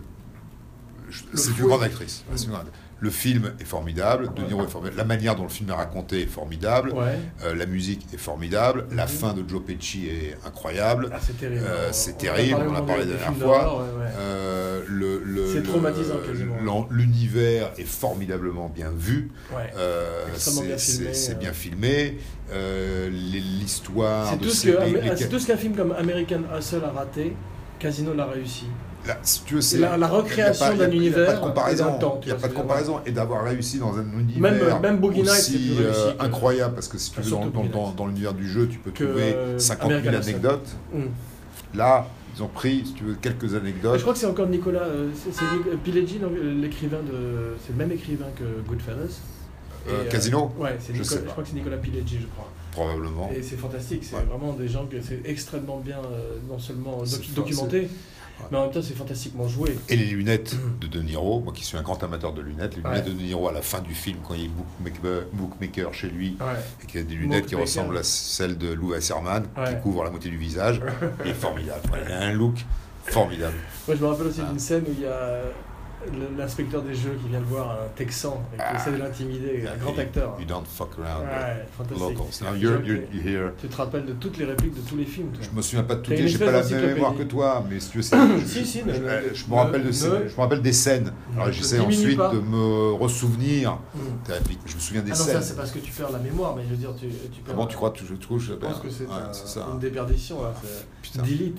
[SPEAKER 1] je-
[SPEAKER 2] Le
[SPEAKER 1] c'est
[SPEAKER 2] fouet.
[SPEAKER 1] une grande actrice. Ouais,
[SPEAKER 2] Mm.
[SPEAKER 1] c'est une grande- Le film est formidable, De
[SPEAKER 2] Ouais.
[SPEAKER 1] Niro est formidable, la manière dont le film est raconté est formidable,
[SPEAKER 2] Ouais.
[SPEAKER 1] euh, la musique est formidable, la
[SPEAKER 2] Mhm.
[SPEAKER 1] fin de Joe Pesci est incroyable.
[SPEAKER 2] Ah, c'est terrible.
[SPEAKER 1] Euh,
[SPEAKER 2] On-
[SPEAKER 1] c'est
[SPEAKER 2] on en a
[SPEAKER 1] terrible,
[SPEAKER 2] parlé
[SPEAKER 1] on en a
[SPEAKER 2] au
[SPEAKER 1] parlé
[SPEAKER 2] moment
[SPEAKER 1] la
[SPEAKER 2] des
[SPEAKER 1] dernière
[SPEAKER 2] films
[SPEAKER 1] fois.
[SPEAKER 2] d'horreur, ouais, ouais.
[SPEAKER 1] Euh, le- le-
[SPEAKER 2] C'est
[SPEAKER 1] le-
[SPEAKER 2] traumatisant, quasiment.
[SPEAKER 1] l'en- L'univers est formidablement bien vu.
[SPEAKER 2] Ouais.
[SPEAKER 1] Euh,
[SPEAKER 2] Extrêmement bien
[SPEAKER 1] c'est
[SPEAKER 2] filmé,
[SPEAKER 1] c'est- c'est
[SPEAKER 2] euh.
[SPEAKER 1] bien filmé. Euh, les- L'histoire
[SPEAKER 2] C'est
[SPEAKER 1] de
[SPEAKER 2] tout ce
[SPEAKER 1] ces-
[SPEAKER 2] que-
[SPEAKER 1] les-
[SPEAKER 2] ah,
[SPEAKER 1] les-
[SPEAKER 2] c'est tout ce qu'un film comme American Hustle a raté, Casino l'a réussi.
[SPEAKER 1] la, si tu veux, c'est-
[SPEAKER 2] la- la
[SPEAKER 1] il y a pas-
[SPEAKER 2] recréation
[SPEAKER 1] il y a-
[SPEAKER 2] d'un
[SPEAKER 1] il y a pas de
[SPEAKER 2] univers et d'un
[SPEAKER 1] comparaison.
[SPEAKER 2] temps, tu
[SPEAKER 1] Il n'y a pas
[SPEAKER 2] vois,
[SPEAKER 1] de
[SPEAKER 2] c'est-à-dire,
[SPEAKER 1] comparaison. Et d'avoir réussi dans un univers
[SPEAKER 2] même Boogie Nights, c'est
[SPEAKER 1] aussi
[SPEAKER 2] plus réussi
[SPEAKER 1] euh,
[SPEAKER 2] que-
[SPEAKER 1] incroyable, parce que si tu
[SPEAKER 2] Enfin,
[SPEAKER 1] veux, dans,
[SPEAKER 2] surtout
[SPEAKER 1] dans-
[SPEAKER 2] Boogie
[SPEAKER 1] dans-
[SPEAKER 2] Nights.
[SPEAKER 1] dans l'univers du jeu, tu peux
[SPEAKER 2] Que,
[SPEAKER 1] trouver
[SPEAKER 2] euh,
[SPEAKER 1] 50 000
[SPEAKER 2] American Hustle.
[SPEAKER 1] anecdotes.
[SPEAKER 2] Hum.
[SPEAKER 1] Là, ils ont pris, si tu veux, quelques
[SPEAKER 2] Je
[SPEAKER 1] anecdotes.
[SPEAKER 2] crois que c'est encore Nicolas, euh, c'est c'est Nic- euh, Pileggi, l'ang- euh, l'écrivain de, c'est le même écrivain que Goodfellas.
[SPEAKER 1] Euh,
[SPEAKER 2] Et, euh,
[SPEAKER 1] Casino,
[SPEAKER 2] Ouais, c'est
[SPEAKER 1] Je
[SPEAKER 2] Nicolas- je,
[SPEAKER 1] sais pas.
[SPEAKER 2] crois que c'est Nicolas Pileggi, je crois.
[SPEAKER 1] probablement.
[SPEAKER 2] Et c'est fantastique, c'est
[SPEAKER 1] Ouais.
[SPEAKER 2] vraiment des gens que c'est extrêmement bien, euh, non seulement
[SPEAKER 1] C'est
[SPEAKER 2] docu-
[SPEAKER 1] fort,
[SPEAKER 2] documenté, mais en même temps c'est fantastiquement joué.
[SPEAKER 1] Et les lunettes de De Niro, moi qui suis un grand amateur de lunettes, les lunettes
[SPEAKER 2] Ouais.
[SPEAKER 1] de De Niro à la fin du film, quand il est bookmaker, bookmaker chez lui,
[SPEAKER 2] Ouais.
[SPEAKER 1] et qui a des lunettes qui
[SPEAKER 2] Mockmaker.
[SPEAKER 1] ressemblent à celles de Lou Wasserman, qui
[SPEAKER 2] Ouais.
[SPEAKER 1] couvre la moitié du
[SPEAKER 2] <laughs>
[SPEAKER 1] visage. Il est formidable. Ouais, Il a un look formidable.
[SPEAKER 2] Moi je me rappelle aussi
[SPEAKER 1] Ah.
[SPEAKER 2] d'une scène où il y a le- l'inspecteur des jeux qui vient de voir un Texan et qui
[SPEAKER 1] Ah.
[SPEAKER 2] essaie de l'intimider, un grand acteur.
[SPEAKER 1] You don't fuck around
[SPEAKER 2] Ouais,
[SPEAKER 1] with
[SPEAKER 2] fantastique.
[SPEAKER 1] locals. Now you're, you're here.
[SPEAKER 2] Tu te rappelles de toutes les répliques de tous les films, toi
[SPEAKER 1] Je me souviens pas de tout,
[SPEAKER 2] T'as une
[SPEAKER 1] j'ai pas la
[SPEAKER 2] espèce
[SPEAKER 1] même
[SPEAKER 2] d'encyclopédie.
[SPEAKER 1] mémoire que toi, mais si tu veux, c'est- je,
[SPEAKER 2] <coughs> Si, si,
[SPEAKER 1] je, euh,
[SPEAKER 2] ne- ne-
[SPEAKER 1] je me rappelle de
[SPEAKER 2] ne-
[SPEAKER 1] scènes- je me rappelle des scènes. Alors
[SPEAKER 2] Ne
[SPEAKER 1] j'essaie
[SPEAKER 2] te diminue
[SPEAKER 1] ensuite
[SPEAKER 2] pas.
[SPEAKER 1] de me ressouvenir.
[SPEAKER 2] Hum.
[SPEAKER 1] des répliques. Je me souviens des
[SPEAKER 2] Ah non,
[SPEAKER 1] scènes.
[SPEAKER 2] ça c'est parce que tu perds la mémoire, mais je veux dire, tu, tu perds.
[SPEAKER 1] Comment tu crois que je trouve Je
[SPEAKER 2] Je pense que c'est
[SPEAKER 1] ouais,
[SPEAKER 2] un-
[SPEAKER 1] c'est ça. hein. Ah,
[SPEAKER 2] une déperdition. Là. c'est-
[SPEAKER 1] Putain.
[SPEAKER 2] Delete.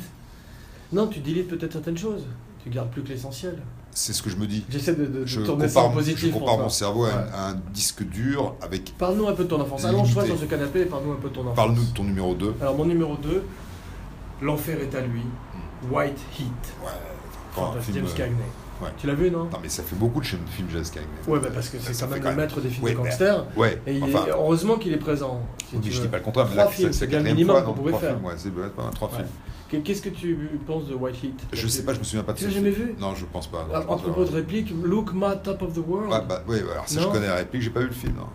[SPEAKER 2] Non, tu deletes peut-être certaines choses. Tu gardes plus que l'essentiel.
[SPEAKER 1] C'est ce que je me dis.
[SPEAKER 2] J'essaie de, de- de
[SPEAKER 1] Je
[SPEAKER 2] tourner ça en
[SPEAKER 1] compare,
[SPEAKER 2] positif.
[SPEAKER 1] je compare mon
[SPEAKER 2] François.
[SPEAKER 1] cerveau à, un-
[SPEAKER 2] Ouais.
[SPEAKER 1] à un disque dur avec.
[SPEAKER 2] Parle-nous un peu de ton enfance. Allonge-toi
[SPEAKER 1] Limité.
[SPEAKER 2] sur ce canapé et parle-nous un peu de ton enfance.
[SPEAKER 1] Parle-nous de ton numéro 2.
[SPEAKER 2] Alors, mon numéro 2, L'enfer est à lui,
[SPEAKER 1] Mmh.
[SPEAKER 2] White Heat.
[SPEAKER 1] Ouais,
[SPEAKER 2] Enfin,
[SPEAKER 1] encore un film,
[SPEAKER 2] James
[SPEAKER 1] euh,
[SPEAKER 2] Cagney.
[SPEAKER 1] ouais.
[SPEAKER 2] Tu l'as vu, non
[SPEAKER 1] Non, mais ça fait beaucoup de films, films James Cagney.
[SPEAKER 2] Ouais, bah, parce que
[SPEAKER 1] Ça-
[SPEAKER 2] c'est
[SPEAKER 1] ça
[SPEAKER 2] quand
[SPEAKER 1] fait
[SPEAKER 2] même
[SPEAKER 1] quand
[SPEAKER 2] le
[SPEAKER 1] même.
[SPEAKER 2] maître des films
[SPEAKER 1] Ouais,
[SPEAKER 2] de
[SPEAKER 1] bah,
[SPEAKER 2] gangsters.
[SPEAKER 1] Ouais,
[SPEAKER 2] Et il est-
[SPEAKER 1] enfin,
[SPEAKER 2] heureusement qu'il est présent. si
[SPEAKER 1] oui,
[SPEAKER 2] tu
[SPEAKER 1] je
[SPEAKER 2] veux.
[SPEAKER 1] dis pas le contraire, mais
[SPEAKER 2] Trois
[SPEAKER 1] là, c'est
[SPEAKER 2] films,
[SPEAKER 1] c'est
[SPEAKER 2] c'est
[SPEAKER 1] la
[SPEAKER 2] bien le
[SPEAKER 1] quatrième
[SPEAKER 2] minimum
[SPEAKER 1] fois.
[SPEAKER 2] qu'on
[SPEAKER 1] non,
[SPEAKER 2] pouvait
[SPEAKER 1] trois
[SPEAKER 2] faire.
[SPEAKER 1] films, ouais, c'est ouais, pas mal, trois
[SPEAKER 2] Ouais.
[SPEAKER 1] films.
[SPEAKER 2] Qu'est- Qu'est-ce que tu penses de White Heat
[SPEAKER 1] Je sais pas, je me souviens pas de
[SPEAKER 2] Tu
[SPEAKER 1] ce
[SPEAKER 2] l'as
[SPEAKER 1] film.
[SPEAKER 2] jamais vu Ah,
[SPEAKER 1] Non, je pense pas. non, je
[SPEAKER 2] À
[SPEAKER 1] pense pas.
[SPEAKER 2] propos de réplique, Look Ma Top of the World.
[SPEAKER 1] Ouais, bah, oui, alors si je
[SPEAKER 2] Non.
[SPEAKER 1] connais la réplique, j'ai pas vu le film. hein. non.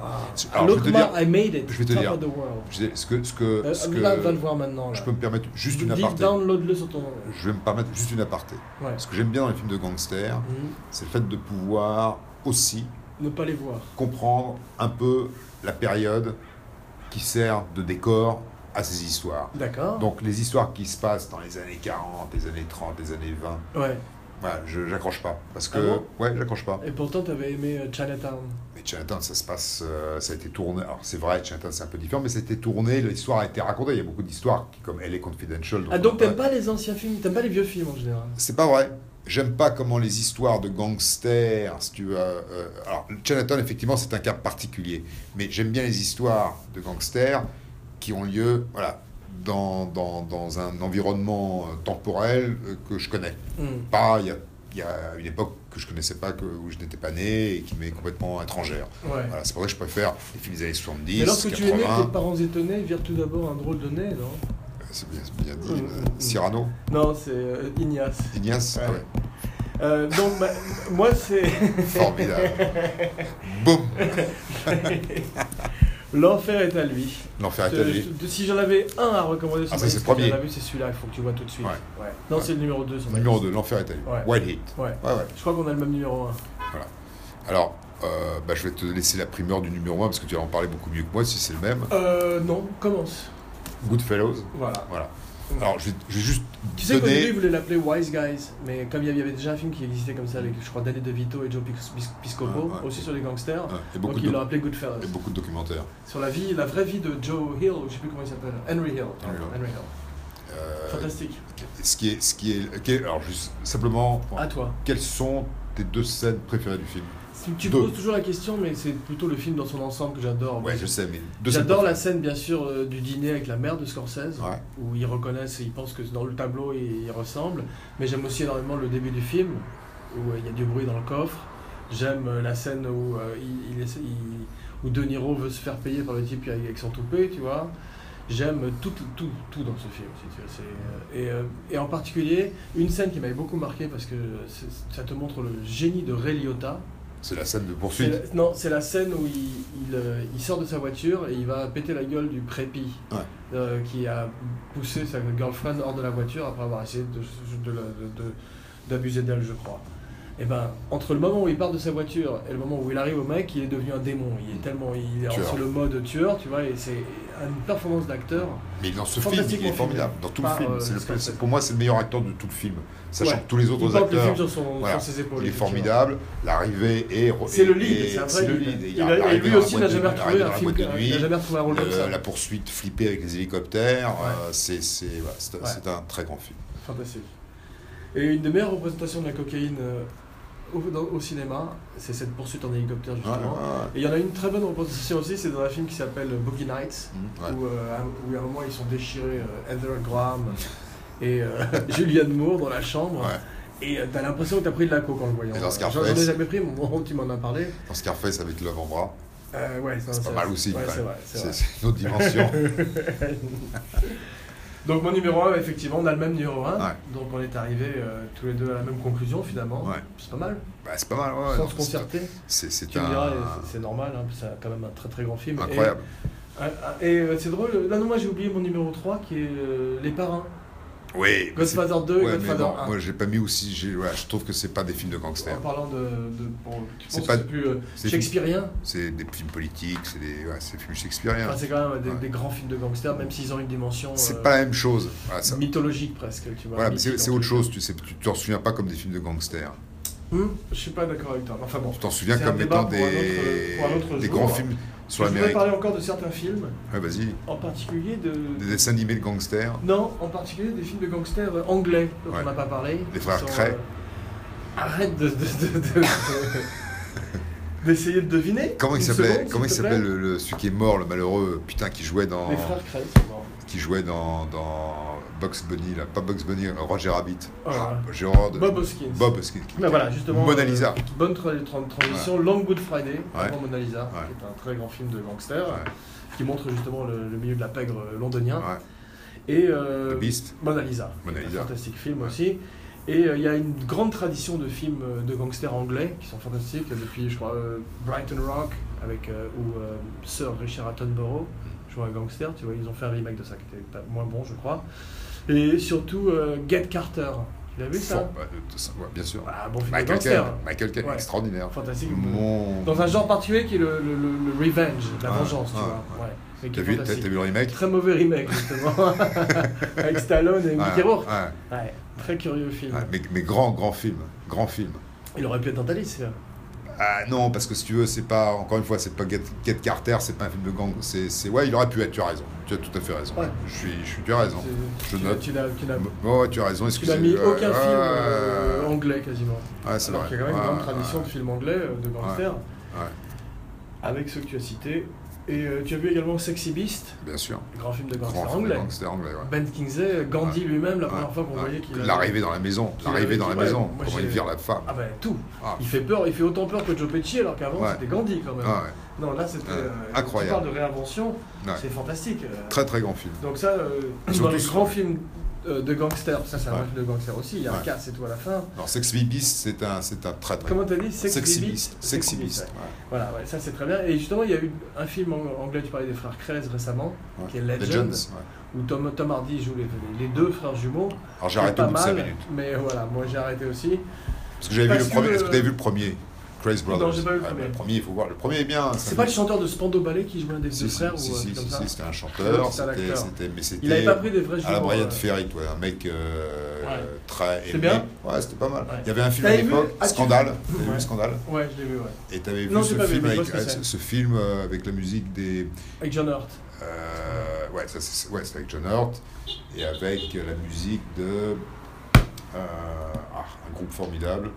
[SPEAKER 2] Wow.
[SPEAKER 1] Alors, je
[SPEAKER 2] Look
[SPEAKER 1] vais te
[SPEAKER 2] Ma,
[SPEAKER 1] dire-
[SPEAKER 2] I made it.
[SPEAKER 1] je vais te
[SPEAKER 2] top
[SPEAKER 1] dire.
[SPEAKER 2] of the world.
[SPEAKER 1] Je sais- Ce que, ce que,
[SPEAKER 2] Euh,
[SPEAKER 1] ce
[SPEAKER 2] va, va le
[SPEAKER 1] que
[SPEAKER 2] voir maintenant. Là.
[SPEAKER 1] je peux me permettre juste une
[SPEAKER 2] Deep
[SPEAKER 1] aparté.
[SPEAKER 2] Download-le sur ton.
[SPEAKER 1] Je vais me permettre juste une aparté.
[SPEAKER 2] Ouais.
[SPEAKER 1] Ce que j'aime bien dans les films de gangsters,
[SPEAKER 2] Mhm.
[SPEAKER 1] c'est le fait de pouvoir aussi
[SPEAKER 2] Ne pas les voir.
[SPEAKER 1] comprendre un peu la période qui sert de décor à ces histoires.
[SPEAKER 2] D'accord.
[SPEAKER 1] Donc les histoires qui se passent dans les années 40, les années 30, les années 20,
[SPEAKER 2] ouais.
[SPEAKER 1] Voilà, je j'accroche pas. Parce que.
[SPEAKER 2] Ah
[SPEAKER 1] ouais, j'accroche pas.
[SPEAKER 2] Et pourtant, t'avais aimé euh, Chinatown.
[SPEAKER 1] Mais Chinatown, ça se passe. euh, ça a été tourné. Alors, c'est vrai, Chinatown, c'est un peu différent, mais c'était tourné, l'histoire a été racontée. Il y a beaucoup d'histoires, qui, comme Elle est Confidential. dont
[SPEAKER 2] Ah,
[SPEAKER 1] on
[SPEAKER 2] donc
[SPEAKER 1] a parlé.
[SPEAKER 2] t'aimes pas les anciens films, t'aimes pas les vieux films en général
[SPEAKER 1] C'est pas vrai. J'aime pas comment les histoires de gangsters, si tu veux, euh, alors, Chinatown, effectivement, c'est un cas particulier. Mais j'aime bien les histoires de gangsters qui ont lieu, voilà, dans, dans, dans un environnement euh, temporel euh, que je connais.
[SPEAKER 2] Hmm.
[SPEAKER 1] Pas, il y a, il y a une époque que je connaissais pas, que, où je n'étais pas né et qui m'est complètement étrangère.
[SPEAKER 2] Ouais.
[SPEAKER 1] Voilà, c'est pour ça que je préfère les films des années 70,
[SPEAKER 2] Mais lorsque tu aimais
[SPEAKER 1] 80.
[SPEAKER 2] tes parents étonnés, vire tout d'abord un drôle de nez, non
[SPEAKER 1] C'est bien, c'est bien dit.
[SPEAKER 2] Mm,
[SPEAKER 1] euh,
[SPEAKER 2] mm, mm.
[SPEAKER 1] Cyrano,
[SPEAKER 2] Non, c'est euh, Ignace.
[SPEAKER 1] Ignace,
[SPEAKER 2] Ouais.
[SPEAKER 1] ah ouais,
[SPEAKER 2] Euh, donc, bah, <laughs> moi, c'est. <laughs>
[SPEAKER 1] formidable. Boum,
[SPEAKER 2] L'enfer est à lui.
[SPEAKER 1] l'enfer est à
[SPEAKER 2] Je-
[SPEAKER 1] lui.
[SPEAKER 2] je- si j'en avais un à recommander sur
[SPEAKER 1] Ah, ça,
[SPEAKER 2] ma
[SPEAKER 1] c'est
[SPEAKER 2] liste
[SPEAKER 1] le
[SPEAKER 2] que j'en
[SPEAKER 1] premier.
[SPEAKER 2] avais, c'est celui-là, il faut que tu vois tout de suite.
[SPEAKER 1] Ouais.
[SPEAKER 2] Non,
[SPEAKER 1] Ouais.
[SPEAKER 2] c'est le numéro 2 sur ma
[SPEAKER 1] Numéro
[SPEAKER 2] liste.
[SPEAKER 1] 2, l'enfer est à lui.
[SPEAKER 2] Ouais.
[SPEAKER 1] Wild Heat.
[SPEAKER 2] Ouais.
[SPEAKER 1] Ouais, ouais.
[SPEAKER 2] Je crois qu'on a le même numéro 1.
[SPEAKER 1] Alors, euh, bah, je vais te laisser la primeur du numéro 1 parce que tu vas en parler beaucoup mieux que moi si c'est le même.
[SPEAKER 2] Euh, non, commence.
[SPEAKER 1] Goodfellows.
[SPEAKER 2] Voilà.
[SPEAKER 1] Voilà. Alors, je vais, je vais juste
[SPEAKER 2] Tu sais qu'au début, ils
[SPEAKER 1] donner.
[SPEAKER 2] voulaient l'appeler Wise Guys, mais comme il y avait- il y avait déjà un film qui existait comme ça avec, je crois, Danny DeVito et Joe Pis- Pis- Piscopo,
[SPEAKER 1] Ah, Ouais, ouais.
[SPEAKER 2] aussi sur les gangsters,
[SPEAKER 1] Ouais, et,
[SPEAKER 2] donc
[SPEAKER 1] beaucoup
[SPEAKER 2] ils
[SPEAKER 1] de
[SPEAKER 2] l'ont appelé Goodfellas.
[SPEAKER 1] et beaucoup de documentaires.
[SPEAKER 2] Sur la vie, la vraie vie de Joe Hill, ou je sais plus comment il s'appelle, Henry Hill.
[SPEAKER 1] Henry Hill.
[SPEAKER 2] Henry Hill.
[SPEAKER 1] Euh,
[SPEAKER 2] Fantastique.
[SPEAKER 1] ce qui est. Ce qui est ok, alors, juste simplement,
[SPEAKER 2] À toi.
[SPEAKER 1] quelles sont tes deux scènes préférées du film
[SPEAKER 2] Si tu
[SPEAKER 1] Deux.
[SPEAKER 2] poses toujours la question, mais c'est plutôt le film dans son ensemble que j'adore.
[SPEAKER 1] Ouais, je sais, mais deux scènes
[SPEAKER 2] J'adore la
[SPEAKER 1] préférées.
[SPEAKER 2] scène, bien sûr, euh, du dîner avec la mère de Scorsese,
[SPEAKER 1] Ouais.
[SPEAKER 2] où ils reconnaissent et ils pensent que dans le tableau, ils, ils ressemblent. Mais j'aime aussi énormément le début du film, où euh, il y a du bruit dans le coffre. J'aime euh, la scène où, euh, il, il essaie- il- où De Niro veut se faire payer par le type avec son toupet, tu vois. J'aime tout, tout, tout dans ce film. si tu veux. C'est, euh, et, euh, et en particulier, une scène qui m'avait beaucoup marqué parce que c'est- ça te montre le génie de Ray Liotta.
[SPEAKER 1] C'est la scène de
[SPEAKER 2] C'est
[SPEAKER 1] poursuite.
[SPEAKER 2] la- non, c'est la scène où il, il, euh, il sort de sa voiture et il va péter la gueule du prépi
[SPEAKER 1] Ouais.
[SPEAKER 2] euh, qui a poussé sa girlfriend hors de la voiture après avoir essayé de- de la- de- de- d'abuser d'elle, je crois. Et ben, entre le moment où il part de sa voiture et le moment où il arrive au mec, il est devenu un démon. Il est tellement, il est en-
[SPEAKER 1] Mm. Tueur.
[SPEAKER 2] sur le mode tueur, tu vois, et c'est une performance d'acteur.
[SPEAKER 1] Mais dans ce film,
[SPEAKER 2] Fantastiquement
[SPEAKER 1] il est formidable. Dans tout le
[SPEAKER 2] Par,
[SPEAKER 1] film.
[SPEAKER 2] euh,
[SPEAKER 1] c'est le-
[SPEAKER 2] Scorsese.
[SPEAKER 1] c'est- pour moi, c'est le meilleur acteur de tout le film. Sachant
[SPEAKER 2] Ouais.
[SPEAKER 1] que tous les
[SPEAKER 2] Il
[SPEAKER 1] autres
[SPEAKER 2] porte le
[SPEAKER 1] acteurs.
[SPEAKER 2] film sur, son-
[SPEAKER 1] voilà.
[SPEAKER 2] sur ses épaules.
[SPEAKER 1] Il est
[SPEAKER 2] effectivement.
[SPEAKER 1] formidable, l'arrivée est.
[SPEAKER 2] C'est le
[SPEAKER 1] et-
[SPEAKER 2] lead, c'est un
[SPEAKER 1] c'est
[SPEAKER 2] vrai
[SPEAKER 1] le
[SPEAKER 2] lead.
[SPEAKER 1] lead.
[SPEAKER 2] Il
[SPEAKER 1] y a
[SPEAKER 2] a- Et
[SPEAKER 1] l'arrivée
[SPEAKER 2] lui
[SPEAKER 1] dans la
[SPEAKER 2] aussi
[SPEAKER 1] boîte
[SPEAKER 2] n'a
[SPEAKER 1] de-
[SPEAKER 2] jamais retrouvé
[SPEAKER 1] l'arrivée
[SPEAKER 2] un
[SPEAKER 1] dans la
[SPEAKER 2] film,
[SPEAKER 1] boîte de nuit,
[SPEAKER 2] il n'a jamais retrouvé un rôle comme
[SPEAKER 1] le-
[SPEAKER 2] ça.
[SPEAKER 1] La poursuite flippée avec les hélicoptères,
[SPEAKER 2] Ouais.
[SPEAKER 1] euh, c'est c'est- voilà, c'est-
[SPEAKER 2] Ouais.
[SPEAKER 1] c'est un très grand film.
[SPEAKER 2] Fantastique. Et une des meilleures représentations de la cocaïne euh, au, dans- au cinéma, c'est cette poursuite en hélicoptère
[SPEAKER 1] Ouais,
[SPEAKER 2] justement.
[SPEAKER 1] ouais,
[SPEAKER 2] Et il y en a une très bonne représentation aussi, c'est dans un film qui s'appelle Boogie Nights,
[SPEAKER 1] ouais.
[SPEAKER 2] où, euh, à- où à un moment ils sont déchirés, euh, Heather Graham et euh, <laughs> Julianne Moore dans la chambre.
[SPEAKER 1] Ouais.
[SPEAKER 2] Et euh, t'as l'impression que t'as pris de la coke en le voyant.
[SPEAKER 1] Et dans
[SPEAKER 2] J'en
[SPEAKER 1] Scarface.
[SPEAKER 2] j'en ai jamais pris, mon moment tu m'en as parlé.
[SPEAKER 1] Dans Scarface avec Love en bras,
[SPEAKER 2] Euh, ouais,
[SPEAKER 1] c'est pas mal aussi.
[SPEAKER 2] Ouais,
[SPEAKER 1] quand
[SPEAKER 2] c'est
[SPEAKER 1] même.
[SPEAKER 2] vrai, c'est vrai.
[SPEAKER 1] C'est c'est une autre dimension.
[SPEAKER 2] <laughs> Donc mon numéro 1, effectivement, on a le même numéro 1.
[SPEAKER 1] Ouais.
[SPEAKER 2] Donc on est arrivés euh, tous les deux à la même conclusion finalement.
[SPEAKER 1] Ouais.
[SPEAKER 2] C'est pas mal.
[SPEAKER 1] Bah, c'est pas mal, ouais,
[SPEAKER 2] Sans
[SPEAKER 1] non,
[SPEAKER 2] se
[SPEAKER 1] c'est-
[SPEAKER 2] concerter.
[SPEAKER 1] C'est c'est
[SPEAKER 2] Tu me diras,
[SPEAKER 1] un.
[SPEAKER 2] c'est c'est normal, hein, c'est quand même un très très grand film. Et-
[SPEAKER 1] Incroyable.
[SPEAKER 2] ah, ah, Et, euh, c'est drôle, là non, moi j'ai oublié mon numéro 3 qui est euh, Les Parrains.
[SPEAKER 1] Oui. mais c'est-
[SPEAKER 2] Godfather 2
[SPEAKER 1] ouais,
[SPEAKER 2] et
[SPEAKER 1] mais
[SPEAKER 2] Godfather
[SPEAKER 1] bon,
[SPEAKER 2] 1.
[SPEAKER 1] Moi, j'ai pas mis aussi. j'ai- ouais, je trouve que c'est pas des films de gangsters.
[SPEAKER 2] en parlant de. de bon, tu
[SPEAKER 1] C'est
[SPEAKER 2] penses
[SPEAKER 1] pas-
[SPEAKER 2] que c'est plus euh,
[SPEAKER 1] c'est-
[SPEAKER 2] shakespearien
[SPEAKER 1] C'est des films politiques, c'est des, ouais, c'est des films shakespeariens.
[SPEAKER 2] Enfin, Ah, C'est quand même des,
[SPEAKER 1] Ouais.
[SPEAKER 2] des grands films de gangsters, même s'ils ont une dimension
[SPEAKER 1] c'est
[SPEAKER 2] euh,
[SPEAKER 1] pas la même chose. Voilà, ça-
[SPEAKER 2] mythologique presque. Tu vois,
[SPEAKER 1] Voilà, mais
[SPEAKER 2] mythique,
[SPEAKER 1] c'est c'est
[SPEAKER 2] en
[SPEAKER 1] autre
[SPEAKER 2] tout
[SPEAKER 1] chose, tu sais, tu t'en souviens pas comme des films de gangsters.
[SPEAKER 2] cas. Hum, je suis pas d'accord avec toi. mais Enfin bon.
[SPEAKER 1] Tu t'en souviens
[SPEAKER 2] C'est un
[SPEAKER 1] comme
[SPEAKER 2] débat
[SPEAKER 1] étant
[SPEAKER 2] pour
[SPEAKER 1] des,
[SPEAKER 2] un autre- pour un autre
[SPEAKER 1] des
[SPEAKER 2] jour.
[SPEAKER 1] grands films sur
[SPEAKER 2] Je voudrais
[SPEAKER 1] l'Amérique.
[SPEAKER 2] parler encore de certains films,
[SPEAKER 1] Ouais, vas-y,
[SPEAKER 2] en particulier de.
[SPEAKER 1] des dessins animés de gangsters.
[SPEAKER 2] Non, en particulier des films de gangsters euh, anglais dont
[SPEAKER 1] Ouais.
[SPEAKER 2] on n'a pas parlé.
[SPEAKER 1] Les
[SPEAKER 2] qui
[SPEAKER 1] frères
[SPEAKER 2] sont,
[SPEAKER 1] Cray.
[SPEAKER 2] euh, Arrête de- de- de- de-
[SPEAKER 1] <laughs>
[SPEAKER 2] de- d'essayer de, deviner.
[SPEAKER 1] Comment il
[SPEAKER 2] Une
[SPEAKER 1] s'appelait
[SPEAKER 2] seconde,
[SPEAKER 1] Comment il
[SPEAKER 2] s'il te
[SPEAKER 1] s'appelle
[SPEAKER 2] plaît.
[SPEAKER 1] le, le- celui qui est mort, le malheureux Putain, qui jouait dans
[SPEAKER 2] Les frères Cray, c'est mort.
[SPEAKER 1] qui jouait dans, dans Bugs Bunny, là, pas Bugs Bunny, euh, Roger Rabbit.
[SPEAKER 2] Oh là là.
[SPEAKER 1] J'ai horreur de
[SPEAKER 2] Bob Hoskins.
[SPEAKER 1] Bob Hoskins, qui
[SPEAKER 2] Mais voilà, justement.
[SPEAKER 1] Mona
[SPEAKER 2] euh,
[SPEAKER 1] Lisa.
[SPEAKER 2] bonne tra- tra- transition. Long Good Friday, avant Mona Lisa,
[SPEAKER 1] Ouais.
[SPEAKER 2] qui est un très grand film de gangsters,
[SPEAKER 1] Ouais.
[SPEAKER 2] qui montre justement le, le milieu de la pègre euh, londonien.
[SPEAKER 1] Ouais.
[SPEAKER 2] Et. euh,
[SPEAKER 1] The Beast.
[SPEAKER 2] Mona Lisa.
[SPEAKER 1] Mona
[SPEAKER 2] qui est
[SPEAKER 1] Lisa.
[SPEAKER 2] Un fantastique film aussi. Et euh, il y a une grande tradition de films euh, de gangsters anglais qui sont fantastiques depuis, je crois, euh, Brighton Rock, avec, euh, où euh, Sir Richard Attenborough
[SPEAKER 1] Mm.
[SPEAKER 2] joue un gangster. Tu vois, ils ont fait un remake de ça qui était pas- moins bon, je crois. Et surtout euh, Get Carter, Tu l'as vu ça
[SPEAKER 1] Fort, bah, de- de- ça, ouais, bien sûr.
[SPEAKER 2] Ah, Bon film de
[SPEAKER 1] Michael
[SPEAKER 2] gangster.
[SPEAKER 1] Caine, Michael Caine,
[SPEAKER 2] Ouais.
[SPEAKER 1] extraordinaire.
[SPEAKER 2] Fantastique.
[SPEAKER 1] Mon...
[SPEAKER 2] Dans un genre particulier qui est le, le- le- le revenge, la
[SPEAKER 1] Ouais,
[SPEAKER 2] vengeance, tu
[SPEAKER 1] ouais,
[SPEAKER 2] vois. Ouais. Mais qui
[SPEAKER 1] T'as
[SPEAKER 2] est
[SPEAKER 1] vu, t'as-
[SPEAKER 2] fantastique.
[SPEAKER 1] t'as vu le
[SPEAKER 2] <laughs>
[SPEAKER 1] remake
[SPEAKER 2] Très mauvais remake, justement. <laughs> Avec Stallone et Mickey
[SPEAKER 1] Ouais,
[SPEAKER 2] Rourke.
[SPEAKER 1] ouais,
[SPEAKER 2] Ouais, Très curieux film.
[SPEAKER 1] ouais, mais, mais grand, grand film. Grand film.
[SPEAKER 2] Il aurait pu être dans ta liste. ça.
[SPEAKER 1] Ah non, parce que si tu veux, c'est pas, encore une fois, c'est pas Get, Get Carter, c'est pas un film de gang. C'est, c'est- ouais, il aurait pu être, tu as raison. Tu as tout à fait raison.
[SPEAKER 2] Ouais.
[SPEAKER 1] Je suis, je suis, tu as raison. Je
[SPEAKER 2] C'est- tu-
[SPEAKER 1] note.
[SPEAKER 2] Tu n'as tu n'as- tu
[SPEAKER 1] Bon, ouais, tu as raison,
[SPEAKER 2] n'as
[SPEAKER 1] excusez-moi.
[SPEAKER 2] mis aucun film
[SPEAKER 1] Ouais,
[SPEAKER 2] euh, anglais quasiment.
[SPEAKER 1] ouais, c'est
[SPEAKER 2] Alors
[SPEAKER 1] vrai. Ah,
[SPEAKER 2] qu'il y a quand même une
[SPEAKER 1] Ouais,
[SPEAKER 2] grande
[SPEAKER 1] ouais,
[SPEAKER 2] tradition de
[SPEAKER 1] ouais.
[SPEAKER 2] films anglais, euh, de gangsters, avec ceux que tu as cités. Et euh, tu as vu également Sexy Beast,
[SPEAKER 1] ah, Bien sûr.
[SPEAKER 2] le grand film de
[SPEAKER 1] Grand
[SPEAKER 2] gangsters
[SPEAKER 1] film de
[SPEAKER 2] anglais.
[SPEAKER 1] gangster anglais, ouais.
[SPEAKER 2] Ben Kingsley, Gandhi lui-même, la
[SPEAKER 1] Ouais,
[SPEAKER 2] première fois qu'on
[SPEAKER 1] ouais.
[SPEAKER 2] voyait qu'il avait-
[SPEAKER 1] L'arrivée dans la maison,
[SPEAKER 2] qu'il
[SPEAKER 1] l'arrivée
[SPEAKER 2] avait-
[SPEAKER 1] dans la
[SPEAKER 2] ouais,
[SPEAKER 1] maison,
[SPEAKER 2] moi,
[SPEAKER 1] comment
[SPEAKER 2] j'ai-
[SPEAKER 1] il vire la femme.
[SPEAKER 2] Ah ben tout.
[SPEAKER 1] Ah,
[SPEAKER 2] Il fait peur, il fait autant peur que Joe Pesci alors qu'avant
[SPEAKER 1] Ouais.
[SPEAKER 2] c'était Gandhi quand même.
[SPEAKER 1] ah ouais.
[SPEAKER 2] Non là c'était
[SPEAKER 1] Ouais.
[SPEAKER 2] euh,
[SPEAKER 1] Incroyable.
[SPEAKER 2] Tu parles de réinvention,
[SPEAKER 1] Ouais.
[SPEAKER 2] c'est fantastique. euh.
[SPEAKER 1] Très très grand film.
[SPEAKER 2] Donc ça, euh,
[SPEAKER 1] Ils sont
[SPEAKER 2] dans les
[SPEAKER 1] tous-
[SPEAKER 2] grands films euh, de gangsters, ça c'est un
[SPEAKER 1] Ouais.
[SPEAKER 2] vrai film de gangsters aussi, il y a un
[SPEAKER 1] Ouais.
[SPEAKER 2] casse et tout à la fin.
[SPEAKER 1] Alors Sex Beast, c'est un, c'est un très très
[SPEAKER 2] Comment t'as dit Sex
[SPEAKER 1] Sexy
[SPEAKER 2] Beast
[SPEAKER 1] Beast.
[SPEAKER 2] Sex
[SPEAKER 1] Sexy
[SPEAKER 2] Beast,
[SPEAKER 1] Beast.
[SPEAKER 2] ouais.
[SPEAKER 1] ouais.
[SPEAKER 2] Voilà, ouais, ça c'est très bien. Et justement, il y a eu un film en- anglais, tu parlais des frères Krez récemment,
[SPEAKER 1] Ouais.
[SPEAKER 2] qui est Legends,
[SPEAKER 1] Legends. ouais.
[SPEAKER 2] où Tom, Tom Hardy joue les, les deux frères jumeaux.
[SPEAKER 1] Alors j'ai arrêté au
[SPEAKER 2] pas
[SPEAKER 1] bout de 5
[SPEAKER 2] mal,
[SPEAKER 1] minutes.
[SPEAKER 2] mais voilà, moi j'ai arrêté aussi.
[SPEAKER 1] Parce que j'avais vu
[SPEAKER 2] Parce
[SPEAKER 1] le
[SPEAKER 2] que
[SPEAKER 1] premier.
[SPEAKER 2] le-
[SPEAKER 1] Est-ce que t'avais vu le premier Crazy Brothers
[SPEAKER 2] euh, j'ai pas vu le
[SPEAKER 1] Ouais,
[SPEAKER 2] premier.
[SPEAKER 1] bah, Le premier, il faut voir. Le premier est bien. ça
[SPEAKER 2] C'est
[SPEAKER 1] me-
[SPEAKER 2] pas le chanteur de Spando Ballet qui jouait un des
[SPEAKER 1] Si,
[SPEAKER 2] deux
[SPEAKER 1] si,
[SPEAKER 2] frères
[SPEAKER 1] si,
[SPEAKER 2] ou un
[SPEAKER 1] si,
[SPEAKER 2] truc
[SPEAKER 1] si,
[SPEAKER 2] comme ça
[SPEAKER 1] si,
[SPEAKER 2] <laughs>
[SPEAKER 1] c'était un
[SPEAKER 2] L'autre,
[SPEAKER 1] chanteur,
[SPEAKER 2] c'était un
[SPEAKER 1] c'était,
[SPEAKER 2] acteur.
[SPEAKER 1] c'était- mais
[SPEAKER 2] Il avait
[SPEAKER 1] c'était
[SPEAKER 2] pas pris des vrais jumeaux.
[SPEAKER 1] à la Brian
[SPEAKER 2] euh,
[SPEAKER 1] Ferry, ouais, un mec euh,
[SPEAKER 2] Ouais.
[SPEAKER 1] très
[SPEAKER 2] C'est
[SPEAKER 1] aimé.
[SPEAKER 2] bien
[SPEAKER 1] Ouais, c'était pas mal.
[SPEAKER 2] Ouais.
[SPEAKER 1] Il y avait un film à
[SPEAKER 2] T'avais vu-
[SPEAKER 1] l'époque,
[SPEAKER 2] as-tu vu-
[SPEAKER 1] Scandale. T'avais
[SPEAKER 2] Ouais.
[SPEAKER 1] vu Scandale
[SPEAKER 2] Ouais, je l'ai vu, ouais.
[SPEAKER 1] Et t'avais
[SPEAKER 2] Non,
[SPEAKER 1] vu
[SPEAKER 2] j'ai
[SPEAKER 1] ce
[SPEAKER 2] pas vu,
[SPEAKER 1] film,
[SPEAKER 2] mais je
[SPEAKER 1] avec,
[SPEAKER 2] vois ce que
[SPEAKER 1] ce,
[SPEAKER 2] c'est.
[SPEAKER 1] ce film euh, avec la musique des.
[SPEAKER 2] Avec John Hurt.
[SPEAKER 1] euh, ouais, ça, c'est ouais, c'est avec John Hurt et avec euh, la musique de. euh, ah, un groupe formidable.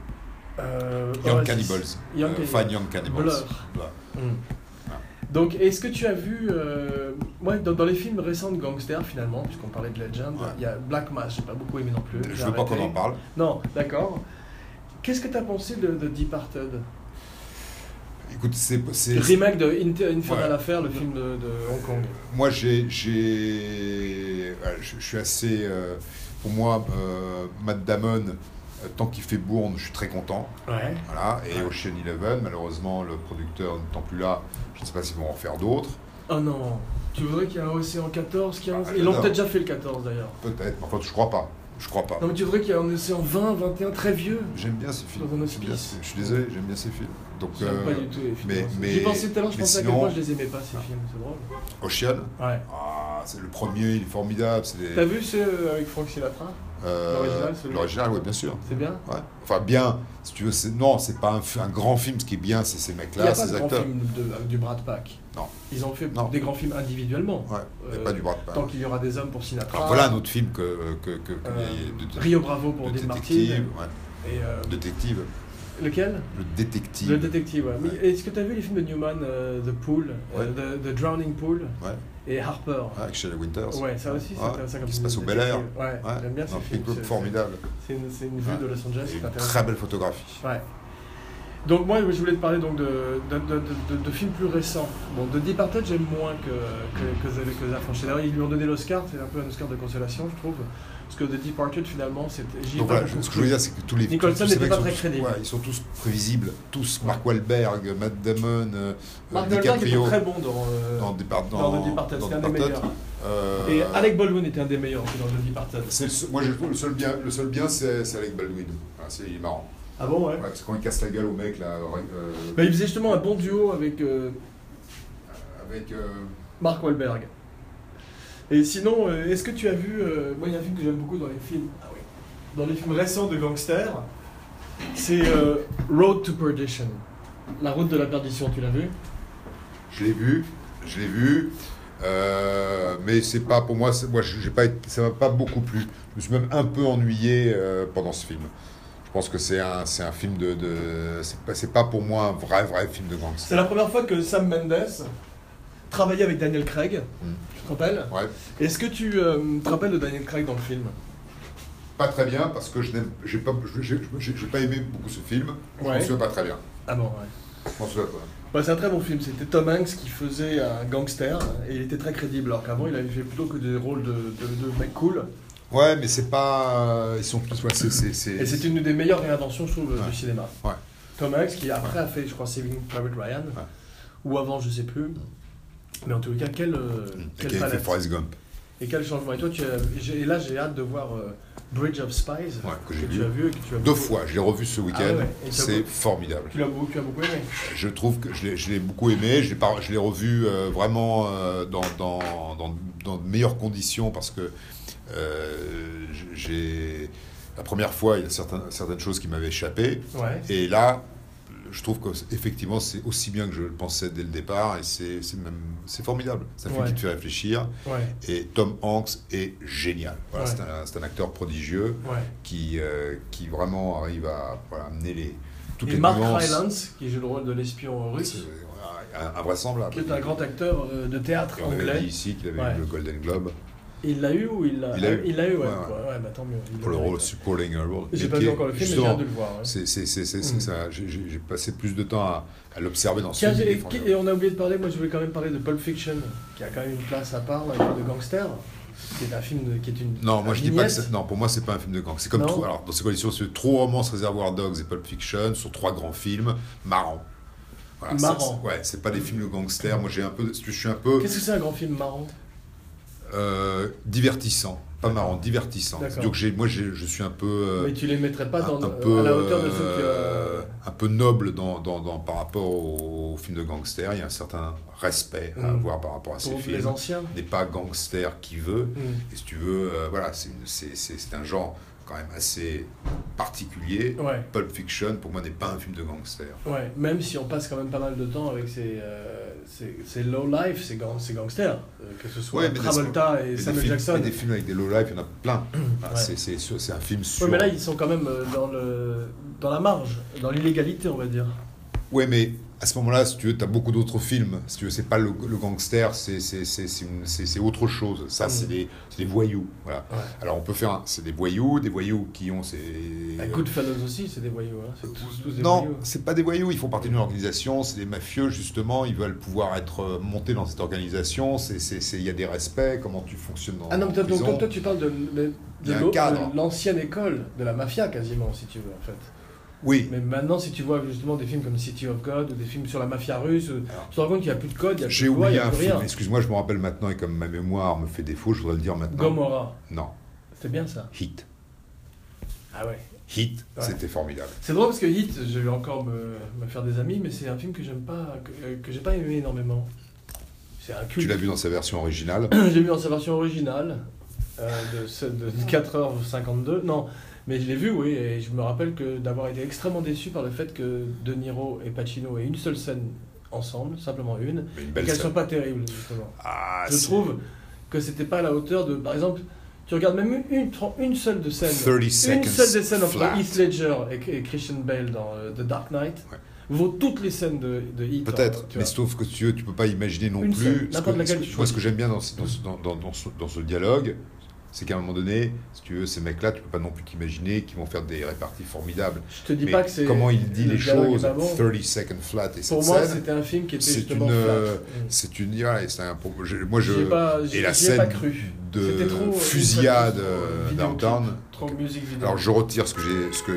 [SPEAKER 2] Euh,
[SPEAKER 1] Young
[SPEAKER 2] Oasis.
[SPEAKER 1] Cannibals.
[SPEAKER 2] Young
[SPEAKER 1] Euh,
[SPEAKER 2] Cannibals.
[SPEAKER 1] Fine Young Cannibals.
[SPEAKER 2] Blur.
[SPEAKER 1] Voilà.
[SPEAKER 2] Hmm.
[SPEAKER 1] Ah.
[SPEAKER 2] Donc, est-ce que tu as vu, euh, ouais, dans, dans les films récents de gangsters finalement, puisqu'on parlait de Legend,
[SPEAKER 1] Ouais.
[SPEAKER 2] il y a Black Mass, j'ai pas beaucoup aimé non plus.
[SPEAKER 1] Je
[SPEAKER 2] j'ai
[SPEAKER 1] veux pas
[SPEAKER 2] arrêté.
[SPEAKER 1] qu'on en parle.
[SPEAKER 2] Non, d'accord. Qu'est-ce que tu as pensé de, de Departed
[SPEAKER 1] Écoute, c'est. c'est-
[SPEAKER 2] Le remake de Inter- Infernal
[SPEAKER 1] Ouais.
[SPEAKER 2] Affair, le film de, de Hong Kong.
[SPEAKER 1] Moi, j'ai, j'ai, ouais, je, je suis assez. euh, pour moi, euh, Matt Damon, euh, tant qu'il fait bourne, je suis très content.
[SPEAKER 2] Ouais.
[SPEAKER 1] Voilà. Et Ocean Eleven, malheureusement, le producteur n'étant plus là, je ne sais pas s'ils vont en faire d'autres.
[SPEAKER 2] Oh non, tu voudrais qu'il y ait un Océan 14, 15
[SPEAKER 1] Ah,
[SPEAKER 2] Ils l'ont
[SPEAKER 1] j'adore.
[SPEAKER 2] peut-être déjà fait le 14 d'ailleurs.
[SPEAKER 1] Peut-être. mais Enfin, je crois pas. Je crois pas.
[SPEAKER 2] Non, mais tu voudrais qu'il y ait un Océan 20, 21, très vieux.
[SPEAKER 1] J'aime bien ces films.
[SPEAKER 2] Dans un
[SPEAKER 1] J'aime bien
[SPEAKER 2] hospice.
[SPEAKER 1] ces- je suis désolé, j'aime bien ces films. Donc,
[SPEAKER 2] J'aime
[SPEAKER 1] euh,
[SPEAKER 2] pas du tout les films.
[SPEAKER 1] mais-
[SPEAKER 2] comme ça.
[SPEAKER 1] mais-
[SPEAKER 2] J'y pensais tout à l'heure, je
[SPEAKER 1] mais
[SPEAKER 2] pensais à quel
[SPEAKER 1] sinon-
[SPEAKER 2] point je les aimais pas ces films, c'est drôle.
[SPEAKER 1] Ocean,
[SPEAKER 2] Ouais.
[SPEAKER 1] ah, c'est le premier, il est formidable. C'est des-
[SPEAKER 2] T'as vu ce euh, avec Frank Sinatra
[SPEAKER 1] euh,
[SPEAKER 2] l'original, celui-là
[SPEAKER 1] L'original, oui, bien sûr.
[SPEAKER 2] C'est bien
[SPEAKER 1] Ouais. Enfin, bien, si tu veux, c'est... non, c'est pas un, f- un grand film. Ce qui est bien, c'est ces
[SPEAKER 2] Il n'y a
[SPEAKER 1] mecs-là,
[SPEAKER 2] pas
[SPEAKER 1] ces
[SPEAKER 2] de grand
[SPEAKER 1] acteurs.
[SPEAKER 2] film de- avec du Brad Pack.
[SPEAKER 1] Non.
[SPEAKER 2] Ils ont fait
[SPEAKER 1] Non.
[SPEAKER 2] des grands films individuellement.
[SPEAKER 1] Ouais, mais
[SPEAKER 2] Euh,
[SPEAKER 1] pas du Brad Pitt.
[SPEAKER 2] Tant qu'il y aura des hommes pour Sinatra.
[SPEAKER 1] Alors voilà un autre film que, que, que, que-
[SPEAKER 2] Euh,
[SPEAKER 1] de, de-
[SPEAKER 2] Rio Bravo pour
[SPEAKER 1] de
[SPEAKER 2] Dean Martin. Et,
[SPEAKER 1] détective, ouais.
[SPEAKER 2] euh,
[SPEAKER 1] détective,
[SPEAKER 2] lequel
[SPEAKER 1] le détective,
[SPEAKER 2] Le détective, ouais. Mais
[SPEAKER 1] Ouais.
[SPEAKER 2] Est-ce que tu as vu les films de Newman, euh, The Pool, euh, the, The Drowning Pool
[SPEAKER 1] Ouais.
[SPEAKER 2] et Harper
[SPEAKER 1] ouais, avec Shelley Winters,
[SPEAKER 2] Ouais, ça aussi, c'est
[SPEAKER 1] Ouais,
[SPEAKER 2] intéressant comme
[SPEAKER 1] qui se
[SPEAKER 2] film
[SPEAKER 1] passe au
[SPEAKER 2] de
[SPEAKER 1] Bel Air.
[SPEAKER 2] détective. Ouais,
[SPEAKER 1] Ouais,
[SPEAKER 2] j'aime bien
[SPEAKER 1] dans
[SPEAKER 2] ces
[SPEAKER 1] un
[SPEAKER 2] films.
[SPEAKER 1] film
[SPEAKER 2] c'est-
[SPEAKER 1] formidable,
[SPEAKER 2] C'est une, c'est une vue
[SPEAKER 1] Ouais.
[SPEAKER 2] de Los Angeles,
[SPEAKER 1] Et
[SPEAKER 2] c'est
[SPEAKER 1] une
[SPEAKER 2] intéressant.
[SPEAKER 1] très belle photographie.
[SPEAKER 2] Ouais. Donc moi, je voulais te parler donc de, de, de- de- de- de films plus récents. Bon, de Departed, j'aime moins que, que, que, The- que The Affranchis. D'ailleurs, ils lui ont donné l'Oscar, c'est un peu un Oscar de consolation, je trouve. Parce que The Departed, finalement, c'était... j'y ai
[SPEAKER 1] Donc
[SPEAKER 2] pas
[SPEAKER 1] voilà,
[SPEAKER 2] beaucoup
[SPEAKER 1] ce que je veux
[SPEAKER 2] cru.
[SPEAKER 1] dire, c'est que tous les
[SPEAKER 2] Nicholson
[SPEAKER 1] tous ces
[SPEAKER 2] n'était
[SPEAKER 1] mecs
[SPEAKER 2] pas
[SPEAKER 1] sont
[SPEAKER 2] très
[SPEAKER 1] tous-
[SPEAKER 2] crédible.
[SPEAKER 1] ouais, ils sont tous prévisibles, tous. Mark Wahlberg, Matt Damon, euh,
[SPEAKER 2] Mark
[SPEAKER 1] euh,
[SPEAKER 2] Wahlberg
[SPEAKER 1] DiCaprio,
[SPEAKER 2] était très bon dans, euh,
[SPEAKER 1] dans, Depart-
[SPEAKER 2] dans,
[SPEAKER 1] dans,
[SPEAKER 2] The Departed,
[SPEAKER 1] dans
[SPEAKER 2] c'était un des
[SPEAKER 1] Departed.
[SPEAKER 2] meilleurs.
[SPEAKER 1] Euh,
[SPEAKER 2] Et Alec Baldwin était un des meilleurs aussi dans The Departed.
[SPEAKER 1] c'est le seul- moi, je trouve le seul bien, le seul bien, c'est c'est Alec Baldwin. Ah, c'est il est marrant.
[SPEAKER 2] Ah bon, ouais,
[SPEAKER 1] Ouais, parce que quand il casse la gueule au mec là, euh,
[SPEAKER 2] Bah, Il faisait justement un bon duo avec euh,
[SPEAKER 1] avec euh,
[SPEAKER 2] Mark Wahlberg. Et sinon, euh, est-ce que tu as vu... euh, moi, il y a un film que j'aime beaucoup dans les films... Ah oui. Dans les films récents de gangsters, c'est euh, Road to Perdition. La route de la perdition, tu l'as vu
[SPEAKER 1] Je l'ai vu, je l'ai vu, euh, mais c'est pas pour moi. c'est- Moi, j'ai pas, été- ça m'a pas beaucoup plu. Je me suis même un peu ennuyé euh, pendant ce film. Je pense que c'est un, c'est un film de, de c'est pas, c'est pas pour moi un vrai, vrai film de
[SPEAKER 2] C'est
[SPEAKER 1] gangster.
[SPEAKER 2] la première fois que Sam Mendes travaillait avec Daniel Craig,
[SPEAKER 1] Mm.
[SPEAKER 2] tu te rappelles
[SPEAKER 1] Ouais,
[SPEAKER 2] Est-ce que tu euh, te rappelles de Daniel Craig dans le film
[SPEAKER 1] pas très bien parce que je n'aime, j'ai pas, je- j'ai j'ai- j'ai pas aimé beaucoup ce film. Je
[SPEAKER 2] Ouais.
[SPEAKER 1] m'en souviens pas très bien.
[SPEAKER 2] Ah bon, ouais.
[SPEAKER 1] Je m'en souviens pas.
[SPEAKER 2] Bah, c'est un très bon film, c'était Tom Hanks qui faisait un gangster et il était très crédible alors qu'avant il avait fait plutôt que des rôles de, de, de mec cool.
[SPEAKER 1] Ouais, mais c'est pas, euh, ils sont tous, ouais, c'est, c'est, c'est-
[SPEAKER 2] Et c'est une des meilleures réinventions, je trouve,
[SPEAKER 1] Ouais.
[SPEAKER 2] du cinéma.
[SPEAKER 1] Ouais.
[SPEAKER 2] Tom Hanks qui après a fait, je crois, Saving Private Ryan ou avant, je sais plus. Mais en tout cas, quel, euh,
[SPEAKER 1] Et
[SPEAKER 2] quelle
[SPEAKER 1] qui a fait
[SPEAKER 2] palette.
[SPEAKER 1] Forrest Gump.
[SPEAKER 2] Et quel changement Et toi, tu as- j'ai- et là, j'ai hâte de voir euh, Bridge of Spies,
[SPEAKER 1] Ouais, que
[SPEAKER 2] que,
[SPEAKER 1] j'ai
[SPEAKER 2] tu
[SPEAKER 1] vu.
[SPEAKER 2] as vu et que tu as
[SPEAKER 1] Deux
[SPEAKER 2] beaucoup-
[SPEAKER 1] fois, je l'ai revu ce week-end.
[SPEAKER 2] Ah ouais, et ça
[SPEAKER 1] C'est
[SPEAKER 2] vaut-
[SPEAKER 1] formidable.
[SPEAKER 2] Tu l'as beaucoup, tu as beaucoup aimé.
[SPEAKER 1] Je trouve que je l'ai- je l'ai beaucoup aimé. Je l'ai par- je l'ai revu euh, vraiment euh, dans, dans, dans, dans de meilleures conditions parce que euh, j'ai. La première fois, il y a certains- certaines choses qui m'avaient échappé.
[SPEAKER 2] Ouais.
[SPEAKER 1] Et là, je trouve qu'effectivement, c'est aussi bien que je le pensais dès le départ. Et c'est c'est même c'est formidable. Ça fait
[SPEAKER 2] Ouais.
[SPEAKER 1] qui te fait réfléchir.
[SPEAKER 2] Ouais.
[SPEAKER 1] Et Tom Hanks est génial. Voilà,
[SPEAKER 2] Ouais.
[SPEAKER 1] C'est un, c'est un acteur prodigieux
[SPEAKER 2] Ouais.
[SPEAKER 1] qui, euh, qui vraiment arrive à voilà, amener les, toutes
[SPEAKER 2] et
[SPEAKER 1] les
[SPEAKER 2] Mark
[SPEAKER 1] nuances.
[SPEAKER 2] Rylance, qui joue le rôle de l'espion
[SPEAKER 1] C'est,
[SPEAKER 2] russe,
[SPEAKER 1] euh, un- invraisemblable.
[SPEAKER 2] qui est un grand acteur euh, de théâtre
[SPEAKER 1] Et on avait dit
[SPEAKER 2] anglais.
[SPEAKER 1] ici qu'il avait
[SPEAKER 2] Ouais.
[SPEAKER 1] eu le Golden Globe
[SPEAKER 2] Il l'a eu ou il l'a
[SPEAKER 1] Il l'a eu.
[SPEAKER 2] eu, ouais.
[SPEAKER 1] Ouais, ouais.
[SPEAKER 2] Ouais, ouais, bah, tant mieux. Il
[SPEAKER 1] pour le
[SPEAKER 2] l'a
[SPEAKER 1] rôle
[SPEAKER 2] mérité.
[SPEAKER 1] supporting role.
[SPEAKER 2] J'ai
[SPEAKER 1] mais
[SPEAKER 2] pas
[SPEAKER 1] qui
[SPEAKER 2] vu
[SPEAKER 1] est
[SPEAKER 2] encore le film, mais j'ai
[SPEAKER 1] justement-
[SPEAKER 2] hâte de le voir. ouais.
[SPEAKER 1] C'est c'est- c'est- c'est-
[SPEAKER 2] Mm.
[SPEAKER 1] c'est ça. J'ai- J'ai j'ai passé plus de temps à, à l'observer dans ce
[SPEAKER 2] Tiens,
[SPEAKER 1] film.
[SPEAKER 2] et,
[SPEAKER 1] Il est formidable.
[SPEAKER 2] et on a oublié de parler, moi je voulais quand même parler de Pulp Fiction, qui a quand même une place à part, là, un film de gangster, qui est un film de- qui est une.
[SPEAKER 1] Non, moi je dis pas que
[SPEAKER 2] vignette.
[SPEAKER 1] c'est- non, pour moi c'est pas un film de gang. C'est comme
[SPEAKER 2] Non.
[SPEAKER 1] trop, alors dans ces conditions, c'est trop romance Reservoir Dogs et Pulp Fiction sur trois grands films marrants. Voilà, ça,
[SPEAKER 2] Marrant.
[SPEAKER 1] c'est- ouais, c'est pas des films de gangsters. Moi j'ai un peu, je suis un peu
[SPEAKER 2] Qu'est-ce que c'est un grand film marrant
[SPEAKER 1] euh, divertissant, pas marrant, divertissant.
[SPEAKER 2] D'accord.
[SPEAKER 1] Donc j'ai, moi j'ai- je suis un peu, euh,
[SPEAKER 2] Mais tu les mettrais pas
[SPEAKER 1] un,
[SPEAKER 2] dans, euh,
[SPEAKER 1] un
[SPEAKER 2] à
[SPEAKER 1] peu,
[SPEAKER 2] la hauteur de ceux que.
[SPEAKER 1] euh, un peu noble dans, dans- dans- par rapport aux, films de gangsters. Il y a un certain respect à
[SPEAKER 2] Mm.
[SPEAKER 1] avoir par rapport à ces
[SPEAKER 2] pour les
[SPEAKER 1] films.
[SPEAKER 2] anciens.
[SPEAKER 1] N'est pas gangster qui veut.
[SPEAKER 2] Hmm.
[SPEAKER 1] Et si tu veux, euh, voilà, c'est une- c'est- c'est- c'est un genre quand même assez particulier.
[SPEAKER 2] Ouais,
[SPEAKER 1] Pulp Fiction, pour moi, n'est pas un film de gangster.
[SPEAKER 2] ouais, même si on passe quand même pas mal de temps avec ces, euh, ces, ces low life, ces, gang- ces gangsters, euh, que ce soit
[SPEAKER 1] Ouais, mais des-
[SPEAKER 2] Travolta et
[SPEAKER 1] Mais des,
[SPEAKER 2] Samuel
[SPEAKER 1] films,
[SPEAKER 2] Jackson.
[SPEAKER 1] mais des films avec des low-life, il y en a plein. Ah,
[SPEAKER 2] Ouais.
[SPEAKER 1] c'est- C'est sur- c'est un film sur...
[SPEAKER 2] Ouais, mais là ils sont quand même euh, dans, le, dans la marge, dans l'illégalité on va dire.
[SPEAKER 1] Ouais, mais à ce moment-là, si tu veux, tu as beaucoup d'autres films. Si tu veux, c'est pas le, le gangster, c'est c'est- c'est- c'est une- c'est- c'est autre chose. Ça,
[SPEAKER 2] Mm.
[SPEAKER 1] c'est des, c'est des voyous. Voilà.
[SPEAKER 2] Ouais.
[SPEAKER 1] Alors, on peut faire... un- C'est des voyous, des voyous qui ont ces...
[SPEAKER 2] Bah, Goodfellas aussi c'est des voyous, hein. c'est tous, tous des
[SPEAKER 1] euh, Non,
[SPEAKER 2] voyous.
[SPEAKER 1] c'est pas des voyous, ils font partie d'une organisation, c'est des mafieux justement, ils veulent pouvoir être euh, montés dans cette organisation, c'est- c'est- c'est- il y a des respects, comment tu fonctionnes dans
[SPEAKER 2] Ah non,
[SPEAKER 1] en
[SPEAKER 2] mais toi, donc,
[SPEAKER 1] prison.
[SPEAKER 2] toi, toi, tu parles de, de- de
[SPEAKER 1] Il y a un
[SPEAKER 2] l'au-
[SPEAKER 1] cadre.
[SPEAKER 2] de l'ancienne école, de la mafia quasiment si tu veux en fait.
[SPEAKER 1] Oui,
[SPEAKER 2] Mais maintenant, si tu vois justement des films comme City of God ou des films sur la mafia russe, euh,
[SPEAKER 1] Alors,
[SPEAKER 2] tu te rends compte qu'il n'y a plus de code, il n'y a plus
[SPEAKER 1] j'ai
[SPEAKER 2] de loi, il
[SPEAKER 1] oublié
[SPEAKER 2] n'y a
[SPEAKER 1] un
[SPEAKER 2] plus
[SPEAKER 1] film,
[SPEAKER 2] rien.
[SPEAKER 1] excuse-moi, je me rappelle maintenant et comme ma mémoire me fait défaut, je voudrais le dire maintenant.
[SPEAKER 2] Gomorrah,
[SPEAKER 1] Non,
[SPEAKER 2] c'était bien ça.
[SPEAKER 1] Hit.
[SPEAKER 2] Ah ouais.
[SPEAKER 1] Hit,
[SPEAKER 2] Ouais.
[SPEAKER 1] c'était formidable.
[SPEAKER 2] C'est drôle parce que Hit, je vais encore me, me faire des amis, mais c'est un film que j'aime pas, que, euh, que j'ai pas aimé énormément. C'est un
[SPEAKER 1] Tu
[SPEAKER 2] culte.
[SPEAKER 1] l'as vu dans sa version originale
[SPEAKER 2] <clears throat> J'ai vu dans sa version originale euh, de, ce- de
[SPEAKER 1] Ah.
[SPEAKER 2] 4h52. Non, mais je l'ai vu, oui, et je me rappelle que d'avoir été extrêmement déçu par le fait que De Niro et Pacino aient une seule scène ensemble, simplement une,
[SPEAKER 1] mais une
[SPEAKER 2] et
[SPEAKER 1] belle
[SPEAKER 2] qu'elle soit
[SPEAKER 1] scène.
[SPEAKER 2] pas terrible justement.
[SPEAKER 1] Ah,
[SPEAKER 2] je
[SPEAKER 1] c'est-
[SPEAKER 2] trouve que c'était pas à la hauteur de. Par exemple, tu regardes même une, une, une seule de scène.
[SPEAKER 1] 30
[SPEAKER 2] Une
[SPEAKER 1] seconds
[SPEAKER 2] seule des scènes entre
[SPEAKER 1] flat.
[SPEAKER 2] Heath Ledger et, et Christian Bale dans euh, The Dark Knight
[SPEAKER 1] Ouais.
[SPEAKER 2] vaut toutes les scènes de, de Heath.
[SPEAKER 1] Peut-être,
[SPEAKER 2] hein, tu
[SPEAKER 1] mais
[SPEAKER 2] vois.
[SPEAKER 1] sauf que tu, veux, tu peux pas imaginer non
[SPEAKER 2] Une
[SPEAKER 1] plus.
[SPEAKER 2] seule,
[SPEAKER 1] ce que-
[SPEAKER 2] n'importe laquelle
[SPEAKER 1] ce que-
[SPEAKER 2] tu
[SPEAKER 1] moi, ce que j'aime bien dans, ce- dans ce- dans- dans- dans ce, dans ce dialogue, c'est qu'à un moment donné, si tu veux, ces mecs-là, tu peux pas non plus t'imaginer qu'ils vont faire des réparties formidables.
[SPEAKER 2] je te dis
[SPEAKER 1] Mais
[SPEAKER 2] pas que c'est.
[SPEAKER 1] comment il dit
[SPEAKER 2] le
[SPEAKER 1] les
[SPEAKER 2] dialogue est
[SPEAKER 1] choses,
[SPEAKER 2] pas bon.
[SPEAKER 1] 30 Second Flat et cette
[SPEAKER 2] Pour moi,
[SPEAKER 1] scène,
[SPEAKER 2] c'était un film qui était
[SPEAKER 1] c'est une.
[SPEAKER 2] justement
[SPEAKER 1] euh,
[SPEAKER 2] flat.
[SPEAKER 1] C'est une. ouais, c'est un propos- je- moi,
[SPEAKER 2] J'y ai
[SPEAKER 1] je.
[SPEAKER 2] pas, j'y-
[SPEAKER 1] et la
[SPEAKER 2] j'y ai pas
[SPEAKER 1] scène
[SPEAKER 2] cru.
[SPEAKER 1] De
[SPEAKER 2] C'était trop, euh,
[SPEAKER 1] fusillade
[SPEAKER 2] trop,
[SPEAKER 1] euh,
[SPEAKER 2] vidéo
[SPEAKER 1] downtown.
[SPEAKER 2] Trop musique vidéo.
[SPEAKER 1] Alors, je retire ce que j'ai. ce que.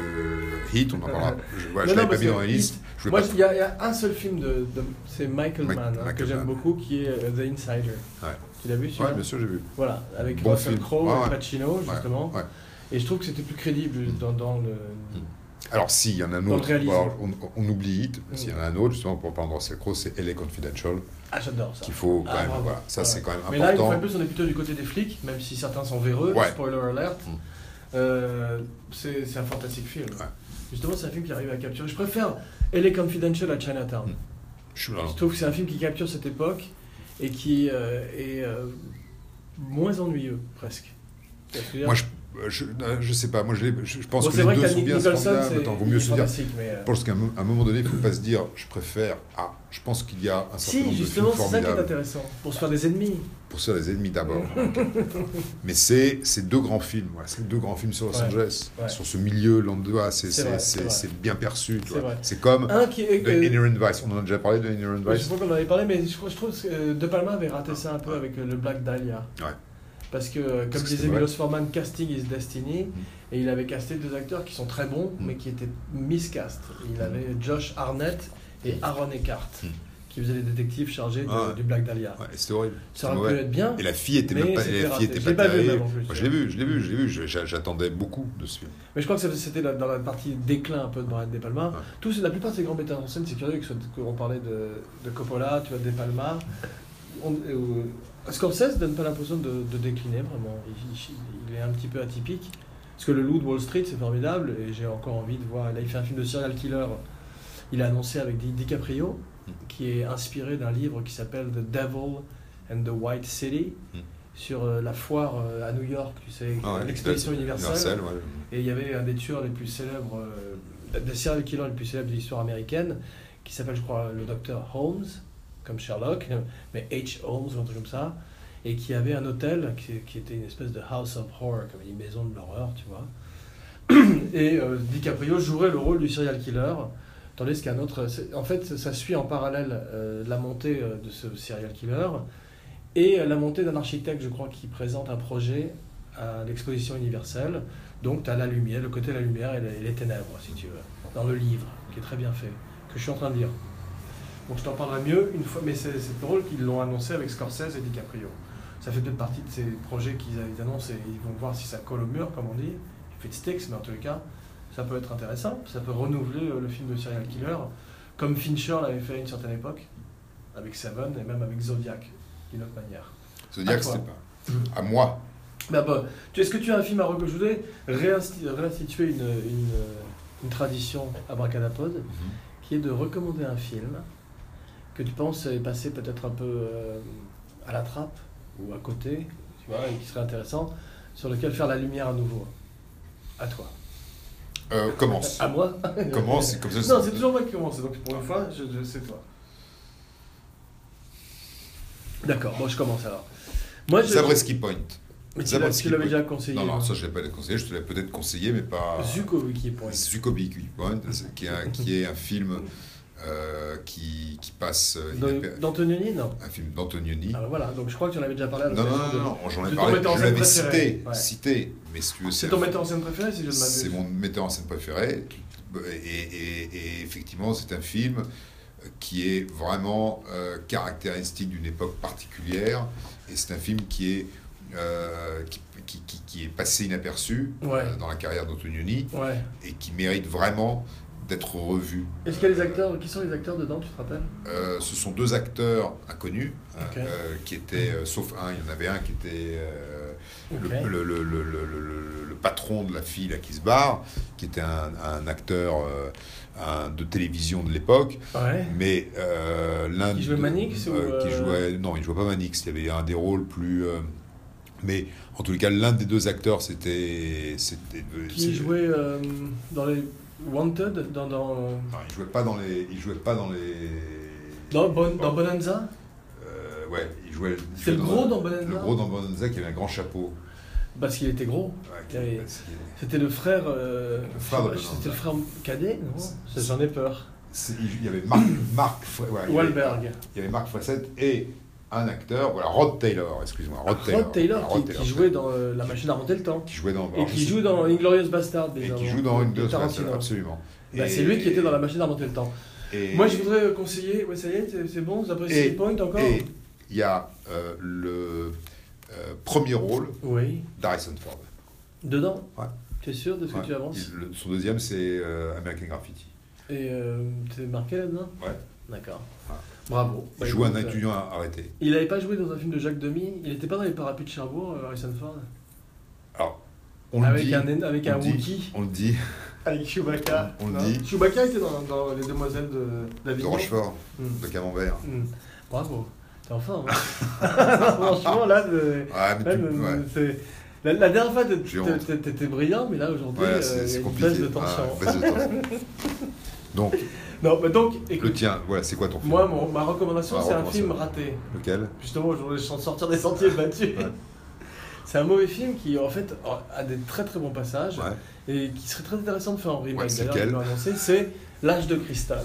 [SPEAKER 1] Hit, on en parlera.
[SPEAKER 2] <laughs>
[SPEAKER 1] Je, ouais, je
[SPEAKER 2] Non, non,
[SPEAKER 1] l'avais pas
[SPEAKER 2] parce
[SPEAKER 1] mis dans
[SPEAKER 2] que
[SPEAKER 1] la
[SPEAKER 2] Hit-
[SPEAKER 1] liste. Je
[SPEAKER 2] Moi,
[SPEAKER 1] voulais pas-
[SPEAKER 2] il y, a il y a un seul film de, de- c'est Michael
[SPEAKER 1] Mike-
[SPEAKER 2] Mann hein, que
[SPEAKER 1] Michael
[SPEAKER 2] j'aime
[SPEAKER 1] Mann.
[SPEAKER 2] beaucoup, qui est euh, The Insider.
[SPEAKER 1] Ouais.
[SPEAKER 2] Tu l'as vu
[SPEAKER 1] Ouais,
[SPEAKER 2] celui-là
[SPEAKER 1] bien sûr, j'ai vu.
[SPEAKER 2] Voilà, avec
[SPEAKER 1] Bon
[SPEAKER 2] Russell
[SPEAKER 1] film.
[SPEAKER 2] Crowe
[SPEAKER 1] Ouais,
[SPEAKER 2] et
[SPEAKER 1] ouais.
[SPEAKER 2] Pacino justement.
[SPEAKER 1] ouais. Mm.
[SPEAKER 2] Et je trouve que c'était plus crédible dans, dans le.
[SPEAKER 1] Alors, si, il y en a un
[SPEAKER 2] Dans le
[SPEAKER 1] autre.
[SPEAKER 2] réalisme.
[SPEAKER 1] Alors, on, on oublie Hit.
[SPEAKER 2] Mm.
[SPEAKER 1] S'il y en a un autre, justement, pour prendre Russell Crowe, c'est LA Confidential,
[SPEAKER 2] Ah, j'adore ça.
[SPEAKER 1] qu'il faut quand
[SPEAKER 2] Ah,
[SPEAKER 1] même.
[SPEAKER 2] bravo.
[SPEAKER 1] Voilà. Ça,
[SPEAKER 2] Ouais.
[SPEAKER 1] c'est quand même
[SPEAKER 2] Mais là, une
[SPEAKER 1] important.
[SPEAKER 2] fois de plus, on est plutôt du côté des flics, même si certains sont véreux,
[SPEAKER 1] Ouais.
[SPEAKER 2] spoiler alert.
[SPEAKER 1] Mm.
[SPEAKER 2] Euh, c'est c'est un fantastique film.
[SPEAKER 1] Ouais.
[SPEAKER 2] Justement, c'est un film qui arrive à capturer. Je préfère LA Confidential à Chinatown.
[SPEAKER 1] Mm. Je suis là.
[SPEAKER 2] Je trouve que c'est un film qui capture cette époque et qui euh, est euh, moins ennuyeux, presque. Tu vois ce que je veux dire
[SPEAKER 1] Moi, je, je, euh, je sais pas. Moi, je, l'ai- je, je pense
[SPEAKER 2] Bon,
[SPEAKER 1] que
[SPEAKER 2] c'est vrai
[SPEAKER 1] les
[SPEAKER 2] que
[SPEAKER 1] deux
[SPEAKER 2] la
[SPEAKER 1] sont bien
[SPEAKER 2] Nicholson,
[SPEAKER 1] formidables.
[SPEAKER 2] c'est
[SPEAKER 1] Attends, vaut mieux se dire.
[SPEAKER 2] fantastique, mais. euh,
[SPEAKER 1] Je pense qu'à un mo- à un moment donné, il ne faut pas se dire je préfère. Ah, je pense qu'il y a un certain
[SPEAKER 2] Si,
[SPEAKER 1] nombre de
[SPEAKER 2] justement,
[SPEAKER 1] films
[SPEAKER 2] c'est ça qui est
[SPEAKER 1] formidables.
[SPEAKER 2] intéressant. Pour se faire des ennemis.
[SPEAKER 1] Pour ça, les ennemis
[SPEAKER 2] <laughs>
[SPEAKER 1] d'abord. Mais c'est c'est deux grands films. voilà, c'est deux grands films sur Los
[SPEAKER 2] Ouais,
[SPEAKER 1] Angeles,
[SPEAKER 2] ouais.
[SPEAKER 1] sur ce milieu landois. C'est
[SPEAKER 2] C'est
[SPEAKER 1] c'est-
[SPEAKER 2] vrai, c'est
[SPEAKER 1] c'est-
[SPEAKER 2] vrai.
[SPEAKER 1] c'est bien perçu. tu
[SPEAKER 2] C'est
[SPEAKER 1] vois.
[SPEAKER 2] vrai.
[SPEAKER 1] C'est comme
[SPEAKER 2] Un qui euh, est.
[SPEAKER 1] The
[SPEAKER 2] que-
[SPEAKER 1] Inherent Vice. On en a déjà parlé de Inherent
[SPEAKER 2] Ouais, Je
[SPEAKER 1] Vice.
[SPEAKER 2] sais pas qu'on en avait parlé, mais je, je trouve que euh, De Palma avait raté ça un peu avec euh, le Black Dahlia.
[SPEAKER 1] Ouais.
[SPEAKER 2] Parce que, euh, comme
[SPEAKER 1] que
[SPEAKER 2] disait
[SPEAKER 1] c'était vrai.
[SPEAKER 2] Milos Forman, casting is destiny, et il avait casté deux acteurs qui sont très bons,
[SPEAKER 1] Mm.
[SPEAKER 2] mais qui étaient miscast. Il avait Josh Arnett et Aaron Eckhart,
[SPEAKER 1] Mm. Ah
[SPEAKER 2] qui qui faisait les détectives chargés de-
[SPEAKER 1] Ouais.
[SPEAKER 2] du Black Dahlia.
[SPEAKER 1] Ouais, c'était horrible.
[SPEAKER 2] Ça
[SPEAKER 1] C'était
[SPEAKER 2] aurait pu
[SPEAKER 1] mauvais.
[SPEAKER 2] être bien.
[SPEAKER 1] Et la fille était
[SPEAKER 2] Mais
[SPEAKER 1] même pas,
[SPEAKER 2] c'était
[SPEAKER 1] la
[SPEAKER 2] raté.
[SPEAKER 1] fille était
[SPEAKER 2] Je
[SPEAKER 1] pas
[SPEAKER 2] l'ai pas vu,
[SPEAKER 1] terrible.
[SPEAKER 2] même, en plus.
[SPEAKER 1] Moi, je l'ai vu, je l'ai vu, je l'ai vu. Je- j'a- J'attendais beaucoup de ce film.
[SPEAKER 2] Mais je crois que ça- c'était la- dans la partie déclin un peu de Brian De Palma.
[SPEAKER 1] Ouais.
[SPEAKER 2] Tous, la plupart de ces grands metteurs en scène, c'est curieux que ce soit- qu'on parlait de, de Coppola, tu vois, De Palma. On, euh, Scorsese donne pas l'impression de, de décliner vraiment. Il, il- il est un petit peu atypique. Parce que le loup de Wall Street, c'est formidable et j'ai encore envie de voir. Là, il fait un film de serial killer. Il a annoncé avec Di- DiCaprio,
[SPEAKER 1] Mm.
[SPEAKER 2] qui est inspiré d'un livre qui s'appelle The Devil and the White City,
[SPEAKER 1] Mm.
[SPEAKER 2] sur euh, la foire euh, à New York, tu sais,
[SPEAKER 1] Ah ouais,
[SPEAKER 2] l'exposition universelle.
[SPEAKER 1] Universal, ouais.
[SPEAKER 2] Et il y avait un des tueurs les plus célèbres, euh, des serial killers les plus célèbres de l'histoire américaine, qui s'appelle, je crois, le docteur Holmes, comme Sherlock, <laughs> mais H. Holmes ou un truc comme ça, et qui avait un hôtel qui, qui était une espèce de House of Horror, comme une maison de l'horreur, tu vois. <clears throat> Et euh, DiCaprio jouerait le rôle du serial killer, tandis qu'un autre. c'est- En fait, ça suit en parallèle euh, la montée euh, de ce serial killer et euh, la montée d'un architecte, je crois, qui présente un projet à l'exposition universelle. Donc tu as la lumière, le côté de la lumière et les- les ténèbres, si tu veux, dans le livre, qui est très bien fait, que je suis en train de lire. Donc je t'en parlerai mieux une fois, mais c'est c'est drôle qu'ils l'ont annoncé avec Scorsese et DiCaprio. Ça fait peut-être partie de ces projets qu'ils a- ils annoncent et ils vont voir si ça colle au mur, comme on dit. Il fait de steaks, mais en tous les cas, ça peut être intéressant. Ça peut renouveler euh, le film de serial killer, comme Fincher l'avait fait à une certaine époque, avec Seven et même avec Zodiac, d'une autre manière.
[SPEAKER 1] Zodiac,
[SPEAKER 2] À toi.
[SPEAKER 1] c'était pas. À moi.
[SPEAKER 2] Bah bah, tu- est-ce que tu as un film à recommander réinsti- Réinstituer une, une, une tradition à
[SPEAKER 1] Mhm.
[SPEAKER 2] Bracadapod, qui est de recommander un film que tu penses est passé peut-être un peu euh, à la trappe ou à côté, tu vois, et qui serait intéressant, sur lequel faire la lumière à nouveau. À toi.
[SPEAKER 1] Euh, commence. <laughs>
[SPEAKER 2] À moi
[SPEAKER 1] Commence, comme ça.
[SPEAKER 2] Non, c'est toujours moi qui commence, donc pour une fois, je, je- c'est toi. D'accord, bon, je commence alors. Moi, je...
[SPEAKER 1] Zabriskie Point.
[SPEAKER 2] Mais tu l'as-
[SPEAKER 1] Zabriskie
[SPEAKER 2] tu l'avais
[SPEAKER 1] Point.
[SPEAKER 2] déjà conseillé.
[SPEAKER 1] Non, non,
[SPEAKER 2] hein.
[SPEAKER 1] ça, je l'ai pas conseillé. Je te l'ai peut-être conseillé, mais pas.
[SPEAKER 2] Zukoviki Point.
[SPEAKER 1] Zukovic Point, c'est- qui est un, qui est un film euh, qui, qui passe. euh, inaper-
[SPEAKER 2] Dans- Ah, D'Antonioni, non.
[SPEAKER 1] Un film d'Antonioni.
[SPEAKER 2] Alors voilà, donc je crois que tu en avais déjà parlé à
[SPEAKER 1] Non, non,
[SPEAKER 2] l'occasion.
[SPEAKER 1] non,
[SPEAKER 2] de-
[SPEAKER 1] non, j'en ai
[SPEAKER 2] de ton
[SPEAKER 1] parlé.
[SPEAKER 2] metteur en
[SPEAKER 1] Je
[SPEAKER 2] scène
[SPEAKER 1] l'avais
[SPEAKER 2] préféré,
[SPEAKER 1] cité,
[SPEAKER 2] ouais.
[SPEAKER 1] cité, mais si tu veux,
[SPEAKER 2] C'est
[SPEAKER 1] un
[SPEAKER 2] ton
[SPEAKER 1] film-
[SPEAKER 2] metteur en scène préféré, si je ne m'abuse.
[SPEAKER 1] C'est mon metteur en scène préféré. Et, et- et effectivement, c'est un film euh, qui est vraiment euh, caractéristique d'une époque particulière. Et c'est un film qui est, euh, qui, qui- qui- qui est passé inaperçu
[SPEAKER 2] Ouais.
[SPEAKER 1] euh, dans la carrière d'Antonioni
[SPEAKER 2] Ouais.
[SPEAKER 1] et qui mérite vraiment d'être revu.
[SPEAKER 2] Est-ce qu'il y a les acteurs Qui sont les acteurs dedans, tu te rappelles
[SPEAKER 1] Euh, ce sont deux acteurs inconnus, hein,
[SPEAKER 2] Ok.
[SPEAKER 1] euh, qui étaient, euh, sauf un, il y en avait un qui était euh, le, le- le- le- le- le- le- le patron de la fille là, qui se barre, qui était un, un acteur euh, un- de télévision de l'époque,
[SPEAKER 2] Ouais.
[SPEAKER 1] mais euh, l'un
[SPEAKER 2] Qui jouait
[SPEAKER 1] de-
[SPEAKER 2] Manix ou,
[SPEAKER 1] euh, qui
[SPEAKER 2] euh,
[SPEAKER 1] jouait, non, il jouait pas Manix, il y avait un des rôles plus, euh, mais en tout cas, l'un des deux acteurs, c'était, c'était, c'est-
[SPEAKER 2] Qui jouait euh, dans les Wanted, dans, dans,
[SPEAKER 1] non, il jouait pas dans les, il jouait pas dans les,
[SPEAKER 2] dans, Bon- dans Bonanza
[SPEAKER 1] Euh, ouais, il jouait. il
[SPEAKER 2] C'était
[SPEAKER 1] jouait
[SPEAKER 2] le gros dans Bonanza
[SPEAKER 1] Le gros dans Bonanza qui avait un grand chapeau.
[SPEAKER 2] Parce qu'il était gros.
[SPEAKER 1] Ouais, qui-
[SPEAKER 2] Il y avait-
[SPEAKER 1] parce qu'il-
[SPEAKER 2] C'était le frère. euh,
[SPEAKER 1] Le frère de Bonanza.
[SPEAKER 2] C'était le frère cadet, non
[SPEAKER 1] C'est-
[SPEAKER 2] J'en ai peur.
[SPEAKER 1] c'est- il y avait Marc, <coughs> Marc, Fre- ouais, il y avait-
[SPEAKER 2] Wahlberg.
[SPEAKER 1] Il y avait Marc Facette et un acteur, voilà, Rod Taylor, excuse-moi. Rod Taylor,
[SPEAKER 2] Rod Taylor,
[SPEAKER 1] Voilà,
[SPEAKER 2] qui,
[SPEAKER 1] Rod
[SPEAKER 2] qui jouait dans euh, La machine à remonter le temps.
[SPEAKER 1] qui jouait dans.
[SPEAKER 2] Et
[SPEAKER 1] alors, je
[SPEAKER 2] qui
[SPEAKER 1] sais-
[SPEAKER 2] joue dans Inglorious Bastard
[SPEAKER 1] Et qui joue dans une absolument.
[SPEAKER 2] Bah,
[SPEAKER 1] Et-
[SPEAKER 2] c'est lui qui était dans la machine à remonter le temps.
[SPEAKER 1] et-
[SPEAKER 2] Moi, je voudrais conseiller. Ouais, ça y est, c'est- c'est bon, vous appréciez
[SPEAKER 1] Et-
[SPEAKER 2] le point encore
[SPEAKER 1] Et il y a euh, le euh, premier rôle
[SPEAKER 2] Oui.
[SPEAKER 1] d'Harrison Ford.
[SPEAKER 2] Dedans
[SPEAKER 1] Ouais.
[SPEAKER 2] Tu es sûr de ce
[SPEAKER 1] Ouais.
[SPEAKER 2] que tu avances
[SPEAKER 1] Il- le- son deuxième, c'est euh, American Graffiti.
[SPEAKER 2] Et euh, t'es marqué là-dedans
[SPEAKER 1] Ouais.
[SPEAKER 2] D'accord.
[SPEAKER 1] Ouais.
[SPEAKER 2] Bravo.
[SPEAKER 1] Il
[SPEAKER 2] Bah,
[SPEAKER 1] joue un
[SPEAKER 2] écoute,
[SPEAKER 1] étudiant arrêté.
[SPEAKER 2] euh, Il n'avait pas joué dans un film de Jacques Demy Il n'était pas dans les parapluies de Cherbourg, euh, Harrison Ford
[SPEAKER 1] Alors, on le
[SPEAKER 2] Avec
[SPEAKER 1] dit.
[SPEAKER 2] un, avec
[SPEAKER 1] on
[SPEAKER 2] un
[SPEAKER 1] le dit,
[SPEAKER 2] Wookie
[SPEAKER 1] On le dit.
[SPEAKER 2] Avec Chewbacca.
[SPEAKER 1] On le
[SPEAKER 2] Non
[SPEAKER 1] dit.
[SPEAKER 2] Chewbacca était dans, dans Les Demoiselles de David.
[SPEAKER 1] De Rochefort, de Camembert.
[SPEAKER 2] Hmm. Bravo. T'es en forme. hein. <laughs> Franchement, là, de...
[SPEAKER 1] Ah, mais
[SPEAKER 2] Ouais,
[SPEAKER 1] tu-
[SPEAKER 2] mais-
[SPEAKER 1] ouais.
[SPEAKER 2] euh, c'est- la, la dernière fois, t'es-
[SPEAKER 1] J'ai honte.
[SPEAKER 2] t'es- t'étais brillant, mais là aujourd'hui,
[SPEAKER 1] Ouais,
[SPEAKER 2] euh, il
[SPEAKER 1] c'est
[SPEAKER 2] y a
[SPEAKER 1] c'est
[SPEAKER 2] une
[SPEAKER 1] compliqué.
[SPEAKER 2] baisse de
[SPEAKER 1] Ah,
[SPEAKER 2] tension.
[SPEAKER 1] baisse de tension.
[SPEAKER 2] <laughs>
[SPEAKER 1] Donc,
[SPEAKER 2] non, mais donc,
[SPEAKER 1] le
[SPEAKER 2] écoute,
[SPEAKER 1] tien, voilà, c'est quoi ton film
[SPEAKER 2] moi, mon- ma recommandation,
[SPEAKER 1] Ma
[SPEAKER 2] c'est un
[SPEAKER 1] recommandation.
[SPEAKER 2] film raté.
[SPEAKER 1] Lequel
[SPEAKER 2] Justement, aujourd'hui, je suis en train de sortir des
[SPEAKER 1] <laughs>
[SPEAKER 2] sentiers battus.
[SPEAKER 1] Ouais.
[SPEAKER 2] C'est un mauvais film qui, en fait, a des très très bons passages
[SPEAKER 1] Ouais.
[SPEAKER 2] et qui serait très intéressant de faire en remake.
[SPEAKER 1] Ouais, c'est
[SPEAKER 2] D'ailleurs,
[SPEAKER 1] lequel
[SPEAKER 2] ils l'ont annoncé, c'est L'âge de cristal,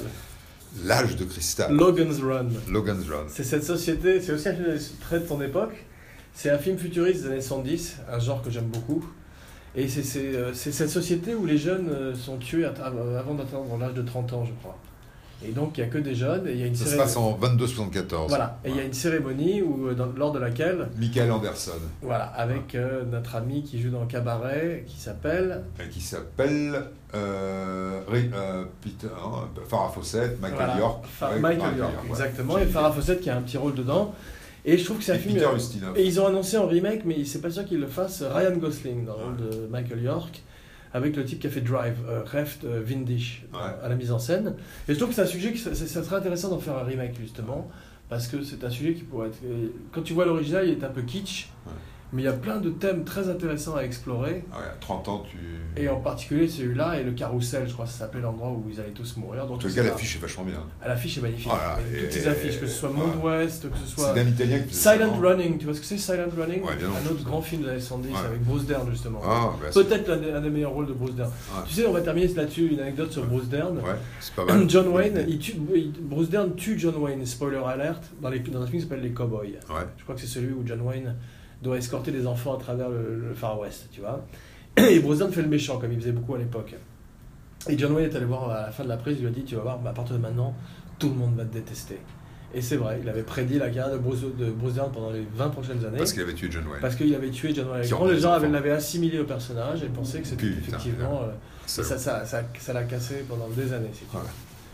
[SPEAKER 1] L'âge de cristal.
[SPEAKER 2] Logan's Run.
[SPEAKER 1] Logan's Run.
[SPEAKER 2] C'est cette société, c'est aussi un film très de son époque. C'est un film futuriste des années 110, un genre que j'aime beaucoup. Et c'est c'est, euh, c'est cette société où les jeunes euh, sont tués à- à- avant d'atteindre l'âge de 30 ans, je crois. Et donc, il n'y a que des jeunes. Et il y a une
[SPEAKER 1] Ça se
[SPEAKER 2] cérémonie-
[SPEAKER 1] passe en 2274.
[SPEAKER 2] Voilà. Et il y a une cérémonie où, euh, dans- lors de laquelle,
[SPEAKER 1] Michael Anderson,
[SPEAKER 2] voilà, avec euh, notre ami qui joue dans le cabaret, qui s'appelle.
[SPEAKER 1] euh, qui s'appelle euh, Ray- euh, Peter, hein, Farrah Fawcett, Michael
[SPEAKER 2] voilà,
[SPEAKER 1] York.
[SPEAKER 2] Fa-
[SPEAKER 1] Ouais,
[SPEAKER 2] Michael York,
[SPEAKER 1] ouais.
[SPEAKER 2] exactement.
[SPEAKER 1] J'ai
[SPEAKER 2] Et
[SPEAKER 1] dit.
[SPEAKER 2] Farah Fawcett qui a un petit rôle dedans. Et je trouve que c'est un
[SPEAKER 1] Et
[SPEAKER 2] film.
[SPEAKER 1] Peter Ustinov.
[SPEAKER 2] Et ils ont annoncé en remake, mais c'est pas sûr qu'ils le fassent, Ryan Gosling dans le rôle de Michael York, avec le type qui a fait Drive, euh, Reft, euh, Windish,
[SPEAKER 1] Ouais.
[SPEAKER 2] euh, à la mise en scène. Et je trouve que c'est un sujet qui ça, ça- ça serait intéressant d'en faire un remake, justement, parce que c'est un sujet qui pourrait être. et Quand tu vois l'original, il est un peu kitsch,
[SPEAKER 1] Ouais.
[SPEAKER 2] mais il y a plein de thèmes très intéressants à explorer.
[SPEAKER 1] Ah ouais, à 30 ans, tu.
[SPEAKER 2] Et en particulier celui-là et le carrousel, je crois que ça s'appelait l'endroit où ils allaient tous mourir. Donc
[SPEAKER 1] En tout
[SPEAKER 2] je
[SPEAKER 1] cas,
[SPEAKER 2] sais pas.
[SPEAKER 1] l'affiche est vachement bien.
[SPEAKER 2] Ah, l'affiche est magnifique.
[SPEAKER 1] Voilà,
[SPEAKER 2] Il y a Toutes
[SPEAKER 1] et-
[SPEAKER 2] les affiches, que ce soit Monde Ouest, que ce
[SPEAKER 1] C'est
[SPEAKER 2] soit.
[SPEAKER 1] d'un italien qui faisait ça,
[SPEAKER 2] Silent
[SPEAKER 1] non
[SPEAKER 2] Running, tu vois ce que c'est Silent Running
[SPEAKER 1] Ouais, bien
[SPEAKER 2] Un
[SPEAKER 1] sûr.
[SPEAKER 2] autre grand film des années 70
[SPEAKER 1] Ouais.
[SPEAKER 2] avec Bruce Dern justement.
[SPEAKER 1] Ah, bah, c'est-
[SPEAKER 2] Peut-être l'un des- un des meilleurs rôles de Bruce Dern.
[SPEAKER 1] Ouais.
[SPEAKER 2] Tu sais, on va terminer là-dessus, une anecdote sur Bruce Dern.
[SPEAKER 1] ouais, c'est pas mal.
[SPEAKER 2] <clears throat> <laughs> John Wayne, il tue- il- Bruce Dern tue John Wayne, spoiler alert, dans, les, dans un film qui s'appelle Les Cowboys.
[SPEAKER 1] Ouais.
[SPEAKER 2] Je crois que c'est celui où John Wayne doit escorter des enfants à travers le, le Far West, tu vois. <clears throat> Et Bruce Dern fait le méchant, comme il faisait beaucoup à l'époque. Et John Wayne est allé voir à la fin de la prise, il lui a dit Tu vas voir, bah, à partir de maintenant, tout le monde va te détester. Et c'est vrai, il avait prédit la carrière de Bruce, de Bruce Dern pendant les 20 prochaines années.
[SPEAKER 1] Parce qu'il avait tué John Wayne.
[SPEAKER 2] Parce qu'il avait tué John Wayne.
[SPEAKER 1] Qui
[SPEAKER 2] Grand,
[SPEAKER 1] rendait
[SPEAKER 2] les gens
[SPEAKER 1] les
[SPEAKER 2] avaient-
[SPEAKER 1] enfants.
[SPEAKER 2] l'avaient assimilé au personnage et pensaient que c'était
[SPEAKER 1] Putain,
[SPEAKER 2] effectivement. euh,
[SPEAKER 1] C'est-
[SPEAKER 2] et ça, ça, ça, ça l'a cassé pendant des années, si tu veux.
[SPEAKER 1] Ouais.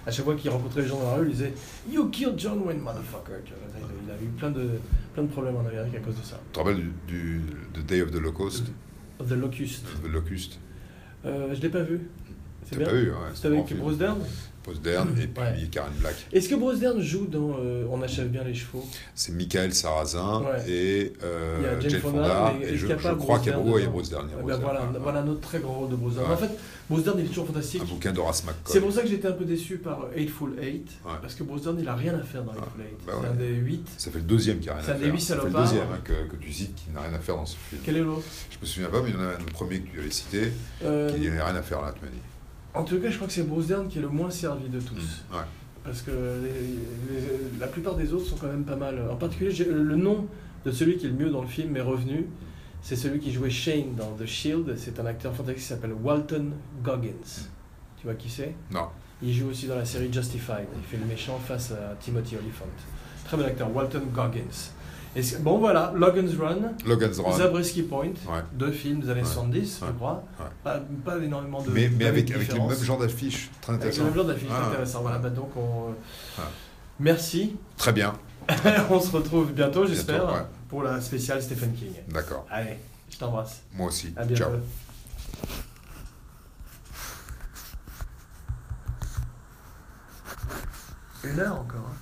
[SPEAKER 2] À chaque fois qu'il rencontrait les gens dans la rue, il disait You killed John Wayne, motherfucker. tu vois. Il a eu plein de, plein de problèmes en Amérique à cause de ça.
[SPEAKER 1] Tu te rappelles du, du- de Day of the Locust
[SPEAKER 2] Mm. The Locust.
[SPEAKER 1] The Locust
[SPEAKER 2] Euh, je l'ai pas vu. C'est
[SPEAKER 1] T'as
[SPEAKER 2] bien.
[SPEAKER 1] pas vu, ouais.
[SPEAKER 2] C'était avec Bruce Dern.
[SPEAKER 1] Postdern et puis
[SPEAKER 2] Ouais.
[SPEAKER 1] Karen Black.
[SPEAKER 2] Est-ce que Bruce Dern joue dans euh, On achève bien les chevaux
[SPEAKER 1] C'est Michael Sarrazin
[SPEAKER 2] Ouais.
[SPEAKER 1] et euh,
[SPEAKER 2] Il y a Jane
[SPEAKER 1] Jane
[SPEAKER 2] Fonda,
[SPEAKER 1] Fonda.
[SPEAKER 2] mais
[SPEAKER 1] Et,
[SPEAKER 2] est-ce
[SPEAKER 1] je,
[SPEAKER 2] qu'il y a
[SPEAKER 1] je
[SPEAKER 2] pas
[SPEAKER 1] crois
[SPEAKER 2] Bruce
[SPEAKER 1] qu'il y a
[SPEAKER 2] Dern
[SPEAKER 1] Bruce- ouais, il y a
[SPEAKER 2] dedans
[SPEAKER 1] Bruce Dern. il y a Bruce
[SPEAKER 2] Eh ben,
[SPEAKER 1] Dern.
[SPEAKER 2] voilà,
[SPEAKER 1] Ah,
[SPEAKER 2] voilà un autre très grand rôle de Bruce Dern.
[SPEAKER 1] Ouais. Ah,
[SPEAKER 2] En fait, Bruce Dern, il est toujours fantastique.
[SPEAKER 1] Un bouquin d'Horace
[SPEAKER 2] C'est
[SPEAKER 1] McCoy.
[SPEAKER 2] pour ça que j'étais un peu déçu par Hateful Eight,
[SPEAKER 1] Ouais.
[SPEAKER 2] parce que Bruce Dern, il a rien à faire dans Hateful Eight.
[SPEAKER 1] bah
[SPEAKER 2] c'est
[SPEAKER 1] ouais.
[SPEAKER 2] un des 8.
[SPEAKER 1] Ça fait le deuxième qui a rien à
[SPEAKER 2] C'est un
[SPEAKER 1] faire.
[SPEAKER 2] des huit
[SPEAKER 1] Ça fait le
[SPEAKER 2] salopards.
[SPEAKER 1] deuxième hein, que, que tu cites qui n'a rien à faire dans ce film.
[SPEAKER 2] Quel est l'autre
[SPEAKER 1] Je me souviens pas, mais il y en a un premier que tu avais cité
[SPEAKER 2] Euh,
[SPEAKER 1] qui n'a rien à faire là, tu m'as dit.
[SPEAKER 2] En tout cas, je crois que c'est Bruce Dern qui est le moins servi de tous.
[SPEAKER 1] Mm. Ouais.
[SPEAKER 2] Parce que les- les- la plupart des autres sont quand même pas mal. En particulier, j'ai- le nom de celui qui est le mieux dans le film m'est revenu. C'est celui qui jouait Shane dans The Shield. C'est un acteur fantastique qui s'appelle Walton Goggins. Tu vois qui c'est
[SPEAKER 1] Non.
[SPEAKER 2] Il joue aussi dans la série Justified. Il fait le méchant face à Timothy Oliphant. Très bon acteur, Walton Goggins. Et c'est- bon, voilà, Logan's Run,
[SPEAKER 1] Logan's Run.
[SPEAKER 2] Zabriskie Point,
[SPEAKER 1] Ouais.
[SPEAKER 2] deux films des années
[SPEAKER 1] Ouais.
[SPEAKER 2] 70,
[SPEAKER 1] Ouais.
[SPEAKER 2] je crois.
[SPEAKER 1] Ouais.
[SPEAKER 2] Pas, pas énormément de.
[SPEAKER 1] Mais, mais
[SPEAKER 2] pas
[SPEAKER 1] avec,
[SPEAKER 2] de
[SPEAKER 1] avec le
[SPEAKER 2] différence.
[SPEAKER 1] même genre d'affiche. Très
[SPEAKER 2] Avec
[SPEAKER 1] intéressant.
[SPEAKER 2] le même genre d'affiche,
[SPEAKER 1] Ah.
[SPEAKER 2] c'est intéressant. Voilà, bah donc on.
[SPEAKER 1] Ah.
[SPEAKER 2] Merci. <laughs>
[SPEAKER 1] Très bien.
[SPEAKER 2] on se retrouve bientôt, j'espère,
[SPEAKER 1] Bientôt, ouais.
[SPEAKER 2] pour la spéciale Stephen King.
[SPEAKER 1] D'accord.
[SPEAKER 2] Allez, je t'embrasse.
[SPEAKER 1] Moi aussi.
[SPEAKER 2] À bientôt.
[SPEAKER 1] Ciao.
[SPEAKER 2] Une heure encore. hein.